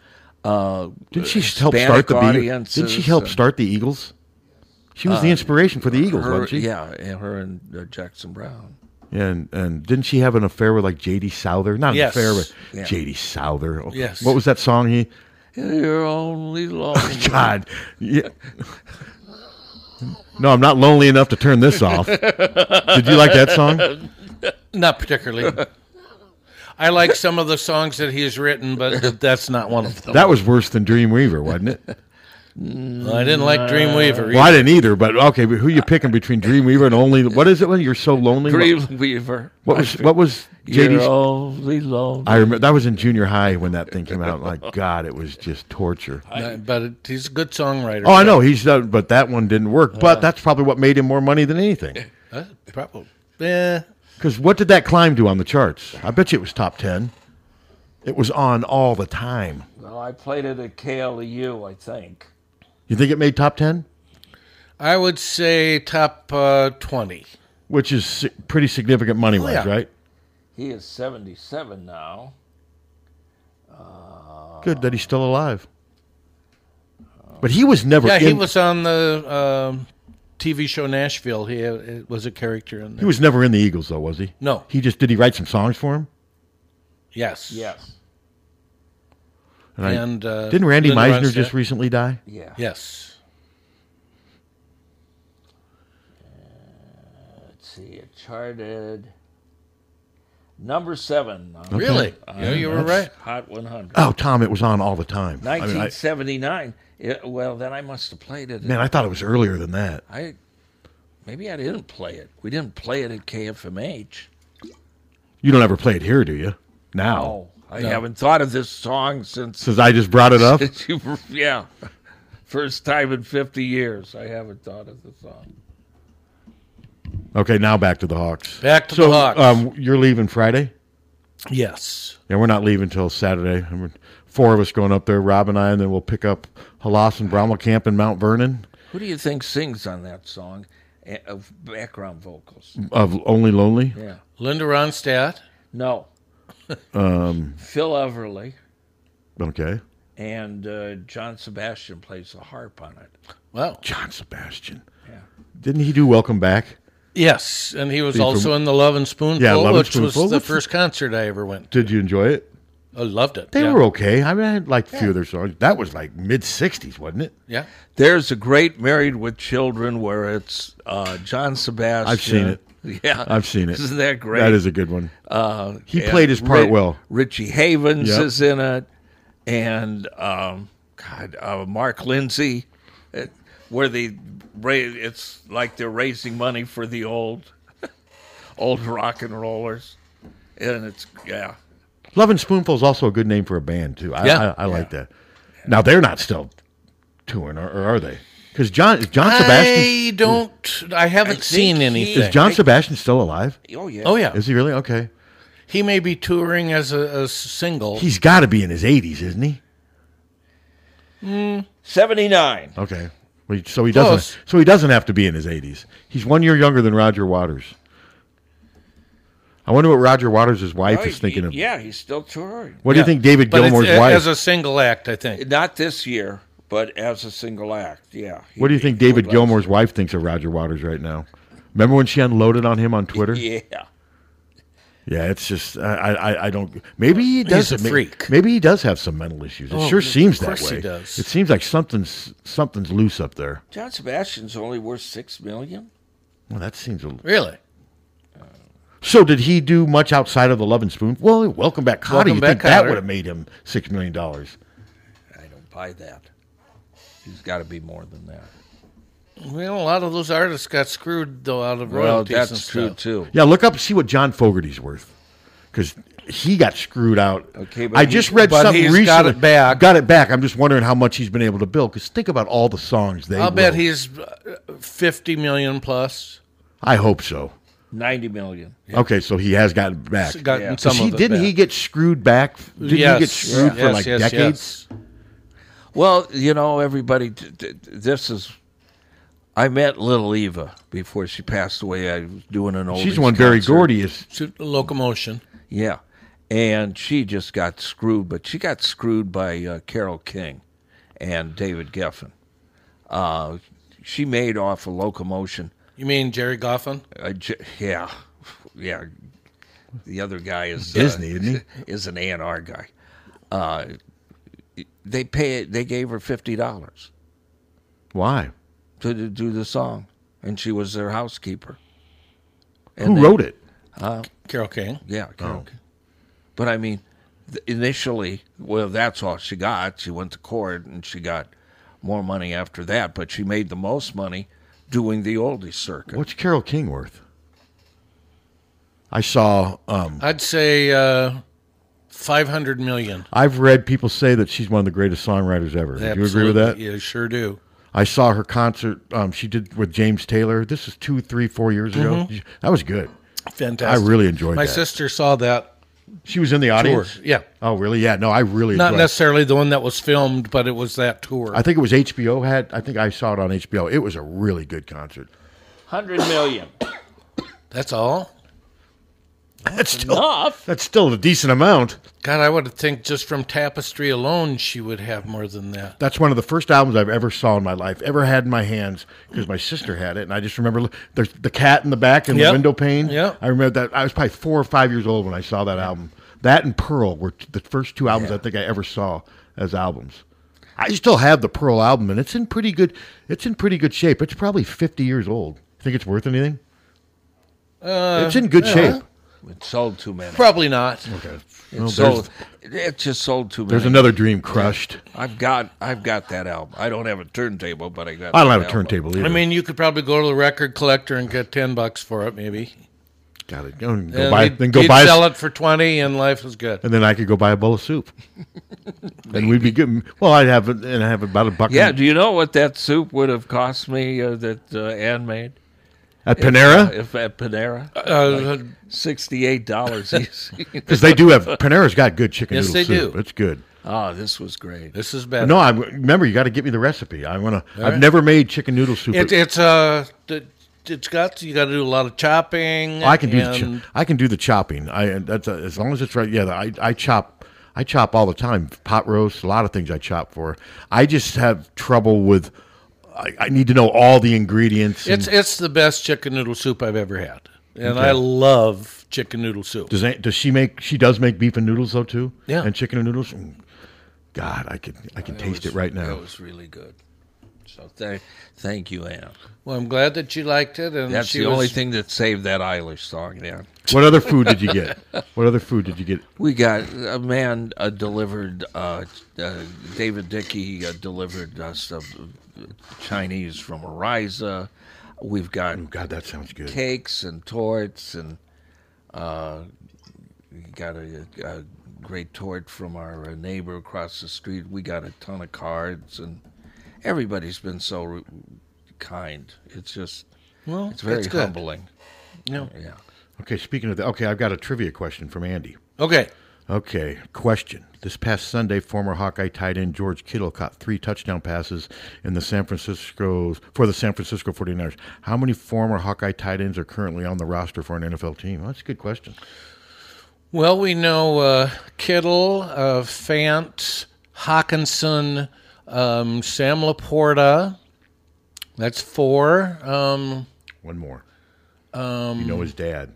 B: uh,
D: Didn't she help
B: Hispanic
D: start the Beatles?
B: audiences?
D: Didn't she help
B: and-
D: start the Eagles? She was
B: Uh,
D: the inspiration for the Eagles,
B: her-
D: wasn't she?
B: Yeah, and her and uh, Jackson Brown.
D: And and didn't she have an affair with like J.D. Souther? Not
B: Yes.
D: an affair, but
B: Yeah.
D: J.D. Souther. Oh,
B: Yes.
D: What was that song he?
B: You're only lonely.
D: [LAUGHS] God. Yeah. No, I'm not lonely enough to turn this off. Did you like that song?
C: [LAUGHS] Not particularly. I like some of the songs that he's written, but that's not one of them.
D: That was worse than Dreamweaver, wasn't it?
C: Well, I didn't like Dreamweaver.
D: Well, I didn't either, but okay, but who you picking between Dreamweaver and Only What is it when you're so lonely?
B: Dreamweaver.
D: What was what was
B: You're
D: JD's
B: only lonely.
D: I remember that was in junior high when that thing came out. Like God, it was just torture.
C: No, but it, he's a good songwriter.
D: Oh, I know he's done, but that one didn't work. But that's probably what made him more money than anything.
C: Uh, probably. Yeah.
D: Because what did that climb do on the charts? I bet you it was top ten. It was on all the time.
B: Well, I played it at KLEU, I think.
D: You think it made top ten,
C: I would say top uh, 20.
D: which is si- pretty significant money wise,
C: Oh,
B: yeah.
D: right?
B: He is 77 now.
D: Good that he's still alive. But he was never.
C: yeah, he
D: in-
C: was on the um, TV show Nashville. He uh, was a character in there.
D: He was never in the Eagles, though, was he?
C: No.
D: He just did. He write some songs for him.
C: Yes. Yes.
D: And, I-
C: And, uh,
D: didn't Randy
C: Linda
D: Meisner
C: Ronstadt.
D: just recently die?
B: Yeah.
C: Yes.
B: Let's see, it charted number seven. on-
C: Really?
B: on
C: Yeah, you were
B: Hot-
C: right.
B: Hot 100.
D: Oh, Tom, it was on all the time. I mean, I-
B: 1979. Yeah, well, then I must have played it.
D: man, I thought it was earlier than that.
B: I maybe I didn't play it. We didn't play it at KFMH.
D: You don't ever play it here, do you? Now,
B: No, I
D: No.
B: haven't thought of this song since
D: Since I just brought it
B: [LAUGHS]
D: up?
B: since you were- yeah, first time in 50 years I haven't thought of the song.
D: okay, now back to the Hawks.
C: Back to
D: so,
C: the Hawks.
D: Um, you're leaving Friday.
C: Yes.
D: Yeah, we're not leaving till Saturday. And we're four of us going up there, Rob and I, and then we'll pick up Halas and Bromwell Camp in Mount Vernon
B: Who do you think sings on that song eh, of background vocals?
D: of Only Lonely.
B: Yeah,
C: Linda Ronstadt.
B: no,
D: Um,
B: Phil Everly
D: okay,
B: and uh, John Sebastian plays the harp on it.
C: Wow.
D: John Sebastian. didn't he do Welcome Back?
C: Yes, and he was
D: He
C: also
D: from-
C: in the Love and Spoonful,
D: Yeah, Love and
C: which
D: Spoonful,
C: was the
D: which-
C: first concert I ever went.
D: Did you enjoy it?
C: I loved it.
D: They
C: yeah.
D: were okay. I mean, I liked a few of their songs. That was like mid '60s, wasn't it?
C: Yeah.
B: There's a great Married with Children where it's uh, John Sebastian.
D: I've seen it.
B: [LAUGHS] Yeah,
D: I've seen it.
B: Isn't that great?
D: That is a good one.
B: Uh,
D: He
B: and
D: played his part
B: Ri-
D: well.
B: Richie Havens
D: Yep.
B: is in it, and um, God, uh, Mark Lindsay, uh, where they ra- it's like they're raising money for the old [LAUGHS] old rock and rollers, and it's yeah.
D: Love and Spoonful is also a good name for a band too. I,
B: Yeah.
D: I, I like that. Now they're not still touring, or, or are they? Because John is John Sebastian.
C: I don't. I haven't seen anything.
D: Is John Sebastian still alive?
C: Oh, yeah. Oh, yeah.
D: Is he really okay?
C: He may be touring as a, a single.
D: He's got to be in his eighties, isn't he?
C: Mm,
B: Seventy nine.
D: Okay. Well, he- so he
B: Close.
D: doesn't. So he doesn't have to be in his eighties. He's one year younger than Roger Waters. I wonder what Roger Waters' wife
B: Oh,
D: is thinking of.
B: Yeah, he's still touring.
D: What do you think David
C: But it's-
D: Gilmour's
C: a-
D: wife?
C: As a single act, I think.
B: Not this year, but as a single act. Yeah.
D: What do you think David Gilmour's wife thinks of Roger Waters right now? Remember when she unloaded on him on Twitter?
B: Yeah.
D: Yeah, it's just I I, I don't. Maybe he does.
C: He's a
D: may-
C: freak.
D: Maybe he does have some mental issues. It
B: Oh,
D: sure
B: of
D: seems that
B: course
D: way.
B: he does.
D: It seems like something's something's loose up there.
B: John Sebastian's only worth six million.
D: Well, that seems a.
C: Really?
D: So did he do much outside of the Love and Spoon? Well, welcome back, Cotter.
B: Welcome
D: You
B: Back,
D: think that
B: Cotter.
D: would have made him six million dollars?
B: Buy that. He's got to be more than that.
C: Well, a lot of those artists got screwed though out of
B: Well,
C: royalties.
B: that's
C: and
B: true,
C: stuff.
B: too.
D: Yeah, look up and see what John Fogerty's worth, because he got screwed out.
B: Okay, but
D: I just
B: he-
D: read
B: but
D: something
B: he's
D: recently.
B: got it
D: back. Got it back. I'm just wondering how much he's been able to build. Because think about all the songs they.
C: I'll bet
D: wrote.
C: he's uh, fifty million plus.
D: I hope so.
B: Ninety million.
D: Okay, so he has gotten back.
C: He's gotten Yeah.
D: Because
C: some
D: he,
C: of it
D: didn't he
C: back.
D: get screwed back? Didn't
C: Yes.
D: he get screwed
C: Yeah.
D: for
C: Yes,
D: like
C: yes,
D: decades?
B: Well, you know, everybody. d- d- this is. I met Little Eva before she passed away. I was doing an old.
D: She's the one Barry Gordy is.
C: To locomotion.
B: Yeah, and she just got screwed, but she got screwed by uh, Carol King and David Geffen. Uh, she made off a locomotion.
C: You mean Jerry Goffin?
B: Uh, J- yeah, yeah. The other guy is
D: Disney,
B: uh,
D: isn't
B: [LAUGHS] Is an A and R guy. Uh, they pay. They gave her fifty dollars
D: Why?
B: to, to do the song, and she was their housekeeper.
D: Who wrote it? Oh.
B: Uh,
C: Carol King.
B: Yeah, Carol King. But I mean, th- initially, well, that's all she got. She went to court and she got more money after that, but she made the most money doing the oldie circuit.
D: What's Carol King worth? I saw. Um,
C: I'd say uh, five hundred million.
D: I've read people say that she's one of the greatest songwriters ever. Do you agree with
C: Absolutely.
D: that?
C: Yeah, sure do.
D: I saw her concert. Um, she did with James Taylor. This is two, three, four years ago.
C: Mhm.
D: That was good.
C: Fantastic.
D: I really enjoyed
C: My
D: that.
C: sister saw that.
D: She was in the audience.
C: Tour. Yeah.
D: Oh, really? Yeah. No, I really
C: Not
D: enjoyed it.
C: necessarily the one that was filmed, but it was that tour.
D: I think it was HBO had. I think I saw it on HBO. It was a really good concert.
B: Hundred million.
C: That's all.
D: That's still, That's still a decent amount.
C: God, I would think just from Tapestry alone, she would have more than that.
D: That's one of the first albums I've ever saw in my life, ever had in my hands, because my sister had it, and I just remember there's the cat in the back and
C: Yep.
D: the window pane.
C: Yep.
D: I remember that. I was probably four or five years old when I saw that album. That and Pearl were t- the first two albums I think I ever saw as albums. I still have the Pearl album, and it's in pretty good. It's in pretty good shape. It's probably fifty years old. Think it's worth anything?
C: Uh,
D: it's in good
C: yeah.
D: shape.
B: It sold too many.
C: Probably not.
D: Okay.
B: It
D: Well,
B: sold. It just sold too many.
D: There's another dream crushed.
B: I've got. I've got that album. I don't have a turntable, but I got.
D: I don't
B: that
D: have a
B: album.
D: turntable either.
C: I mean, you could probably go to the record collector and get ten bucks for it, maybe.
D: Got it. Go, and go
C: And
D: buy.
C: he'd-
D: Then go
C: he'd
D: buy. a s-
C: Sell it for twenty, and life is good.
D: and then I could go buy a bowl of soup. and we'd be good. Well, I'd have it, and I have about a bucket
B: Yeah. Do you know what that soup would have cost me? Uh, that uh, Ann made.
D: At
B: If,
D: Panera?
B: uh, If, at Panera.
C: Uh,
B: Like Sixty-eight
C: [LAUGHS]
B: dollars easy.
D: because they do have Panera's got good chicken
B: Yes,
D: noodle
B: they
D: soup.
B: do.
D: It's good.
B: Oh, this was great.
C: This is better.
D: No, I remember you got to get me the recipe. I want to.
C: All
D: I've
C: right.
D: never made chicken noodle soup.
C: It, it's uh, it, it's got you got to do a lot of chopping.
D: Oh, I can do
C: and-
D: the cho- I can do the chopping. I that's uh, as long as it's right. Yeah, I I chop I chop all the time. Pot roast, a lot of things I chop for. I just have trouble with. I, I need to know all the ingredients. and-
C: It's it's the best chicken noodle soup I've ever had, and
D: Okay.
C: I love chicken noodle soup.
D: Does that, does she make? She does make beef and noodles though too.
C: Yeah.
D: and chicken and noodles. Mm. God, I can I can taste it right now.
B: That was really good. So th- thank you, Anna.
C: Well, I'm glad that you liked it. And
B: That's
C: she
B: the
C: was-
B: only thing that saved that Eilish song. Yeah.
D: What other food did you get? What other food did you get?
B: We got a man uh, delivered. Uh, uh, David Dickey uh, delivered us uh, Chinese from Ariza. We've got
D: Oh, God, that sounds good.
B: Cakes and torts and uh, we got a, a great tort from our uh, neighbor across the street. We got a ton of cards and everybody's been so re- kind. It's just
C: Well,
B: it's very
C: that's good.
B: humbling.
C: No.
B: Yeah.
D: Okay, speaking of that, okay, I've got a trivia question from Andy.
C: Okay.
D: Okay, question. This past Sunday, former Hawkeye tight end George Kittle caught three touchdown passes in the San Francisco for the San Francisco 49ers. How many former Hawkeye tight ends are currently on the roster for an NFL team? Well, that's a good question.
C: Well, we know uh, Kittle, uh, Fant, Hawkinson, um, Sam Laporta. That's four. Um,
D: One more.
C: Um,
D: You know his dad.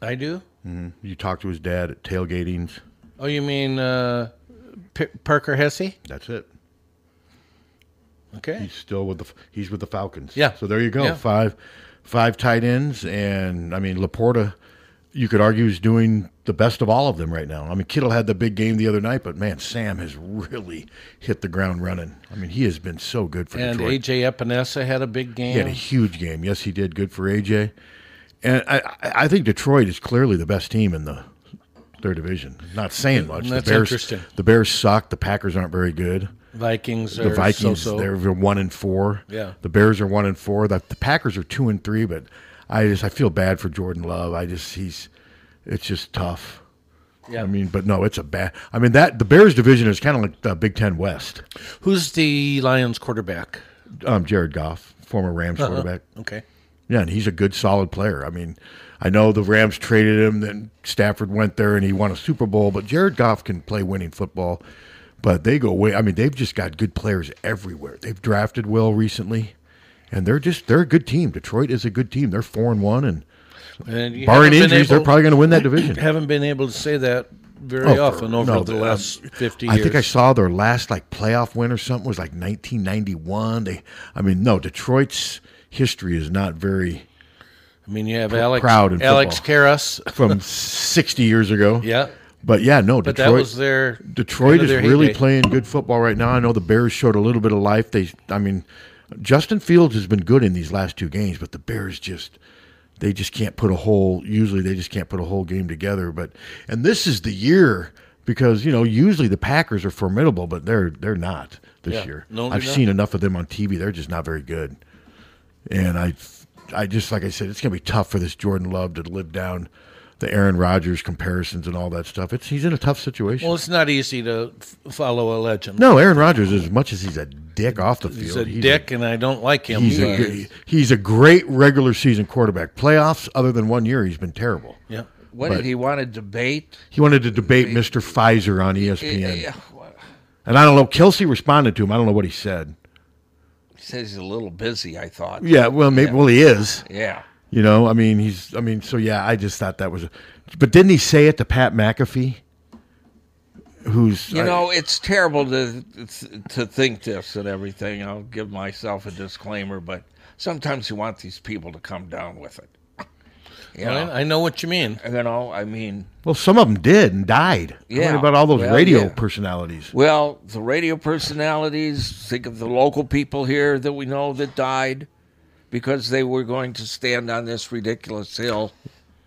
C: I do.
D: hmm You talked to his dad at tailgatings.
C: Oh, you mean uh, P- Parker Hesse?
D: That's it.
C: Okay.
D: He's still with the he's with the Falcons.
C: Yeah.
D: So there you go.
C: Yeah.
D: Five five tight ends and I mean Laporta you could argue is doing the best of all of them right now. I mean Kittle had the big game the other night, but man, Sam has really hit the ground running. I mean, he has been so good for
C: And
D: Detroit.
C: AJ Epinesa had a big game.
D: He had a huge game. Yes, he did. Good for AJ. And I, I I think Detroit is clearly the best team in the their division. Not saying much.
C: That's
D: the Bears,
C: interesting.
D: The Bears suck. The Packers aren't very good.
C: Vikings
D: The
C: are
D: Vikings.
C: so-so.
D: They're one and four.
C: Yeah.
D: The Bears are one and four. The, the Packers are two and three. But I just I feel bad for Jordan Love. I just he's it's just tough.
C: Yeah.
D: I mean, but no, it's a bad. I mean that the Bears division is kind of like the Big Ten West.
C: Who's the Lions quarterback?
D: Um, Jared Goff, former Rams
C: Uh-huh.
D: quarterback.
C: Okay.
D: Yeah, and he's a good, solid player. I mean, I know the Rams traded him, then Stafford went there and he won a Super Bowl, but Jared Goff can play winning football. But they go way. I mean, they've just got good players everywhere. They've drafted well recently, and they're just they're a good team. Detroit is a good team. They're four and one, and,
C: And you haven't
D: barring
C: been
D: injuries, they're
C: able-
D: probably going to
C: [CLEARS THROAT]
D: win
C: [LAUGHS]
D: that division.
C: haven't been able to say that very
D: Oh,
C: often over
D: no,
C: the
D: um,
C: last 50
D: I
C: years.
D: think I saw their last like playoff win or something was like 1991. They, I mean, no, Detroit's history is not very
C: I mean, you have
D: pr-
C: Alex,
D: proud in
C: Alex
D: football.
C: Karras. [LAUGHS]
D: from 60 years ago.
C: Yeah.
D: But yeah, no,
C: But that
D: Detroit
C: was their-
D: Detroit
C: end of
D: is
C: their
D: really
C: heyday.
D: playing good football right now. I know the Bears showed a little bit of life. They I mean, Justin Fields has been good in these last two games, but the Bears just they just can't put a whole usually they just can't put a whole game together, but and this is the year because, you know, usually the Packers are formidable, but they're they're not this
C: Yeah.
D: year.
C: No, they're
D: I've
C: not.
D: seen enough of them on TV. They're just not very good. And I, I just like I said, it's gonna be tough for this Jordan Love to live down the Aaron Rodgers comparisons and all that stuff. It's he's in a tough situation.
C: Well, it's not easy to f- follow a legend.
D: No, Aaron Rodgers, as much as he's a dick off the
C: He's a
D: field,
C: dick, and I don't like him.
D: he's a
C: but-
D: good- he's a great regular season quarterback. Playoffs, other than one year, he's been terrible.
C: Yeah.
B: What
D: But-
B: did he want to debate?
D: He wanted to debate Mr. Pfizer on E ESPN,
B: Yeah.
D: and I don't know. Kelsey responded to him. I don't know what he said.
B: He says he's a little busy. I thought.
D: Yeah, well, maybe well he is.
B: Yeah.
D: You know, I mean, he's. I mean, so yeah, I just thought that was. A, but didn't he say it to Pat McAfee? Who's
B: You
D: I-
B: know, it's terrible to to think this and everything. I'll give myself a disclaimer, but sometimes you want these people to come down with it. You
C: Well, I know what you mean.
B: You know, I mean,
D: Well, some of them did and died. I
B: Yeah.
D: wonder about all those
B: Well,
D: radio
B: yeah.
D: personalities.
B: well, the radio personalities. Think of the local people here that we know that died because they were going to stand on this ridiculous hill.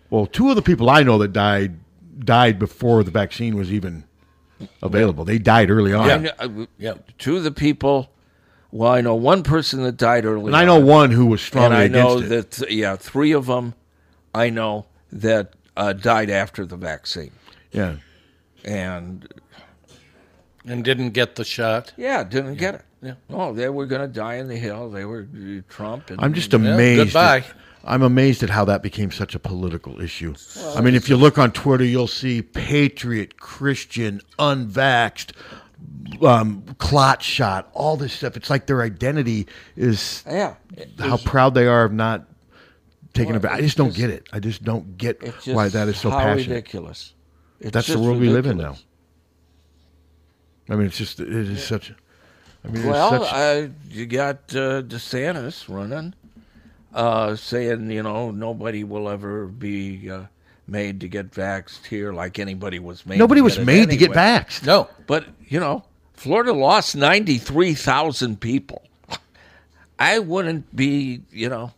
D: Well, two of the people I know that died died before the vaccine was even available. They died early on.
B: I kn- I w- Two of the people. Well, I know one person that died early,
D: And I know
B: on.
D: one who was strongly
B: and I know
D: against
B: that yeah, three of them, I know that uh, died after the vaccine,
D: Yeah.
B: and
C: And didn't get the shot.
B: yeah, didn't get it.
C: Yeah.
B: No, they were going to die in the hill. They were uh, Trump. And,
D: I'm just
B: Yeah,
D: amazed.
B: goodbye.
D: At, I'm amazed at how that became such a political issue. I mean, if you look on Twitter, you'll see patriot, Christian, unvaxxed, um, clot shot, all this stuff. It's like their identity is
B: Yeah.
D: how proud they are of not taking
B: Well,
D: a vac I
B: it's
D: just don't
B: just-
D: get it. I just don't get
B: It's
D: why
B: just
D: that is so
B: how
D: passionate.
B: ridiculous. It's
D: That's the
B: just
D: world we live in now.
B: ridiculous.
D: I mean, it's just it is such. I I mean,
B: well,
D: there's such,
B: uh, you got uh, DeSantis running, uh, saying you know nobody will ever be uh, made to get vaxxed here like anybody was made.
D: Nobody
B: to
D: was
B: get it
D: made to get
B: anyway.
D: vaxxed.
B: No, but you know, Florida lost ninety three thousand people. I wouldn't be, you know,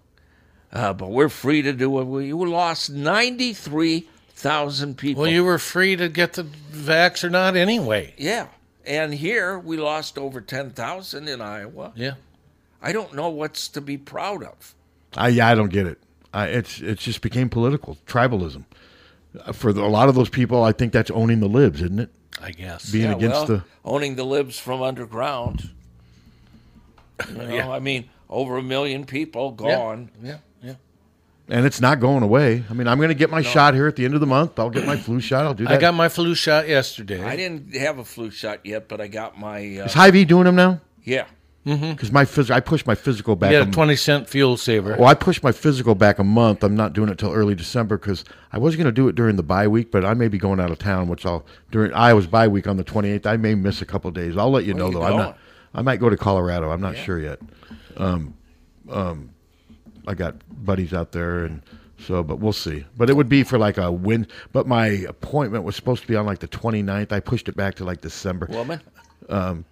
B: uh, but we're free to do what we. We lost ninety three thousand people.
C: Well, you were free to get the vax or not anyway.
B: Yeah. And here we lost over 10,000 in Iowa.
C: Yeah.
B: I don't know what's to be proud of.
D: I yeah, I don't get it. I, it's it just became political tribalism. Uh, For the, a lot of those people, I think that's owning the libs, isn't it?
C: I guess.
D: being
B: Yeah,
D: against
B: well,
D: the
B: owning the libs from underground.
C: [LAUGHS]
B: You know, I mean, over a million people gone.
C: Yeah. Yeah.
D: and it's not going away. I mean, I'm going to get my shot here at the end of the month. I'll get my flu shot. I'll do that.
C: I got my flu shot yesterday.
B: I didn't have a flu shot yet, but I got my. Uh,
D: Is Hy-Vee doing them now?
B: Yeah.
C: Mm-hmm.
D: Because my phys- I pushed my physical back.
C: Yeah,
D: a m-
C: twenty cent fuel saver.
D: Well, I pushed my physical back a month. I'm not doing it till early December because I was going to do it during the bye week, but I may be going out of town, which I'll during Iowa's bye week on the 28th. I may miss a couple days. I'll let you know
B: you
D: though. I'm
B: going?
D: not. I might go to Colorado. I'm not
B: Yeah.
D: sure yet. Um, um, I got buddies out there, and so but we'll see. But it would be for like a win. But my appointment was supposed to be on like the 29th. I pushed it back to like December.
B: Woman?
D: Um,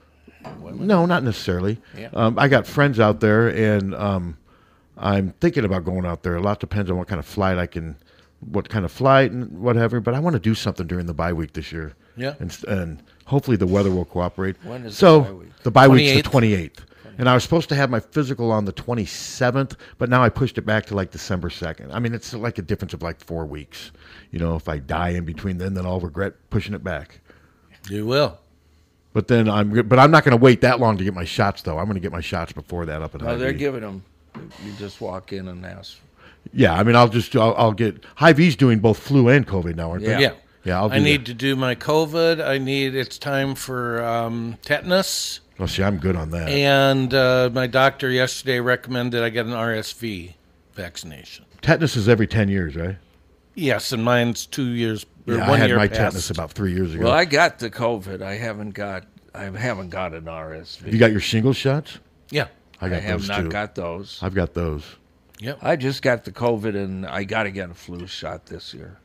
D: no, not necessarily.
B: Yeah.
D: Um, I got friends out there, and um, I'm thinking about going out there. A lot depends on what kind of flight I can, what kind of flight and whatever. But I want to do something during the bye week this year.
C: Yeah.
D: And, and hopefully the weather will cooperate.
C: When is the
D: so
C: bye week?
D: the bye week's the
C: 28th?
D: 28th. And I was supposed to have my physical on the 27th, but now I pushed it back to like December 2nd. I mean, it's like a difference of like four weeks. You know, if I die in between then, then I'll regret pushing it back.
C: You will.
D: But then I'm, but I'm not going to wait that long to get my shots though. I'm going to get my shots before that up in.
B: No, they're
D: Hy-Vee.
B: giving them. You just walk in and ask.
D: Yeah, I mean, I'll just, I'll, I'll get. High V's doing both flu and COVID now, aren't
C: Yeah.
D: they?
C: Yeah.
D: yeah. I'll do
C: I need to do my COVID. I need. It's time for um, tetanus.
D: That. Well, see, I'm good on that.
C: And uh, my doctor yesterday recommended I get an RSV vaccination.
D: Tetanus is every ten years, right?
C: Yes, and mine's two years or
D: Yeah, I
C: one
D: had
C: year
D: my
C: past.
D: tetanus about three years ago.
B: Well, I got the COVID. I haven't got. I haven't got an RSV.
D: you got your shingle shots?
C: Yeah.
D: I got
B: I have
D: those
B: not
D: too.
B: got those.
D: I've got those.
C: Yep.
B: I just got the COVID and I got to get a flu shot this year.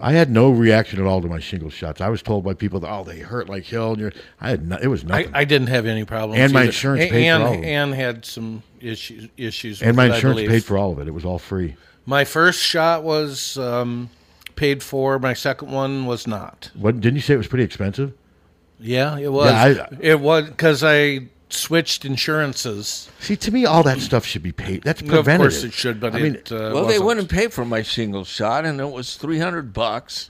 D: I had no reaction at all to my shingle shots. I was told by people that oh, they hurt like hell. And you're, I had, no, it was
C: I,
D: nothing.
C: I didn't have any problems.
D: And my
C: either.
D: insurance
C: A-
D: paid for
C: Ann-
D: all of them.
C: Ann had some issues. Issues.
D: and
C: with
D: my
C: it, I
D: insurance
C: believe.
D: paid for all of it. It was all free.
C: My first shot was um, paid for. My second one was not.
D: What didn't you say it was pretty expensive?
C: Yeah, it was.
D: Yeah, I- uh,
C: it was because I switched insurances.
D: See, to me, all that stuff should be paid. That's
C: No, of course
D: preventative.
C: it should, but
D: I mean,
C: it, uh,
B: well, they
C: wasn't.
B: wouldn't pay for my single shot, and it was three hundred bucks.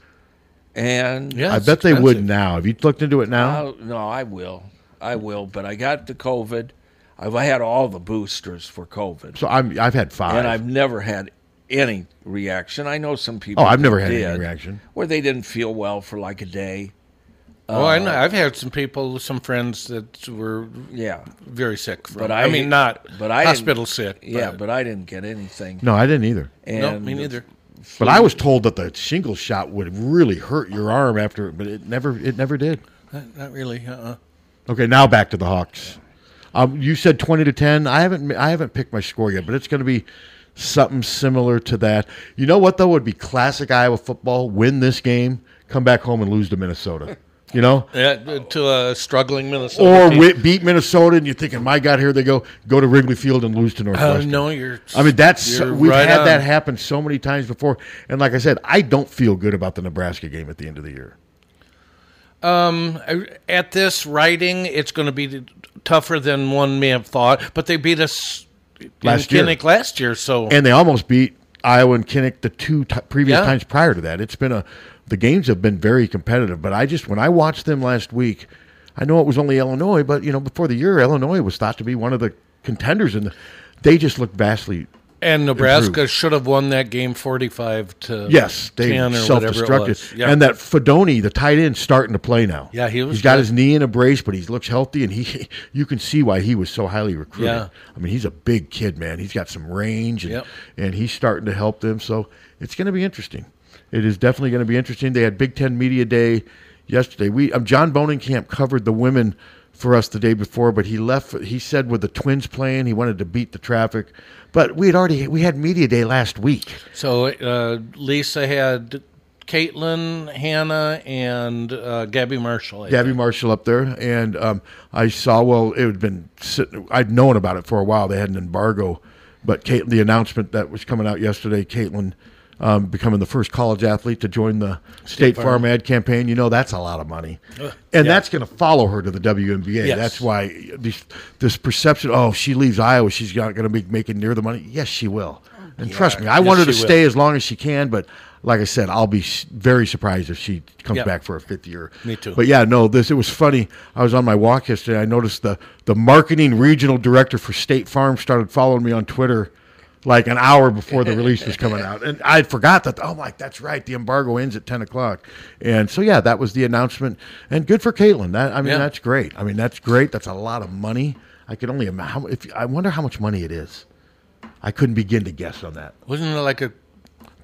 B: And
D: I bet they would now. Have you looked into it now?
B: I'll- no, I will. I will. But I got the COVID. I've had all the boosters for COVID,
D: so I'm, I've had five.
B: and I've never had any reaction. I know some people.
D: oh, I've
B: that
D: never had
B: did,
D: any reaction.
B: Where they didn't feel well for like a day.
C: Oh, I
B: Uh,
C: know. I've had some people, some friends that were
B: yeah
C: very sick. From,
B: But
C: I,
B: I-
C: mean, not
B: but I didn't-
C: hospital sick.
B: Yeah, but I didn't get anything.
D: No, I didn't either.
B: And
C: no, me neither.
D: But I was told that the shingle shot would really hurt your arm after, but it never, it never did.
C: Not, not really. Uh-uh.
D: Okay, now back to the Hawks. Um, you said twenty to ten. I haven't, I haven't picked my score yet, but it's going to be something similar to that. You know what though would be classic Iowa football: win this game, come back home and lose to Minnesota. You know,
C: Yeah, to a struggling Minnesota.
D: or
C: team.
D: wi- beat Minnesota, and you're thinking, "My God, here they go! Go to Wrigley Field and lose to Northwestern."
C: Uh, no, you're-
D: I mean, that's
C: you're
D: we've
C: right
D: had
C: on.
D: that happen so many times before, and like I said, I don't feel good about the Nebraska game at the end of the year.
C: Um, I- at this writing, it's going to be tougher than one may have thought. But they beat us
D: Last
C: in
D: year.
C: Kinnick last year, so
D: And they almost beat Iowa and Kinnick the two t- previous
C: Yeah.
D: times prior to that. It's been a the games have been very competitive, but I just when I watched them last week, I know it was only Illinois, but you know before the year, Illinois was thought to be one of the contenders, and they just looked vastly.
C: and Nebraska
D: improved.
C: should have won that game forty-five to
D: Yes, they
C: 10 or whatever it
D: self-destructed,
C: was. Yeah.
D: and that Fedoni, the tight end, starting to play now.
C: Yeah, he was
D: He's got
C: good.
D: his knee in a brace, but he looks healthy, and he [LAUGHS] you can see why he was so highly recruited.
C: Yeah.
D: I mean, he's a big kid, man. He's got some range, and
C: Yep.
D: and he's starting to help them. So it's going to be interesting. It is definitely going to be interesting. They had Big Ten Media Day yesterday. We um, John Bonenkamp covered the women for us the day before, but he left. He said with the Twins playing, he wanted to beat the traffic, but we had already we had media day last week.
C: So uh, Lisa had Caitlin, Hannah, and uh, Gabby Marshall. I
D: Gabby Marshall up there, and um, I saw. Well, it had been sitting, I'd known about it for a while. They had an embargo, but Caitlin, the announcement that was coming out yesterday, Caitlin um, becoming the first college athlete to join the State, Farm.
C: Farm.
D: ad campaign. You know that's a lot of money,
C: Ugh.
D: and that's going to follow her to the WNBA.
C: Yes.
D: That's why this, this perception. Oh, she leaves Iowa, she's not going to be making near the money. Yes, she will. And
C: Yeah.
D: trust me, I
C: Yes,
D: want her to
C: she will.
D: stay as long as she can, but like I said, I'll be s- very surprised if she comes
C: Yep.
D: back for a fifth year.
C: Me too.
D: But yeah, no, this it was funny. I was on my walk yesterday. I noticed the the marketing regional director for State Farm started following me on Twitter like an hour before the release was coming out, and I forgot that. Oh my, that's right. The embargo ends at ten o'clock, and so yeah, that was the announcement. And good for Caitlin. That I mean,
C: Yeah.
D: that's great. I mean, that's great. That's a lot of money. I could only imagine. How, if, I wonder how much money it is. I couldn't begin to guess on that.
C: Wasn't it like a?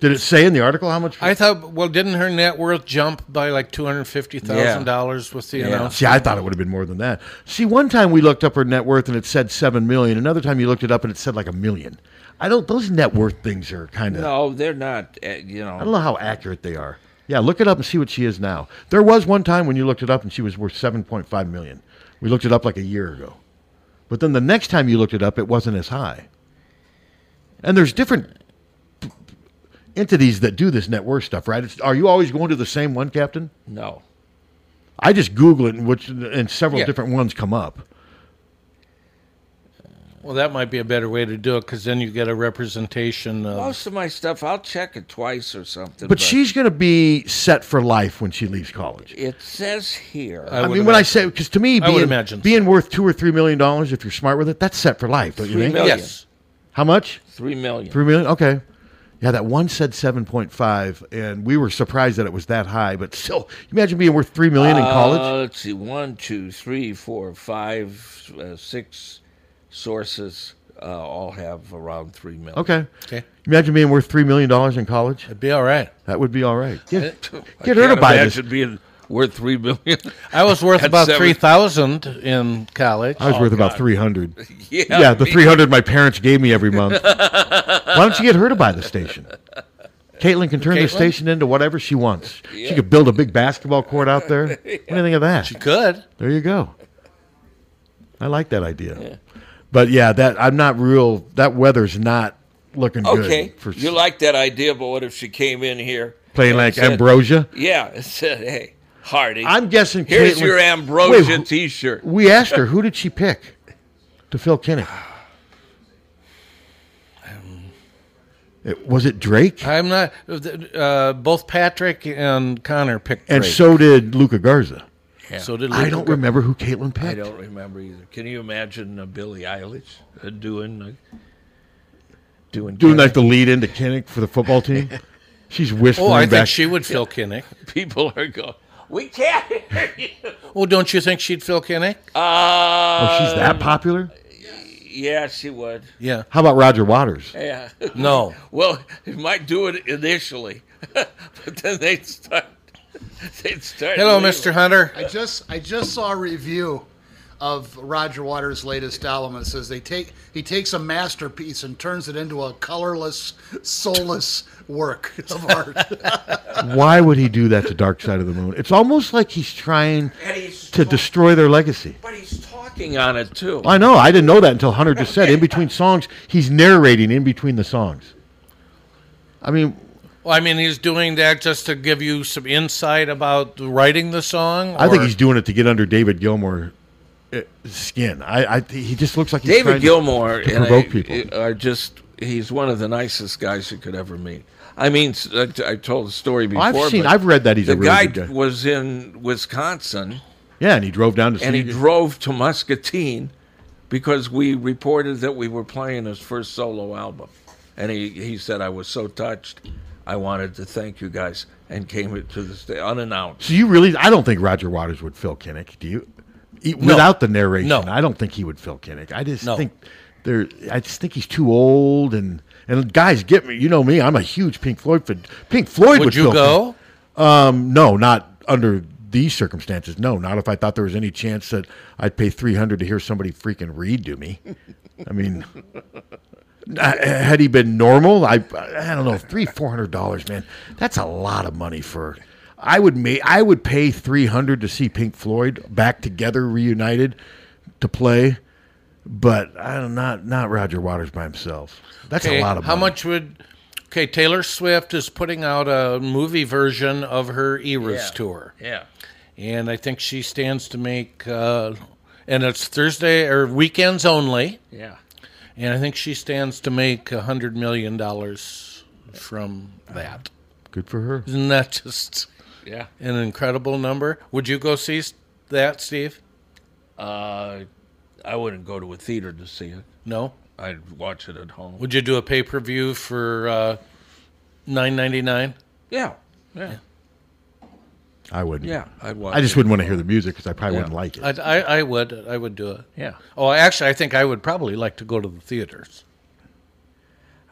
D: Did it say in the article how much?
C: I thought. Well, didn't her net worth jump by like two hundred fifty thousand dollars with the announcement?
D: See, I thought it would have been more than that. See, one time we looked up her net worth and it said seven million. Another time you looked it up and it said like a million. I don't. Those net worth things are kind of.
B: No, they're not. uh, You know,
D: I don't know how accurate they are. Yeah, look it up and see what she is now. There was one time when you looked it up and she was worth seven point five million. We looked it up like a year ago, but then the next time you looked it up, it wasn't as high. And there's different p- p- entities that do this net worth stuff, right? It's, are you always going to the same one, Captain?
B: No.
D: I just Google it, and which and several
C: Yeah.
D: different ones come up.
C: Well, that might be a better way to do it because then you get a representation of.
B: Most of my stuff, I'll check it twice or something.
D: But, she's going to be set for life when she leaves college.
B: It says here.
D: I, mean, when I say because to me,
B: I
D: being,
B: would imagine
D: being worth two or three million dollars if you're smart with it, that's set for life, don't you
B: Three
D: think?
B: million. Yes.
D: How much?
B: Three million.
D: Three million. Okay. Yeah, that one said seven point five, and we were surprised that it was that high. But still, imagine being worth three million in college.
B: Uh, let's see, one, two, three, four, five, uh, six sources uh, all have around three million. [LAUGHS]
D: Okay. Imagine being worth three million dollars in college. It'd
C: be all right.
D: That would be
B: [LAUGHS]
D: all right.
B: I
D: Get, get her to
B: can't
D: buy this.
B: imagine being worth three million.
C: I was
B: [LAUGHS]
C: worth
B: At
C: about
B: seven-
C: three thousand in college.
D: I was worth about three hundred.
B: Oh, [LAUGHS] Yeah,
D: the
B: me-
D: three hundred my parents gave me every month. Why don't you get her to buy the station? Caitlin can turn the
C: Caitlin?
D: station into whatever she wants. She could build a big basketball court
C: [LAUGHS]
D: out there. What do you think of that? She
C: could.
D: There you go. I like that idea. But yeah, that I'm not real. That weather's not looking
B: Okay,
D: good. For,
B: you like that idea, but what if she came in here
D: Playing
B: and
D: like
B: said-
D: Ambrosia?
B: Yeah, [LAUGHS] and said, "Hey, Hardy,
D: I'm guessing.
B: here's
D: Caitlin-
B: your Ambrosia
D: Wait, who-
B: T-shirt."
D: We asked her who did she pick to
C: [SIGHS]
D: fill Kinnick. It- was it
C: [LAUGHS]
D: Drake?
C: I'm not. Uh, both Patrick and Connor picked.
D: And
C: Drake.
D: so did Luca Garza.
B: Yeah.
C: So did
D: I
C: Luka
D: don't
C: Gar-
D: remember who Caitlin
B: I
D: picked.
B: don't remember either. Can you imagine uh, Billie Eilish uh, doing uh, doing
D: Doing like the lead into Kinnick for the football team. She's whispering
C: Oh, I
D: back.
C: think she would fill
D: [LAUGHS]
C: Kinnick.
B: People are going. We can't hear you.
C: Well, don't you think she'd fill Kinnick?
B: Uh,
D: oh, she's that popular.
B: Yeah, she would.
C: Yeah.
D: How about Roger Waters?
B: Yeah. [LAUGHS]
C: No.
B: well, it might do it initially, [LAUGHS] but then they start. [LAUGHS] They start. leaving.
P: I just I just saw a review of Roger Waters' latest album. It says they take he takes a masterpiece and turns it into a colorless, soulless work of art.
D: Why would he do that to Dark Side of the Moon? It's almost like he's trying
B: And he's
D: to destroy their legacy.
B: But he's talking on it too.
D: I know. I didn't know that until Hunter just said in between songs he's narrating in between the songs. I mean,
C: Well, I mean, he's doing that just to give you some insight about writing the song.
D: I think
C: or-
D: he's doing it to get under David Gilmour uh, [LAUGHS] skin. I, I he just looks like he's
B: David
D: trying to-
B: Gilmour
D: to,
B: and
D: provoke
B: I eh,
D: people.
B: are just. He's one of the nicest guys you could ever meet. I mean, s- I I told the story before.
D: I've seen-
B: but
D: I've read that he's
B: the
D: a really
B: guy,
D: good guy.
B: was in Wisconsin,
D: Yeah, and he drove down to see.
B: and he drove to Muscatine because we reported that we were playing his first solo album, and he he said I was so touched, I wanted to thank you guys, and came to the sta- unannounced.
D: so you really? I don't think Roger Waters would fill Kinnick. Do you? E-
B: No.
D: Without the narration,
B: No.
D: I don't think he would fill Kinnick. I just
B: No.
D: think there. I just think he's too old. And and guys, get me. You know me. I'm a huge Pink Floyd fan. Pink Floyd
C: Would
D: would
C: you
D: fill
C: go?
D: Kinnick. Um, no, not under these circumstances, no, not if I thought there was any chance that I'd pay three hundred to hear somebody freaking read to me.
B: [LAUGHS]
D: I mean, I- Uh, had he been normal, I I don't know three four hundred dollars, man. That's a lot of money for. I would ma- I would pay three hundred to see Pink Floyd back together, reunited, to play. But I don't not not Roger Waters by himself. That's
C: Okay,
D: a lot of
C: how
D: money.
C: much would okay taylor swift is putting out a movie version of her eras
D: Yeah,
C: tour
B: yeah.
C: and i think she stands to make uh, and it's thursday or weekends only
B: Yeah.
C: and i think she stands to make a hundred million dollars from that
D: Good for her.
C: isn't that just
B: Yeah.
C: an incredible number would you go see s- that steve
B: Uh, I wouldn't go to a theater to see it.
C: no
B: I'd watch it at home.
C: would you do a pay-per-view for uh, 999
B: Yeah. Yeah.
D: I wouldn't.
B: Yeah, I'd watch
D: I just
C: it.
D: wouldn't want to hear the music because I probably
C: Yeah.
D: wouldn't like it.
C: I, I, I would. I would do it.
B: Yeah.
C: Oh, actually, I think I would probably like to go to the theaters.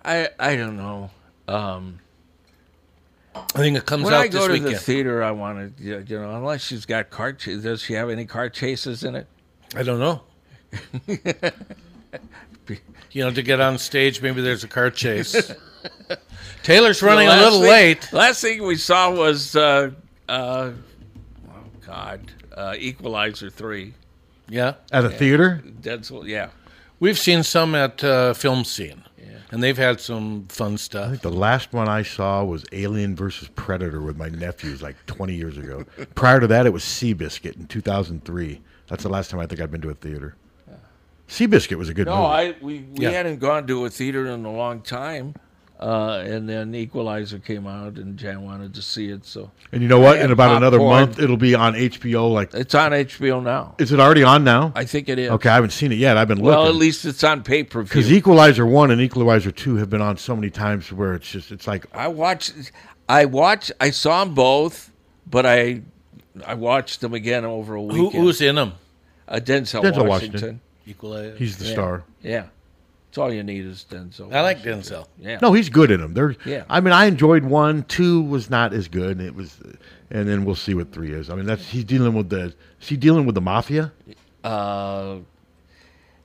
B: I I don't know. Um,
C: I think it comes
B: when
C: out
B: I go
C: this
B: to
C: weekend.
B: the theater, I want to, you know, unless she's got car. Ch- does she have any car chases in it?
C: I don't know. you know, to get on stage, maybe there's a
B: [LAUGHS]
C: car chase. Taylor's running
B: The
C: a
B: last
C: little
B: thing-
C: late.
B: Last thing we saw was, uh, uh, oh God, uh, Equalizer three.
C: Yeah.
D: At a theater?
B: That's what- yeah.
C: We've seen some at uh, film scene, and they've had some fun stuff.
D: I think the last one I saw was Alien versus Predator with my nephews like 20 years ago. Prior to that, it was Seabiscuit in 2003. That's the last time I think I've been to a theater. Seabiscuit was a good
B: no,
D: movie.
B: I we, we
D: Yeah.
B: hadn't gone to a theater in a long time, uh, and then Equalizer came out, and Jan wanted to see it. So
D: and you know what?
B: I had
D: In about another
B: popcorn.
D: month, it'll be on HBO. Like,
B: it's on HBO now.
D: is it already on now?
B: I think it is.
D: Okay, I haven't seen it yet. I've been
B: Well, at
D: looking.
B: least it's on pay per
D: Because
B: view.
D: Equalizer 1 and Equalizer 2 have been on so many times where it's just, it's like,
B: I watched, I watched, I saw them both, but I, I watched them again over a
C: Who,
B: weekend.
C: who's in them?
B: Uh, Denzel, Washington.
D: Denzel Washington.
C: Equalizer.
D: He's the
B: Yeah.
D: star.
B: Yeah, it's all you need is Denzel.
C: I like Denzel.
B: Yeah.
D: No, he's good in them. They're,
B: Yeah.
D: I mean, I enjoyed one. Two was not as good. And it was, and then we'll see what three is. I mean, that's he's dealing with the. Is he dealing with the mafia?
B: Uh,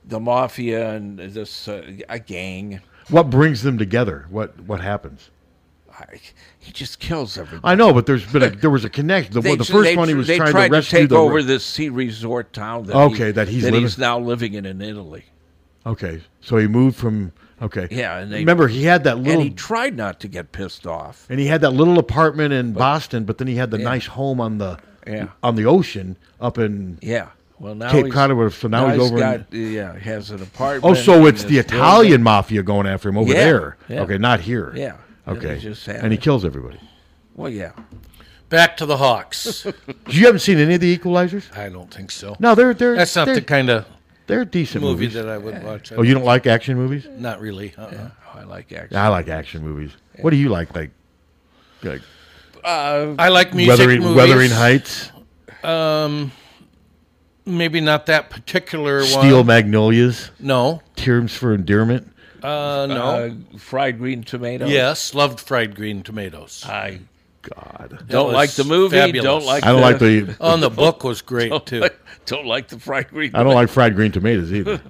B: the mafia and this uh, a gang.
D: What brings them together? What what happens?
B: I, he just kills everybody.
D: I know, but there's
B: [LAUGHS]
D: been a there was a connection. The,
B: They-
D: the first
B: they-
D: one he was
B: they
D: trying
B: tried
D: to rescue
B: take
D: the
B: over this sea resort town. That
D: Okay,
B: he,
D: that he's living-
B: now living in in Italy.
D: Okay, so he moved from. Okay.
B: Yeah, and they,
D: remember he had that little
B: And he tried not to get pissed off.
D: had that little apartment in Boston, but then he had the
B: Yeah.
D: nice home on the
B: Yeah.
D: on the ocean up in
B: Yeah. Well, now
D: Cape
B: he's-
D: Cod. or whatever, So now, he's over in
B: got, yeah, he has an apartment.
D: Oh, so it's
B: and
D: the
B: his
D: Italian
B: building.
D: mafia going after him over
B: Yeah,
D: there.
B: yeah.
D: Okay, not here.
B: Yeah, that
D: Okay.
B: was just sad.
D: and he kills everybody.
B: Well, yeah.
C: Back to the Hawks.
B: [LAUGHS]
D: You haven't seen any of the Equalizers?
C: I don't think so.
D: No, they're they're.
C: That's not
D: they're-
C: the kind of
D: They're decent
C: movie
D: movies.
C: that I would watch.
D: Oh, you don't like action movies?
C: Not really. Uh-uh.
B: I like action.
D: Yeah, I like action movies. What do you like? Like, like
B: Uh,
C: I like music
D: Wuthering,
C: movies.
D: Wuthering Heights,
C: Um, maybe not that particular one.
D: Steel Magnolias.
C: No.
D: Terms for Endearment.
C: Uh, no.
B: Uh, fried green tomatoes.
C: yes, loved fried green tomatoes.
B: I
D: God
B: Don't like the movie, don't like
D: I don't like the-
C: On the book was great
B: [LAUGHS] Don't
C: too.
B: like- don't like the fried green.
D: I don't like fried green
C: [LAUGHS]
D: tomatoes either.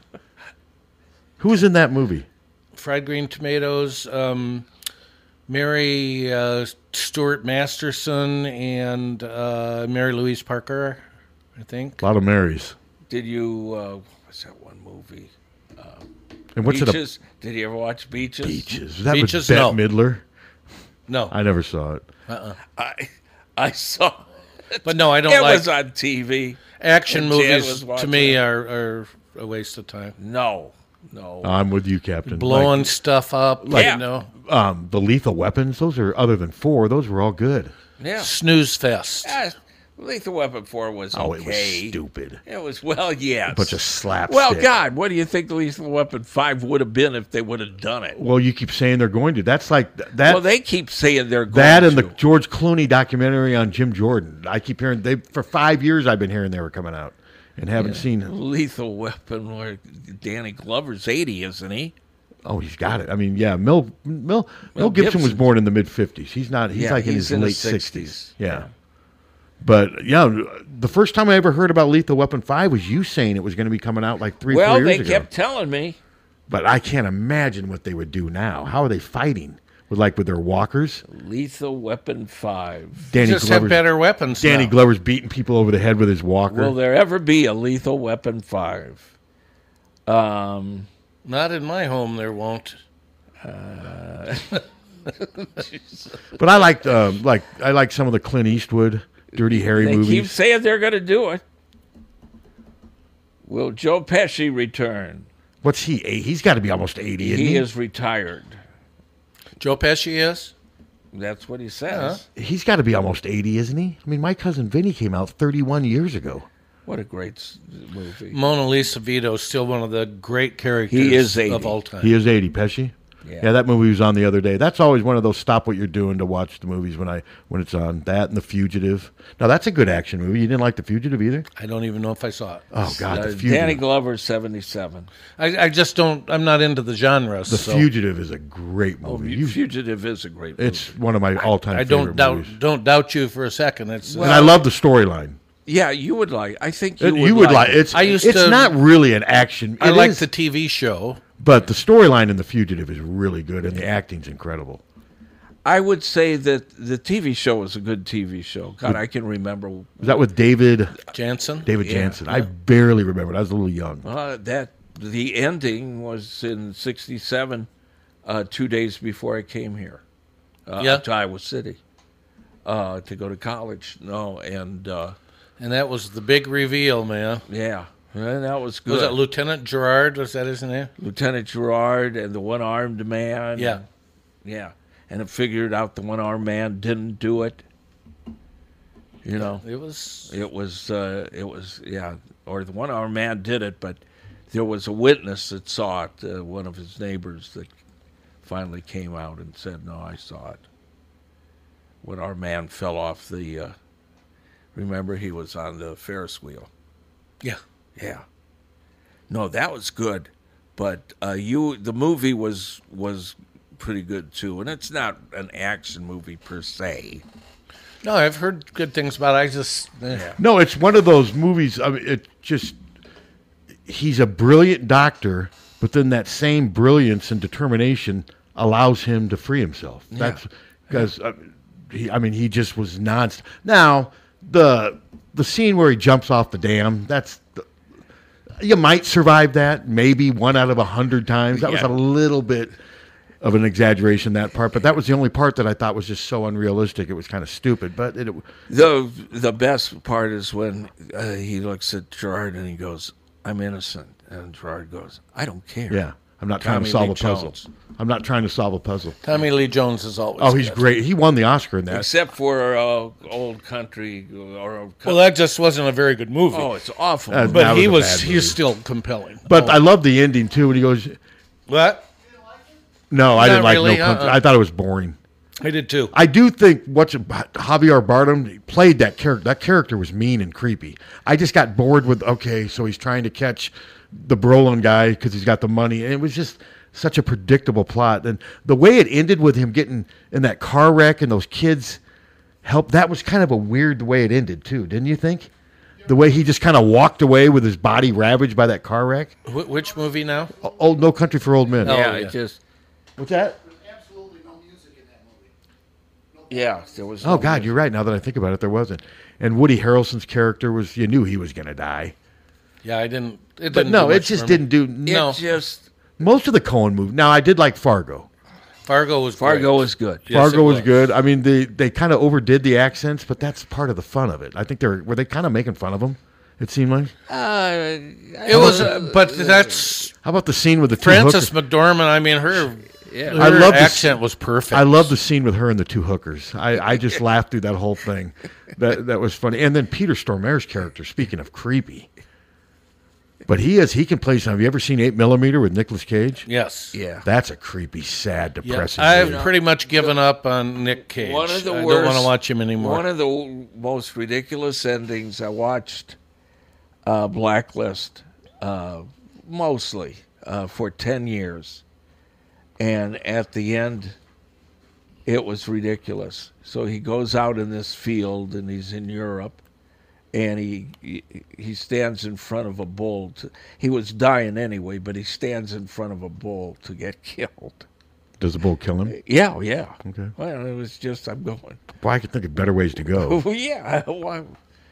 D: Who was in that movie?
C: Fried green tomatoes. Um, Mary uh, Stuart Masterson and uh, Mary Louise Parker, I think.
D: A lot of Marys.
B: Did you? Uh, what's that one movie? Uh,
D: And what's it a-
B: Beaches. Did you ever watch Beaches?
D: Beaches. Was that with Bette Midler?
C: No.
D: I never saw it.
C: Uh-uh.
B: I I saw. it.
C: But no, I don't
B: it
C: like-
B: was on TV.
C: Action
B: And Jan was
C: movies to
B: watching
C: me
B: it.
C: are, are a waste of time.
B: No, no.
D: I'm with you, Captain.
C: Blowing stuff up,
D: like
C: you know.
D: um, the lethal weapons. Those are other than four. Those were all good.
B: Yeah.
C: Snooze fest.
B: Yeah, Ah, Lethal Weapon Four was
D: Oh, it was
B: okay.
D: stupid.
B: It was well, yes.
D: A bunch of slapstick.
B: Well, God, what do you think Lethal Weapon Five would have been if they would have done it?
D: Well, you keep saying they're going to. That's like th- that.
B: well, they keep saying they're going
D: that and
B: to.
D: the George Clooney documentary on Jim Jordan. I keep hearing they for five years. I've been hearing they were coming out, and haven't seen it.
B: Lethal Weapon where Danny Glover's eighty, isn't he?
D: Oh, he's got it. I mean, yeah, Mel Mel Mel,
B: Mel
D: Gibson, was
B: Gibson.
D: born in the mid fifties. He's not. He's
B: Yeah,
D: like in
B: he's
D: his
B: in
D: late
B: his 60s.
D: sixties. Yeah. But yeah, the first time I ever heard about Lethal Weapon Five was you saying it was going to be coming out like three,
B: well,
D: four years
B: they
D: ago.
B: kept telling me.
D: But I can't imagine what they would do now. How are they fighting? With like with their walkers?
B: Lethal Weapon 5.
D: Danny
C: Just have
D: Glover's-
C: better weapons
D: Danny
C: now.
D: Glover's beating people over the head with his walker.
B: Will there ever be a Lethal Weapon 5? Um,
C: Not in my home, there won't.
B: uh, [LAUGHS]
D: but I liked um, like I like some of the Clint Eastwood Dirty Harry
B: they
D: movies.
B: keep saying they're going to do it. Will Joe Pesci return?
D: What's he? Eight? He's got to be almost eighty. Isn't he,
B: He is retired.
C: Joe Pesci is? Uh-huh.
B: That's what he says.
D: He's got to be almost eighty, isn't he? I mean, my cousin Vinny came out thirty-one years ago.
B: What a great s- movie.
C: Mona Lisa Vito is still one of the great characters
B: He is 80.
C: of all time.
D: He is 80, Pesci.
B: Yeah.
D: that movie was on the other day. That's always one of those stop what you're doing to watch the movies when I when it's on. That and The Fugitive. Now that's a good action movie. You didn't like The Fugitive either?
C: I don't even know if I saw it.
D: Oh god,
B: Uh,
D: The Fugitive.
B: Danny Glover's 77.
C: I, I just don't. I'm not into the genres.
D: the
C: so.
D: Fugitive is a great movie.
B: The Oh, Fugitive is a great movie.
D: It's one of my all-time
C: I don't
D: favorite
C: doubt.
D: movies.
C: Don't doubt you for a second. It's
D: and I love the storyline.
B: Yeah, you would like. I think you
D: It-
B: would,
D: like, it's
C: I used
D: it's
C: to-
D: not really an action.
C: I
D: it
C: like
D: is,
C: the TV show.
D: but the storyline in The Fugitive is really good and the acting's incredible.
B: I would say that the TV show was a good TV show. God, I can remember
D: Was that with David
C: Jansen?
D: David
B: Yeah.
D: Jansen. I barely remember. it. I was a little young.
B: Uh, that the ending was in '67, uh, two days before I came here uh,
C: Yeah.
B: to Iowa City uh, to go to college. No, and uh,
C: And that was the big reveal, man.
B: yeah, and that was good.
C: Was that Lieutenant Gerard? Was that his name?
B: Lieutenant Gerard and the one-armed man?
C: Yeah.
B: yeah, and it figured out the one-armed man didn't do it. You know,
C: It was.
B: it was uh, it was yeah or the one armed man did it but there was a witness that saw it uh, one of his neighbors that finally came out and said no i saw it when our man fell off the uh, remember he was on the ferris wheel
C: Yeah.
B: yeah no that was good but uh, you the movie was was pretty good too and it's not an action movie per se
C: No, I've heard good things about. it. I just. eh.
D: No, it's one of those movies. I mean, it just he's a brilliant doctor, but then that same brilliance and determination allows him to free himself.
B: Yeah.
D: That's because uh, he. I mean, he just was non. Now the the scene where he jumps off the dam. That's the, you might survive that. Maybe one out of a hundred times. That was
B: Yeah.
D: a little bit. Of an exaggeration that part, but that was the only part that I thought was just so unrealistic. It was kind of stupid, but it,
B: The the best part is when uh, he looks at Gerard and he goes, "I'm innocent," and Gerard goes, "I don't care."
D: Yeah, I'm not
B: Tommy
D: trying
B: Lee
D: to solve a
B: Jones.
D: puzzle. I'm not trying to solve a puzzle.
C: Tommy Lee Jones is always.
D: Oh, he's
C: good.
D: great. He won the Oscar in that.
B: Except for uh, old country or
C: Well, that just wasn't a very good movie.
B: Oh, it's awful.
D: Uh, that
C: but he
D: was a
C: was.
D: bad
C: He's
D: movie.
C: still compelling.
D: But I love the ending too. When he goes,
C: What?
D: "No, I
C: Not
D: didn't like
C: really,
D: no country.
C: uh-uh.
D: I thought it was boring."
C: I did too.
D: I do think what's Javier Bardem he played that character. That character was mean and creepy. I just got bored with okay, so he's trying to catch the Brolin guy because he's got the money, and it was just such a predictable plot. And the way it ended with him getting in that car wreck and those kids help that was kind of a weird way it ended too, didn't you think? The way he just kind of walked away with his body ravaged by that car wreck.
C: Wh- which movie now?
D: Oh, no country for old men.
B: yeah,
C: Oh, yeah.
B: it just
D: What's that?
B: yeah. There was
D: Oh
B: no-
D: God, you're right. Now that I think about it, there wasn't. And Woody Harrelson's character was—you knew he was going to die.
C: Yeah, I didn't. It
D: But
C: didn't
D: no,
C: do
D: it
C: much
D: just
C: for me.
D: didn't do.
B: It
D: No,
B: just
D: most of the Cohen movies. Now I did like Fargo.
C: Fargo was.
B: Fargo
C: great.
B: was good.
C: Yes,
D: Fargo
C: it
D: was,
C: was.
D: good. I mean, they they kind of overdid the accents, but that's part of the fun of it. I think they're were they kind of making fun of them. It seemed like.
B: Uh,
C: It was, uh, but that's
D: How about the scene with the two
C: Frances
D: hookers?
C: McDormand. I mean, her.
B: Yeah.
C: her
D: I love the
C: accent
D: s- [LAUGHS]
C: was perfect.
D: I love the scene with her and the two hookers. I,
C: [LAUGHS]
D: I just laughed through that whole thing. That that was funny. And then Peter Stormare's character, speaking of creepy. But he is he can play some. Have you ever seen Eight Millimeter with Nicolas Cage?
C: Yes.
B: yeah.
D: That's a creepy, sad, depressing.
C: I've
D: movie.
C: pretty much given up on Nick Cage.
B: One of the
C: I
B: worst,
C: don't want to watch him anymore.
B: One of the w- most ridiculous endings I watched. Uh, Blacklist, uh, mostly uh, for ten years, and at the end, It was ridiculous. So he goes out in this field and he's in Europe and he he- he stands in front of a bull. To, he was dying anyway, but he stands in front of a bull to get [LAUGHS] killed.
D: Does the bull kill
C: [LAUGHS]
D: him?
B: Yeah, oh, yeah.
D: Okay.
B: Well, it was just I'm going.
D: Well, I could think of better ways to go.
B: [LAUGHS]
C: [LAUGHS]
B: Well, yeah, why-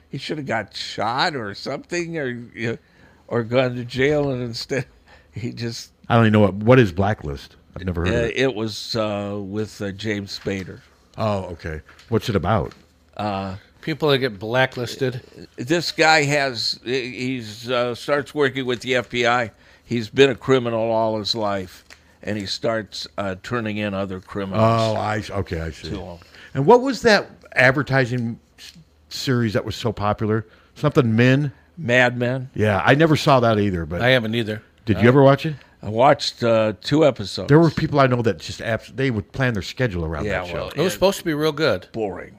B: he should have got shot or something, or you know, or gone to jail, and instead [LAUGHS] he just
D: I don't even know what what is blacklist. I've never
B: uh,
D: heard. of it.
B: it was uh, with uh, James Spader.
D: Oh, okay. What's it about?
B: Uh,
C: People that get blacklisted.
B: this guy has he's uh, starts working with the FBI. He's been a criminal all his life, and he starts uh, turning in other criminals.
D: Oh, I okay, I see.
B: To him.
D: And what was that advertising s- series that was so popular? Something Men.
B: Mad Men.
D: Yeah, I never saw that either. But
C: I haven't either.
B: Uh,
D: Did you ever watch it?
B: I watched uh, two episodes.
D: There were people I know that just abs- they would plan their schedule around
B: Yeah,
D: that show.
B: well,
C: It was supposed to be real good.
B: Boring.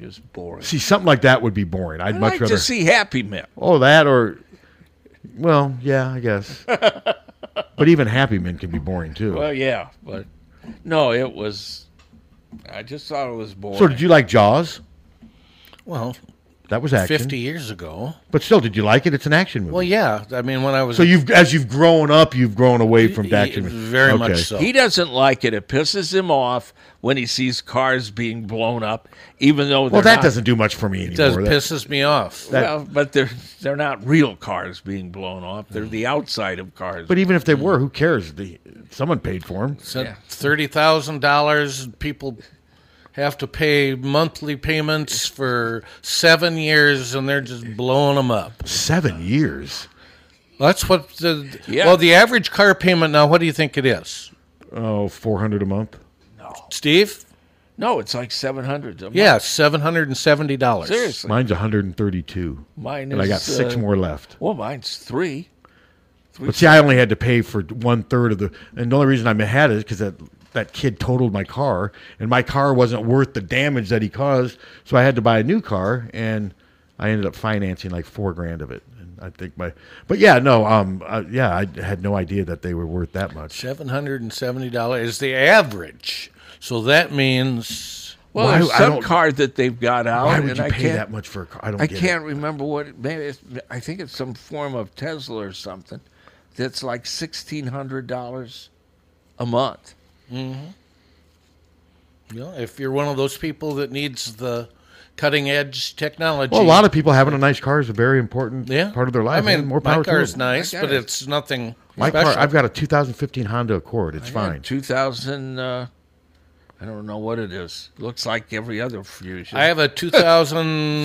B: It was boring.
D: See, something like that would be boring. I'd
B: I'd
D: much
B: like
D: rather
B: to see Happy Men.
D: Oh, that or well, yeah, I guess.
B: [LAUGHS]
D: but even Happy Men can be boring too.
B: Well, yeah, but no, it was. I just thought it was boring.
D: so, did you like Jaws?
C: Well,
D: That was action.
C: 50 years ago.
D: But still, did you like it? It's an action movie.
C: Well, yeah. I mean, when I was
D: so you've as you've grown up, you've grown away from action. movies. Okay.
B: He doesn't like it. It pisses him off when he sees cars being blown up, even though
D: Well,
B: they're
D: that
B: not-
D: doesn't do much for me
C: it
D: anymore.
C: does
D: That-
C: pisses me off.
D: that-
B: well, but they're they're not real cars being blown off. They're the outside of cars.
D: But even if they were, who cares? The, someone paid for them.
C: So thirty thousand dollars. People have to pay monthly payments for seven years, and they're just blowing them up.
D: Seven years.
C: That's what the
D: Yeah.
C: well the average car payment now. What do you think it is,
D: Oh, 400 a month.
C: Steve?
B: no, it's like seven hundred.
C: Yeah, seven hundred and seventy dollars.
B: Seriously.
D: Mine's 132.
B: Mine
D: and I got
B: is,
D: six
B: uh,
D: more left.
B: Well, mine's three. Three.
D: But see, I only had to pay for one third of the, and the only reason I had it is because that that kid totaled my car, and my car wasn't worth the damage that he caused, so I had to buy a new car, and I ended up financing like four grand of it. And I think my, but yeah, no, um, uh, yeah, I had no idea that they were worth that much.
C: Seven hundred and seventy dollars is the average. So that means
B: Well, there's some car that they've got out.
D: Why would
B: and
D: you
B: I
D: pay
B: can't-
D: that much for a car? I don't get it.
B: can't remember what. It, maybe it's, I think it's some form of Tesla or something. That's like sixteen hundred dollars a month.
C: Mhm. Yeah, if you're one of those people that needs the cutting edge technology,
D: Well, a lot of people having a nice car is a very important part of their life.
C: I mean,
D: and more power
C: my car
D: to
C: is
D: them.
C: nice,
B: My
C: but
B: car is-
C: it's nothing
D: My
C: special.
D: car, I've got a 2015 Honda Accord. It's fine.
B: Two thousand. Uh, I don't know what it is. Looks like every other Fusion.
C: I have
D: [LAUGHS]
C: a 2000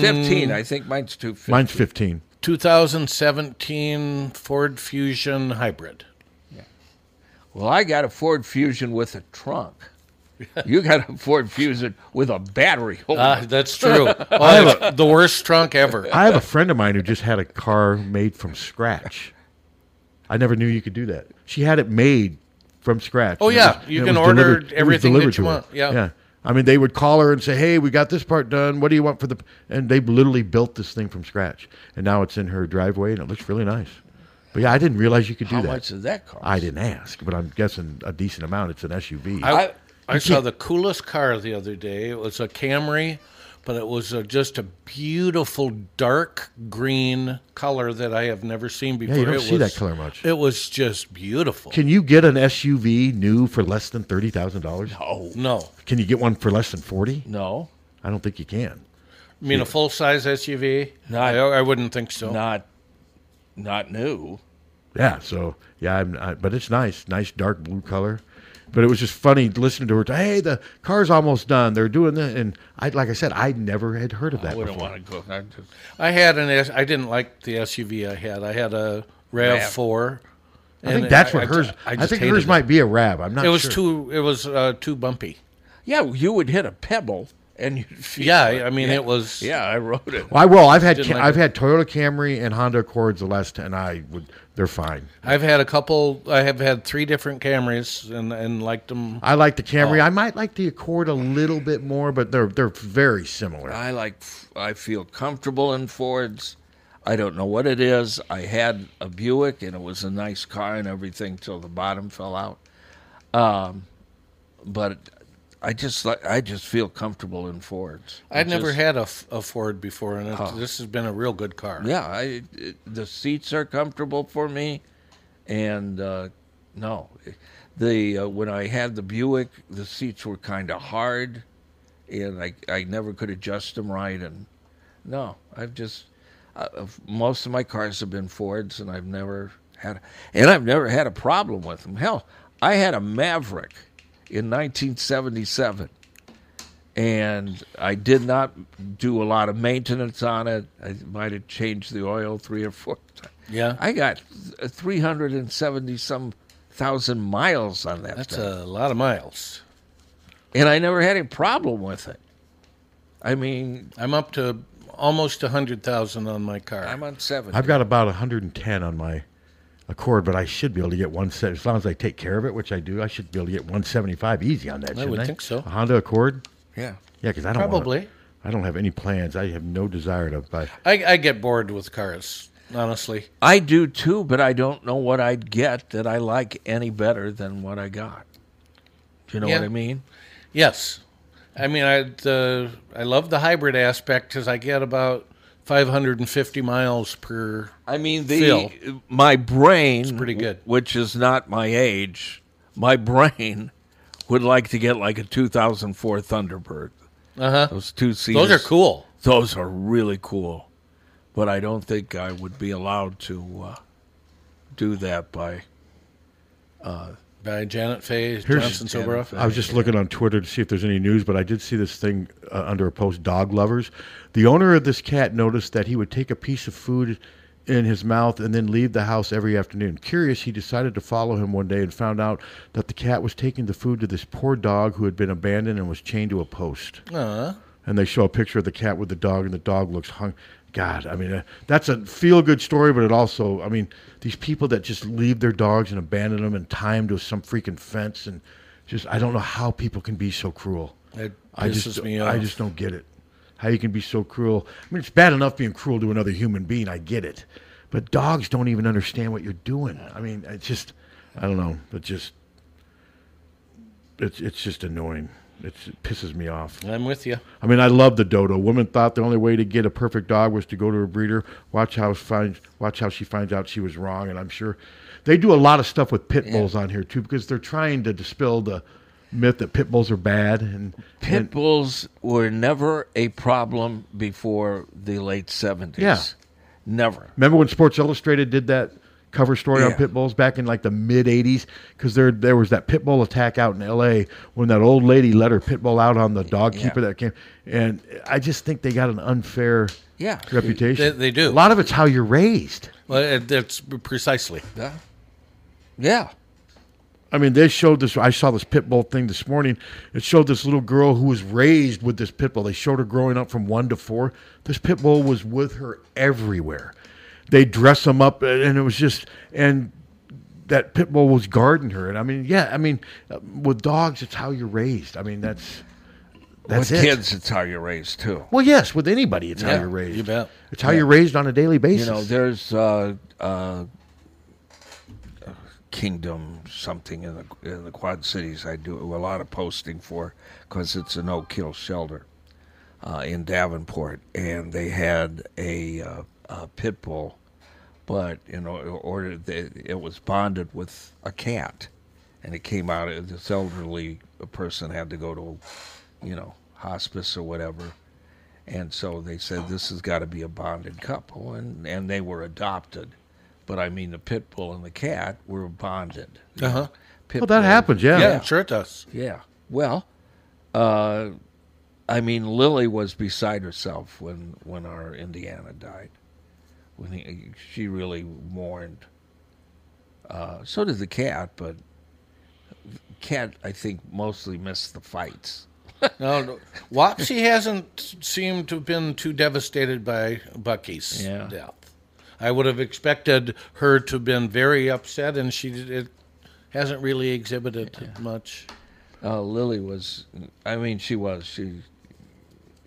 B: [LAUGHS] fifteen. I think mine's two fifty.
D: Mine's 15.
C: 2017 Ford Fusion hybrid.
B: Well, I got a Ford Fusion with a trunk. you got a Ford Fusion with a battery holder.
C: Ah, that's true.
B: [LAUGHS]
D: I have
C: Oh, the worst trunk ever.
D: I have a friend of mine who just had a car made from scratch. I never knew you could do that. She had it made from scratch.
C: Oh,
D: And it
C: yeah.
D: was-
C: You
D: and it
C: can
D: was
C: order
D: delivered- it was
C: everything
D: delivered
C: that you
D: to her.
C: want. Yeah.
D: Yeah. I mean, they would call her and say, "Hey, we got this part done. What do you want for the?" And they literally built this thing from scratch, and now it's in her driveway, and it looks really nice. But yeah, I didn't realize you could do
B: How
D: that.
B: much does that cost?
D: I didn't ask, but I'm guessing a decent amount. It's an SUV.
C: I, I
D: You
C: saw
D: can't-
C: the coolest car the other day. It was a Camry, but it was a, just a beautiful dark green color that I have never seen
D: Yeah,
C: before.
D: you don't
C: it
D: see that
C: was-
D: color much.
C: It was just beautiful.
D: Can you get an SUV new for less than thirty thousand dollars?
B: No.
C: No.
D: Can you get one for less than forty?
B: No.
D: I don't think you can.
C: I mean, a full size SUV?
B: Not-
C: I, I wouldn't think so.
B: Not, not new.
D: Yeah. So yeah, I'm, I, but it's nice, nice dark blue color. But it was just funny listening to her. Hey, the car's almost done. They're doing that, and I, like I said, I never had heard of that.
B: wouldn't
D: before.
B: want to go. I just-
C: I had an S. I didn't like the SUV I had. I had a Rav Four.
D: I think that's what hers. I,
C: just
D: think
C: hated
D: hers
C: it.
D: might be a Rab. I'm not.
C: It was
D: sure.
C: too. It was uh, too bumpy.
B: Yeah, you would hit a pebble and
C: [LAUGHS]
B: you'd feel
C: Yeah,
B: it.
C: I mean, it was.
B: Yeah, I wrote it.
D: Well, I will. I've had
C: Didn't
D: Ca-
C: like
D: I've
C: it.
D: had Toyota Camry and Honda Accords the last, ten, and I would. They're fine.
C: I've had a couple. I have had three different Camrys and and liked them.
D: I like the Camry.
B: Oh.
D: I might like the Accord a little bit more, but they're they're very similar.
B: I like. I feel comfortable in Fords. I don't know what it is. I had a Buick and it was a nice car and everything till the bottom fell out. Um, but I just like I just feel comfortable in Fords.
C: I
B: It
C: never
B: just-
C: had a, F- a Ford before, and it,
B: Oh.
C: this has been a real good car.
B: Yeah, I it, the seats are comfortable for me, and uh, no, the uh, when I had the Buick, the seats were kind of hard, and I I never could adjust them right, and no, I've just uh, of- most of my cars have been Fords, and I've never had and I've never had a problem with them. Hell, I had a Maverick in 1977 and I did not do a lot of maintenance on it. I might have changed the oil three or four times.
C: Yeah.
B: I got three hundred and seventy some thousand miles on that.
C: That's
B: thing.
C: a lot of miles,
B: and I never had a problem with it. I mean,
C: I'm up to almost a hundred thousand on my car. I'm
B: on seven.
D: I've got about 110 on my Accord, but I should be able to get one set as long as I take care of it, which I do. I should be able to get 175 easy on that.
C: I
D: shouldn't
C: would think so.
D: A Honda Accord.
B: Yeah.
D: Yeah, because I don't wanna-
C: Probably.
D: I don't have any plans. I have no desire to buy.
C: I, I get bored with cars, honestly.
B: I do too, but I don't know what I'd get that I like any better than what I got. Do you know what
C: Yeah.
B: I mean?
C: Yes, I mean I uh, I love the hybrid aspect because I get about 550 miles per.
B: I mean the
C: fill.
B: my brain pretty
C: good.
B: which is not my age. My [LAUGHS] brain would like to get like a 2004 Thunderbird.
C: Uh-huh.
B: Those two seats.
C: Those are cool.
B: Those are really cool. But I don't think I would be allowed to uh, do that by uh,
C: by Janet Faye Johnson Soboroff.
D: I was just looking on Twitter to see if there's any news, but I did see this thing uh, under a post dog lovers. The owner of this cat noticed that he would take a piece of food in his mouth and then leave the house every afternoon. Curious, he decided to follow him one day and found out that the cat was taking the food to this poor dog who had been abandoned and was chained to a post.
C: Aw.
D: Uh-huh. And they show a picture of the cat with the dog, and the dog looks hung. God, I mean, uh, that's a feel good story, but it also, I mean, these people that just leave their dogs and abandon them and tie them to some freaking fence and just, I don't know how people can be so cruel.
C: It
D: I just,
C: pisses me
D: I
C: off.
D: just don't get it. How you can be so cruel. I mean, it's bad enough being cruel to another human being. I get it. But dogs don't even understand what you're doing. I mean, it's just, I don't know. It just, it's, it's just annoying. It's, it pisses me off.
C: I'm with you.
D: I mean, I love the dodo. Woman thought the only way to get a perfect dog was to go to a breeder. Watch how finds watch how she finds out she was wrong, and I'm sure they do a lot of stuff with pit bulls on here too because they're trying to dispel the myth that pit bulls are bad. And
B: Pit bulls were never a problem before the late 70s.
D: Yeah.
B: Never.
D: remember when Sports Illustrated did that cover story on
B: Yeah.
D: pit bulls back in like the mid '80s because there there was that pit bull attack out in L.A. when that old lady let her pit bull out on the dog
B: Yeah.
D: keeper that came, and I just think they got an unfair
B: Yeah.
D: reputation.
C: They- they do.
D: A lot of it's how you're raised.
C: Well, it, that's precisely.
B: Yeah. Yeah.
D: I mean, they showed this. I saw this pit bull thing this morning. It showed this little girl who was raised with this pit bull. They showed her growing up from one to four. This pit bull was with her everywhere. They dress them up, and it was just and that pit bull was guarding her. And I mean, yeah, I mean, uh, with dogs, it's how you're raised. I mean, that's that's
B: With
D: it.
B: kids, it's how you're raised, too.
D: Well, yes, with anybody, it's
B: Yeah,
D: how you're raised.
B: you bet.
D: It's how
B: Yeah.
D: you're raised on a daily basis.
B: You know, there's uh, uh, Kingdom something in the in the Quad Cities. I do a lot of posting for because it's a no kill shelter uh, in Davenport, and they had a, uh, a pit bull, but you know, order they, it was bonded with a cat, and it came out. This elderly person had to go to, you know, hospice or whatever. And so they said this has got to be a bonded couple, and, and they were adopted. But I mean, the pit bull and the cat were bonded. you
C: Uh-huh.
B: know. Pit
D: Well, that
B: bull-
D: happens, yeah. Yeah,
C: sure it does.
B: Yeah. Well, uh, I mean, Lily was beside herself when when our Indiana died. When he, she really mourned. Uh, so did the cat, but cat I think mostly missed the fights.
C: no, no. Wapsie hasn't seemed to have been too devastated by Bucky's
B: Yeah.
C: death. I would have expected her to have been very upset, and she did- it hasn't really exhibited much.
B: Uh, Lily was. I mean, she was. She.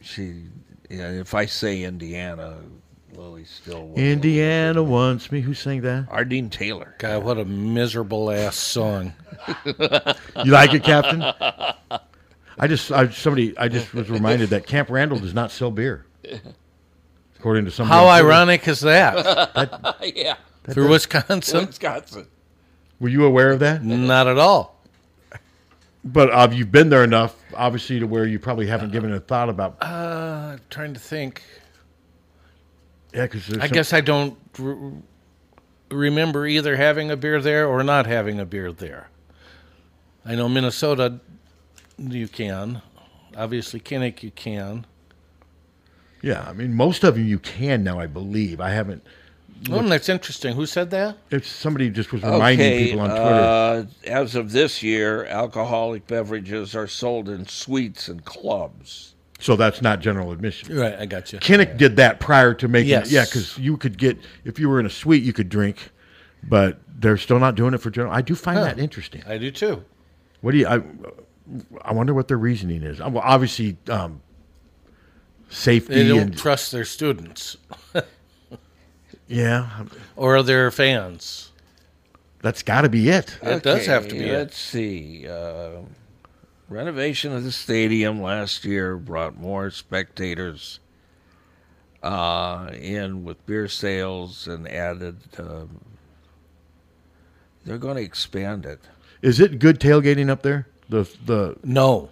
B: She. Yeah, if I say Indiana, Lily still. will.
D: Indiana wants me. Who sang that?
B: Ardeen Taylor.
C: God, what a miserable ass song.
D: You like it, Captain? I just I, somebody I just was reminded that Camp Randall does not sell beer,
C: [LAUGHS]
D: according to some.
C: How ironic is
B: [LAUGHS]
C: that?
B: yeah.
C: Through Wisconsin?
B: Wisconsin.
D: Were you aware of that?
C: Not at all.
D: But uh, you've been there enough, obviously, to where you probably haven't given it a thought about.
C: Uh, trying to think.
D: Yeah, because
C: I guess I don't re- remember either having a beer there or not having a beer there. I know Minnesota, you can. Obviously, Kinnick, you can.
D: Yeah, I mean, most of them you can now, I believe. I haven't.
C: Oh, that's interesting. Who said that?
D: If somebody just was reminding
B: okay,
D: people on Twitter.
B: Uh, as of this year, alcoholic beverages are sold in suites and clubs.
D: So that's not general admission.
C: Right, I got you.
D: Kinnick did that prior to making
C: Yes.
D: yeah, because you could get if you were in a suite, you could drink, but they're still not doing it for general. I do find that interesting.
C: I do too.
D: What do you? I, I wonder what their reasoning is. Uh, Well, obviously, um, safety.
C: They don't
D: and,
C: trust their students [LAUGHS]
D: yeah,
C: or their fans.
D: that's got to be it.
C: It does have to be it.
B: Let's see. Uh, renovation of the stadium last year brought more spectators uh, in with beer sales and added. Um, they're going to expand it.
D: Is it good tailgating up there? The the
C: no,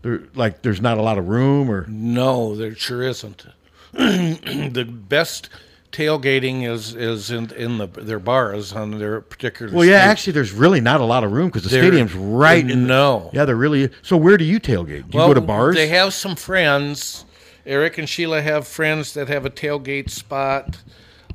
D: there, like there's not a lot of room or
C: No, Oh, there sure isn't. [CLEARS THROAT] the best tailgating is is in in the their bars on their particular.
D: Well, yeah,
C: street.
D: actually, there's really not a lot of room because the
C: There-
D: stadium's right in.
C: No.
D: Yeah, there really. So where do you tailgate? Do you
C: Well,
D: go to bars?
C: They have some friends. Eric and Sheila have friends that have a tailgate spot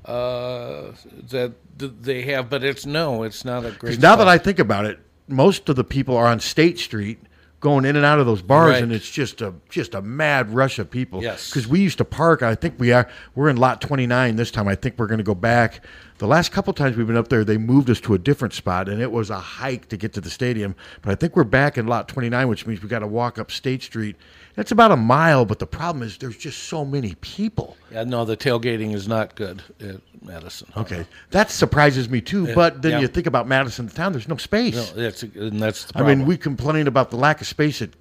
C: uh, that th- they have, but it's no, it's not a great.
D: 'Cause now that I
C: spot.
D: think about it, most of the people are on State Street going in and out of those bars,
C: Right.
D: and it's just a just a mad rush of people.
C: Yes.
D: Because we used to park. I think we are. We're in lot 29 this time. I think we're going to go back. The last couple times we've been up there, they moved us to a different spot, and it was a hike to get to the stadium. But I think we're back in lot 29, which means we got to walk up State Street. That's about a mile, but the problem is there's just so many people.
C: yeah, no, the tailgating is not good at Madison.
D: Okay, that surprises me too.
C: Yeah.
D: But then
C: Yeah.
D: you think about Madison town. There's no space.
C: No, that's and that's. The
D: I mean, we complain about the lack of space at,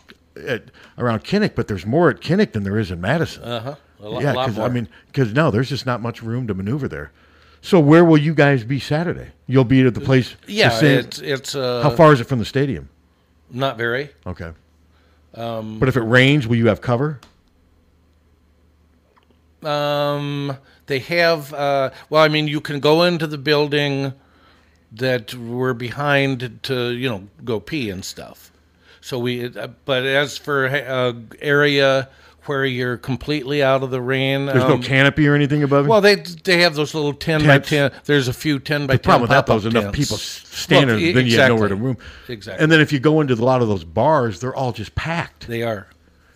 D: at around Kinnick, but there's more at Kinnick than there is in Madison.
C: Uh-huh. A lo-
D: yeah,
C: lot
D: I
C: more.
D: mean, because no, there's just not much room to maneuver there. So where will you guys be Saturday? You'll be at the place. the
C: Yeah,
D: same-
C: it's- it's, uh, Mm-hmm.
D: how far is it from the stadium?
C: not very.
D: Okay,
C: Um,
D: but if it rains, will you have cover?
C: Um, they have. Uh, well, I mean, you can go into the building that we're behind to, you know, go pee and stuff. So we. Uh, but as for uh, area where you're completely out of the rain,
D: There's no
C: um,
D: canopy or anything above it.
C: Well, they they have those little ten by
D: Tents.
C: ten. There's a few ten by
D: the problem with
C: ten.
D: that though is
C: pop-up
D: enough
C: tents.
D: people s- standing,
C: Well, e-
D: then you have nowhere to
C: exactly.
D: room.
C: Exactly.
D: And then if you go into a lot of those bars, they're all just packed.
C: They are.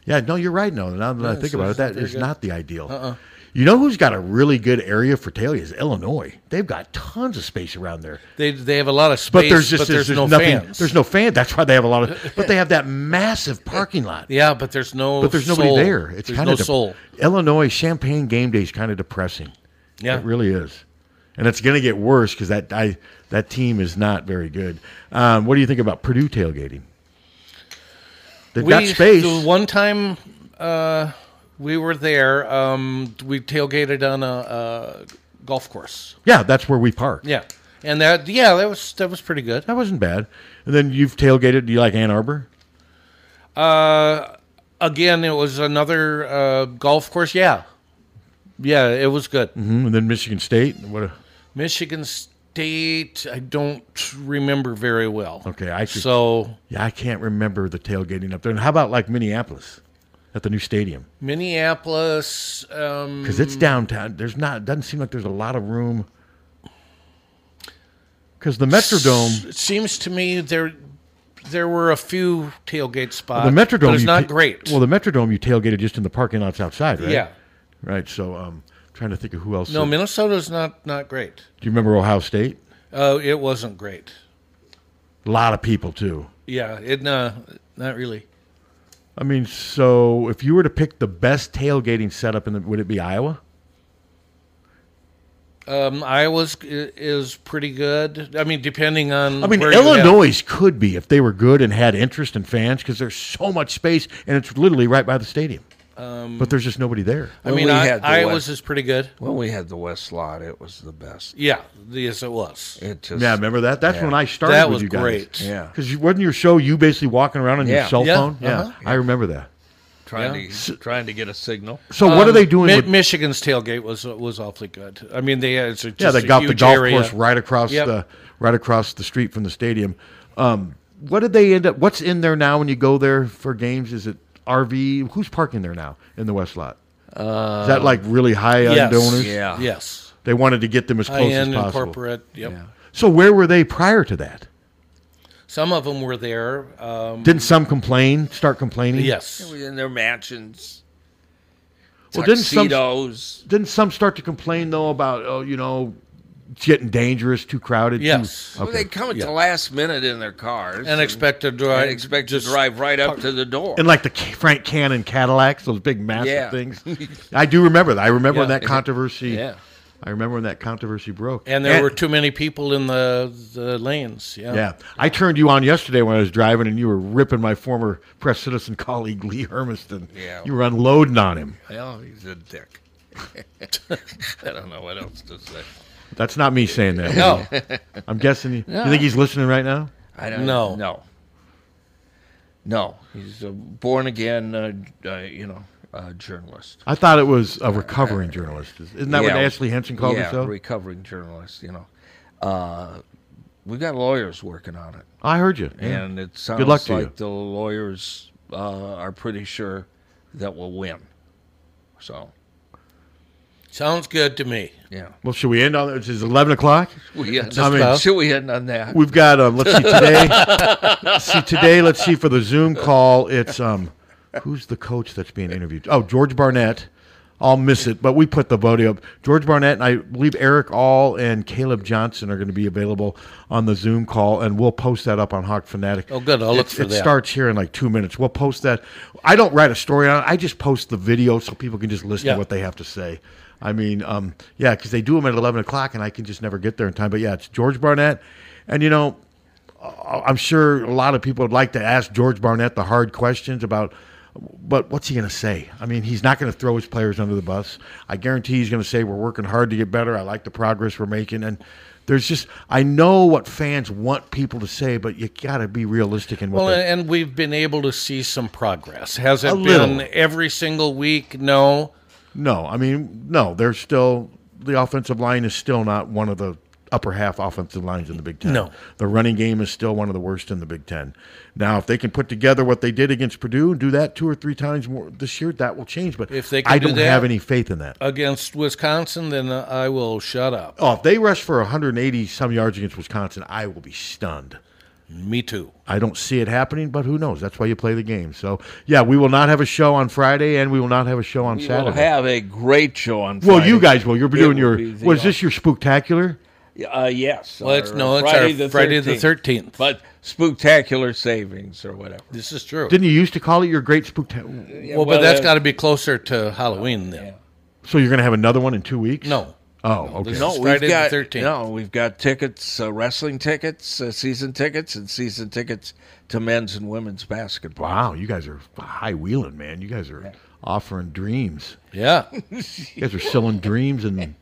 D: Yeah, no, you're right. No, now that I
C: Yeah,
D: think
C: so
D: about it, that
C: they're
D: is
C: good.
D: not the ideal.
C: Uh-uh.
D: You know who's got a really good area for tailgates? Is Illinois. They've got tons of space around there.
C: They they have a lot of space,
D: but there's just there's,
C: no
D: nothing.
C: fans.
D: There's no fan. That's why they have a lot of. But they have that massive parking lot.
C: Yeah, but there's no.
D: but there's nobody
C: soul.
D: there. It's
C: there's
D: kind
C: no
D: of
C: soul.
D: Illinois Champagne game day is kind of depressing.
C: Yeah.
D: it really is, and it's going to get worse because that I that team is not very good. Um, what do you think about Purdue tailgating? They've got space.
C: the one time uh, we were there, um, we tailgated on a, a golf course.
D: Yeah, that's where we park.
C: Yeah, and that yeah that was that was pretty good.
D: That wasn't bad. And then you've tailgated. Do you like Ann Arbor?
C: Uh, again, it was another uh, golf course. Yeah, yeah, it was good.
D: hmm And then Michigan State. What? A,
C: Michigan State. I don't remember very well.
D: okay, I could,
C: so
D: yeah, I can't remember the tailgating up there. And how about like Minneapolis at the new stadium?
C: Minneapolis. Um,
D: Because it's downtown. There's not. It doesn't seem like there's a lot of room. Because the Metrodome.
C: It seems to me there there were a few tailgate spots.
D: The Metrodome
C: but it's
D: you
C: not
D: ta-
C: great.
D: Well, the Metrodome you tailgated just in the parking lots outside, right?
C: Yeah.
D: Right. So, um, trying to think of who else.
C: No,
D: did-
C: Minnesota's not not great.
D: Do you remember Ohio State?
C: Uh, it wasn't great.
D: A lot of people too.
C: Yeah, it uh, not really.
D: I mean, so if you were to pick the best tailgating setup, in the, would it be Iowa?
C: Um, Iowa's i- is pretty good. I mean, depending on
D: I mean,
C: Mm, where you have-
D: Illinois could be if they were good and had interest and fans because there's so much space and it's literally right by the stadium.
C: Um,
D: but there's just nobody there.
C: I mean,
B: we
C: I-
B: had the
C: Iowa's
B: West-
C: is pretty good.
B: When we had the West lot, it was the best.
C: Yeah, yes, it was.
B: It just
D: yeah, remember that? That's
B: yeah.
D: when I started.
C: That
D: with
C: was
D: you guys.
C: great.
B: Yeah.
D: because wasn't your show you basically walking around on
B: Yeah.
D: your cell
B: Yeah,
D: phone? Yeah,
B: uh-huh.
D: I remember that.
B: trying
C: Yeah.
B: to trying to get a signal.
D: So what are
C: Um,
D: they doing
C: Mi-
D: with-
C: Michigan's tailgate was was awfully good. I mean, they it's a- just
D: yeah, they
C: a
D: got the
C: huge
D: golf
C: area.
D: course right across
C: Yep.
D: the right across the street from the stadium. Um, what did they end up? What's in there now when you go there for games? Is it RV? Who's parking there now in the West lot?
C: Uh,
D: Is that like really high end
C: yes.
D: owners?
C: Yeah. Yes.
D: They wanted to get them as close as
C: High-end and
D: possible.
C: corporate, yep. Yeah.
D: So where were they prior to that?
C: Some of them were there. Um,
D: Didn't some complain? Start complaining?
B: It was in their mansions.
D: Well, didn't some
B: Tuxedos.
D: didn't some start to complain though about oh you know it's getting dangerous, too crowded? too-
C: Yes.
B: Well, they come at the last minute in their cars
C: And expect to drive-
B: and expect to
C: just
B: drive right up
C: park-
B: to the door.
D: And like the Ca- Frank Cannon Cadillacs, those big massive
B: Yeah. [LAUGHS]
D: things. I do remember that. I remember when
C: Yeah.
D: that controversy.
C: Yeah.
D: I remember when that controversy broke.
C: and there were too many people in the the lanes. Yeah.
D: Yeah. I turned you on yesterday when I was driving, and you were ripping my former press citizen [LAUGHS] colleague Lee Hermiston.
B: Yeah.
D: You were unloading on him.
B: Well, he's a
C: [LAUGHS]
B: dick. I don't know what else to say.
D: That's not me saying that.
B: No.
D: Lee. [LAUGHS] I'm guessing you,
B: No.
D: you think he's listening right now.
B: I don't know. No. No. He's a born again, uh, uh, you know, uh, journalist.
D: I thought it was a recovering journalist. Isn't that what
B: Yeah.
D: Ashley Henson called
B: yeah,
D: herself?
B: recovering journalist, you know. Uh, we got lawyers working on it.
D: I heard you. Yeah.
B: And it
D: Good
B: sounds
D: luck to you.
B: like the lawyers uh, are pretty sure that we'll win. So,
C: Sounds good to me.
B: Yeah.
D: Well, should we end on it? Is eleven o'clock?
B: We end,
D: I mean,
B: should we end on that?
D: We've got um, let's see today.
C: [LAUGHS]
D: let's see today. [LAUGHS] Let's see for the Zoom call. It's um, who's the coach that's being interviewed? Oh, George Barnett. I'll miss it, but we put the vote up. George Barnett and I believe Eric All and Caleb Johnson are going to be available on the Zoom call, and we'll post that up on Hawk Fanatic.
C: Oh, good. I'll look
D: It's-
C: for
D: it
C: that.
D: starts here in like two minutes. We'll post that. I don't write a story on it. I just post the video so people can just listen
C: Yeah.
D: to what they have to say. I mean, um, yeah, because they do them at eleven o'clock, and I can just never get there in time. But yeah, it's George Barnett, and you know, I- I'm sure a lot of people would like to ask George Barnett the hard questions about, but what's he going to say? I mean, he's not going to throw his players under the bus. I guarantee he's going to say, We're working hard to get better. I like the progress we're making. And there's just, I know what fans want people to say, but you got to be realistic in what
C: Well,
D: they
C: and we've been able to see some progress. Has it
D: A
C: been
D: little.
C: every single week? No.
D: No, I mean, no, they're still, the offensive line is still not one of the upper half offensive lines in the Big Ten.
C: No.
D: The running game is still one of the worst in the Big Ten. Now, if they can put together what they did against Purdue and do that two or three times more this year, that will change. But
C: If they can
D: I
C: do
D: don't
C: that-
D: have any faith in that.
C: Against Wisconsin, then I will shut up.
D: Oh, if they rush for 180 some yards against Wisconsin, I will be stunned.
C: Me too.
D: I don't see it happening, but who knows? That's why you play the game. So, yeah, we will not have a show on Friday, and we will not have a show on
B: we
D: Saturday.
B: will have a great show on
D: well,
B: Friday.
D: you guys will. You're
B: It
D: doing
B: will
D: your.
B: be the
D: Was this your spooktacular?
B: Uh, yes.
C: Well, it's-
B: our
C: no, it's our Friday the 13th.
B: But spectacular savings or whatever.
C: This is true.
D: Didn't you used to call it your great spooktacular?
C: well, but
B: uh,
C: that's got to be closer to Halloween then.
D: So you're going to have another one in two weeks?
C: No.
D: Oh, okay.
B: No, we've
C: Friday the
B: got
C: 13th.
B: no, we've got tickets, uh, wrestling tickets, uh, season tickets, and season tickets to men's and women's basketball.
D: Wow, you guys are high wheeling, man. You guys are offering dreams.
C: Yeah.
D: [LAUGHS] you guys are selling dreams and.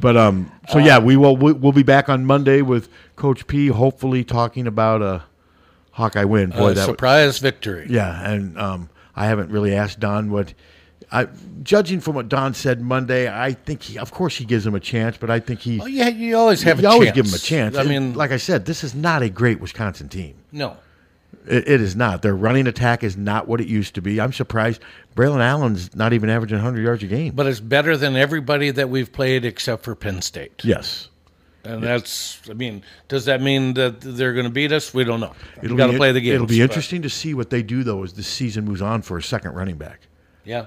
D: But um, so yeah, we will. we- We'll be back on Monday with Coach P. Hopefully, talking about a Hawkeye win. Boy,
C: A
D: that
C: surprise victory.
D: Yeah, and um, I haven't really asked Don what. I, judging from what Don said Monday, I think he, of course, he gives him a chance, but I think he.
C: Well, Oh, yeah, you always have
D: You
C: a
D: always
C: chance.
D: give him a chance.
C: I
D: And
C: mean-
D: like I said, this is not a great Wisconsin team.
C: No.
D: It, it is not. Their running attack is not what it used to be. I'm surprised Braylon Allen's not even averaging 100 yards a game.
C: But it's better than everybody that we've played except for Penn State.
D: Yes.
C: And that's, I mean, does that mean that they're going to beat us? We don't know.
D: It'll
C: We've got to
D: be-
C: play the game.
D: It'll be interesting to see what they do, though, as the season moves on for a second running back.
C: Yeah.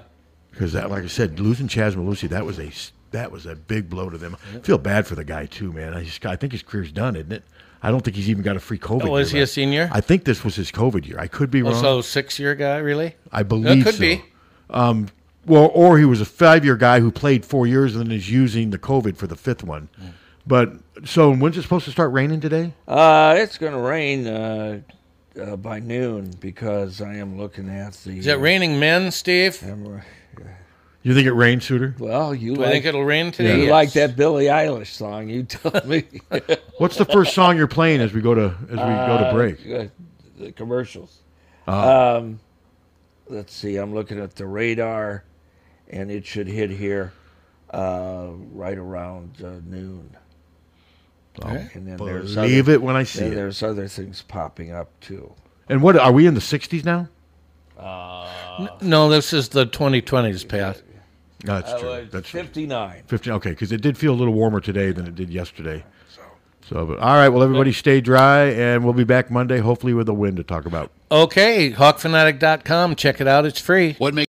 D: Because that, like I said, losing Chaz Malusi, that was a s- that was a big blow to them. I feel bad for the guy too, man. I just I think his career's done, isn't it? I don't think he's even got a free COVID.
C: Oh, is
D: year
C: he a
D: left.
C: senior? Oh,
D: I think this was his COVID year. I could be wrong.
C: Also, six year guy, really?
D: I believe
C: could
D: so.
C: be.
D: Um, Well, or he was a five-year guy who played four years and then is using the COVID for the fifth one. But so when's it supposed to start raining today?
B: [LAUGHS] Uh, it's going to rain uh, uh, by noon because I am looking at the. uh,
C: Is it raining men, Steve?
D: You think it rains, Suter?
B: Well, you
C: Do I
B: like,
C: think it'll rain today?
B: You
C: Yes.
B: like that Billie Eilish song? You tell me.
D: What's the first song you're playing as we go to as we go to
B: Uh,
D: break?
B: uh, the commercials.
D: Ah.
B: Um, let's see. I'm looking at the radar, and it should hit here uh, right around uh, noon.
D: I'll
B: and then
D: Oh, believe it when I see
B: then
D: it.
B: There's other things popping up too.
D: And what are we in the '60s now?
C: No, this is the 2020s, Pat.
D: No, that's
B: Uh,
D: true.
B: well,
D: That's
B: 59.
D: Fifteen. Okay, because it did feel a little warmer today than it did yesterday. So, but, all right. Well, everybody, stay dry, and we'll be back Monday, hopefully with a win to talk about.
C: Okay, hawkfanatic.com. Check it out. It's free.
J: What makes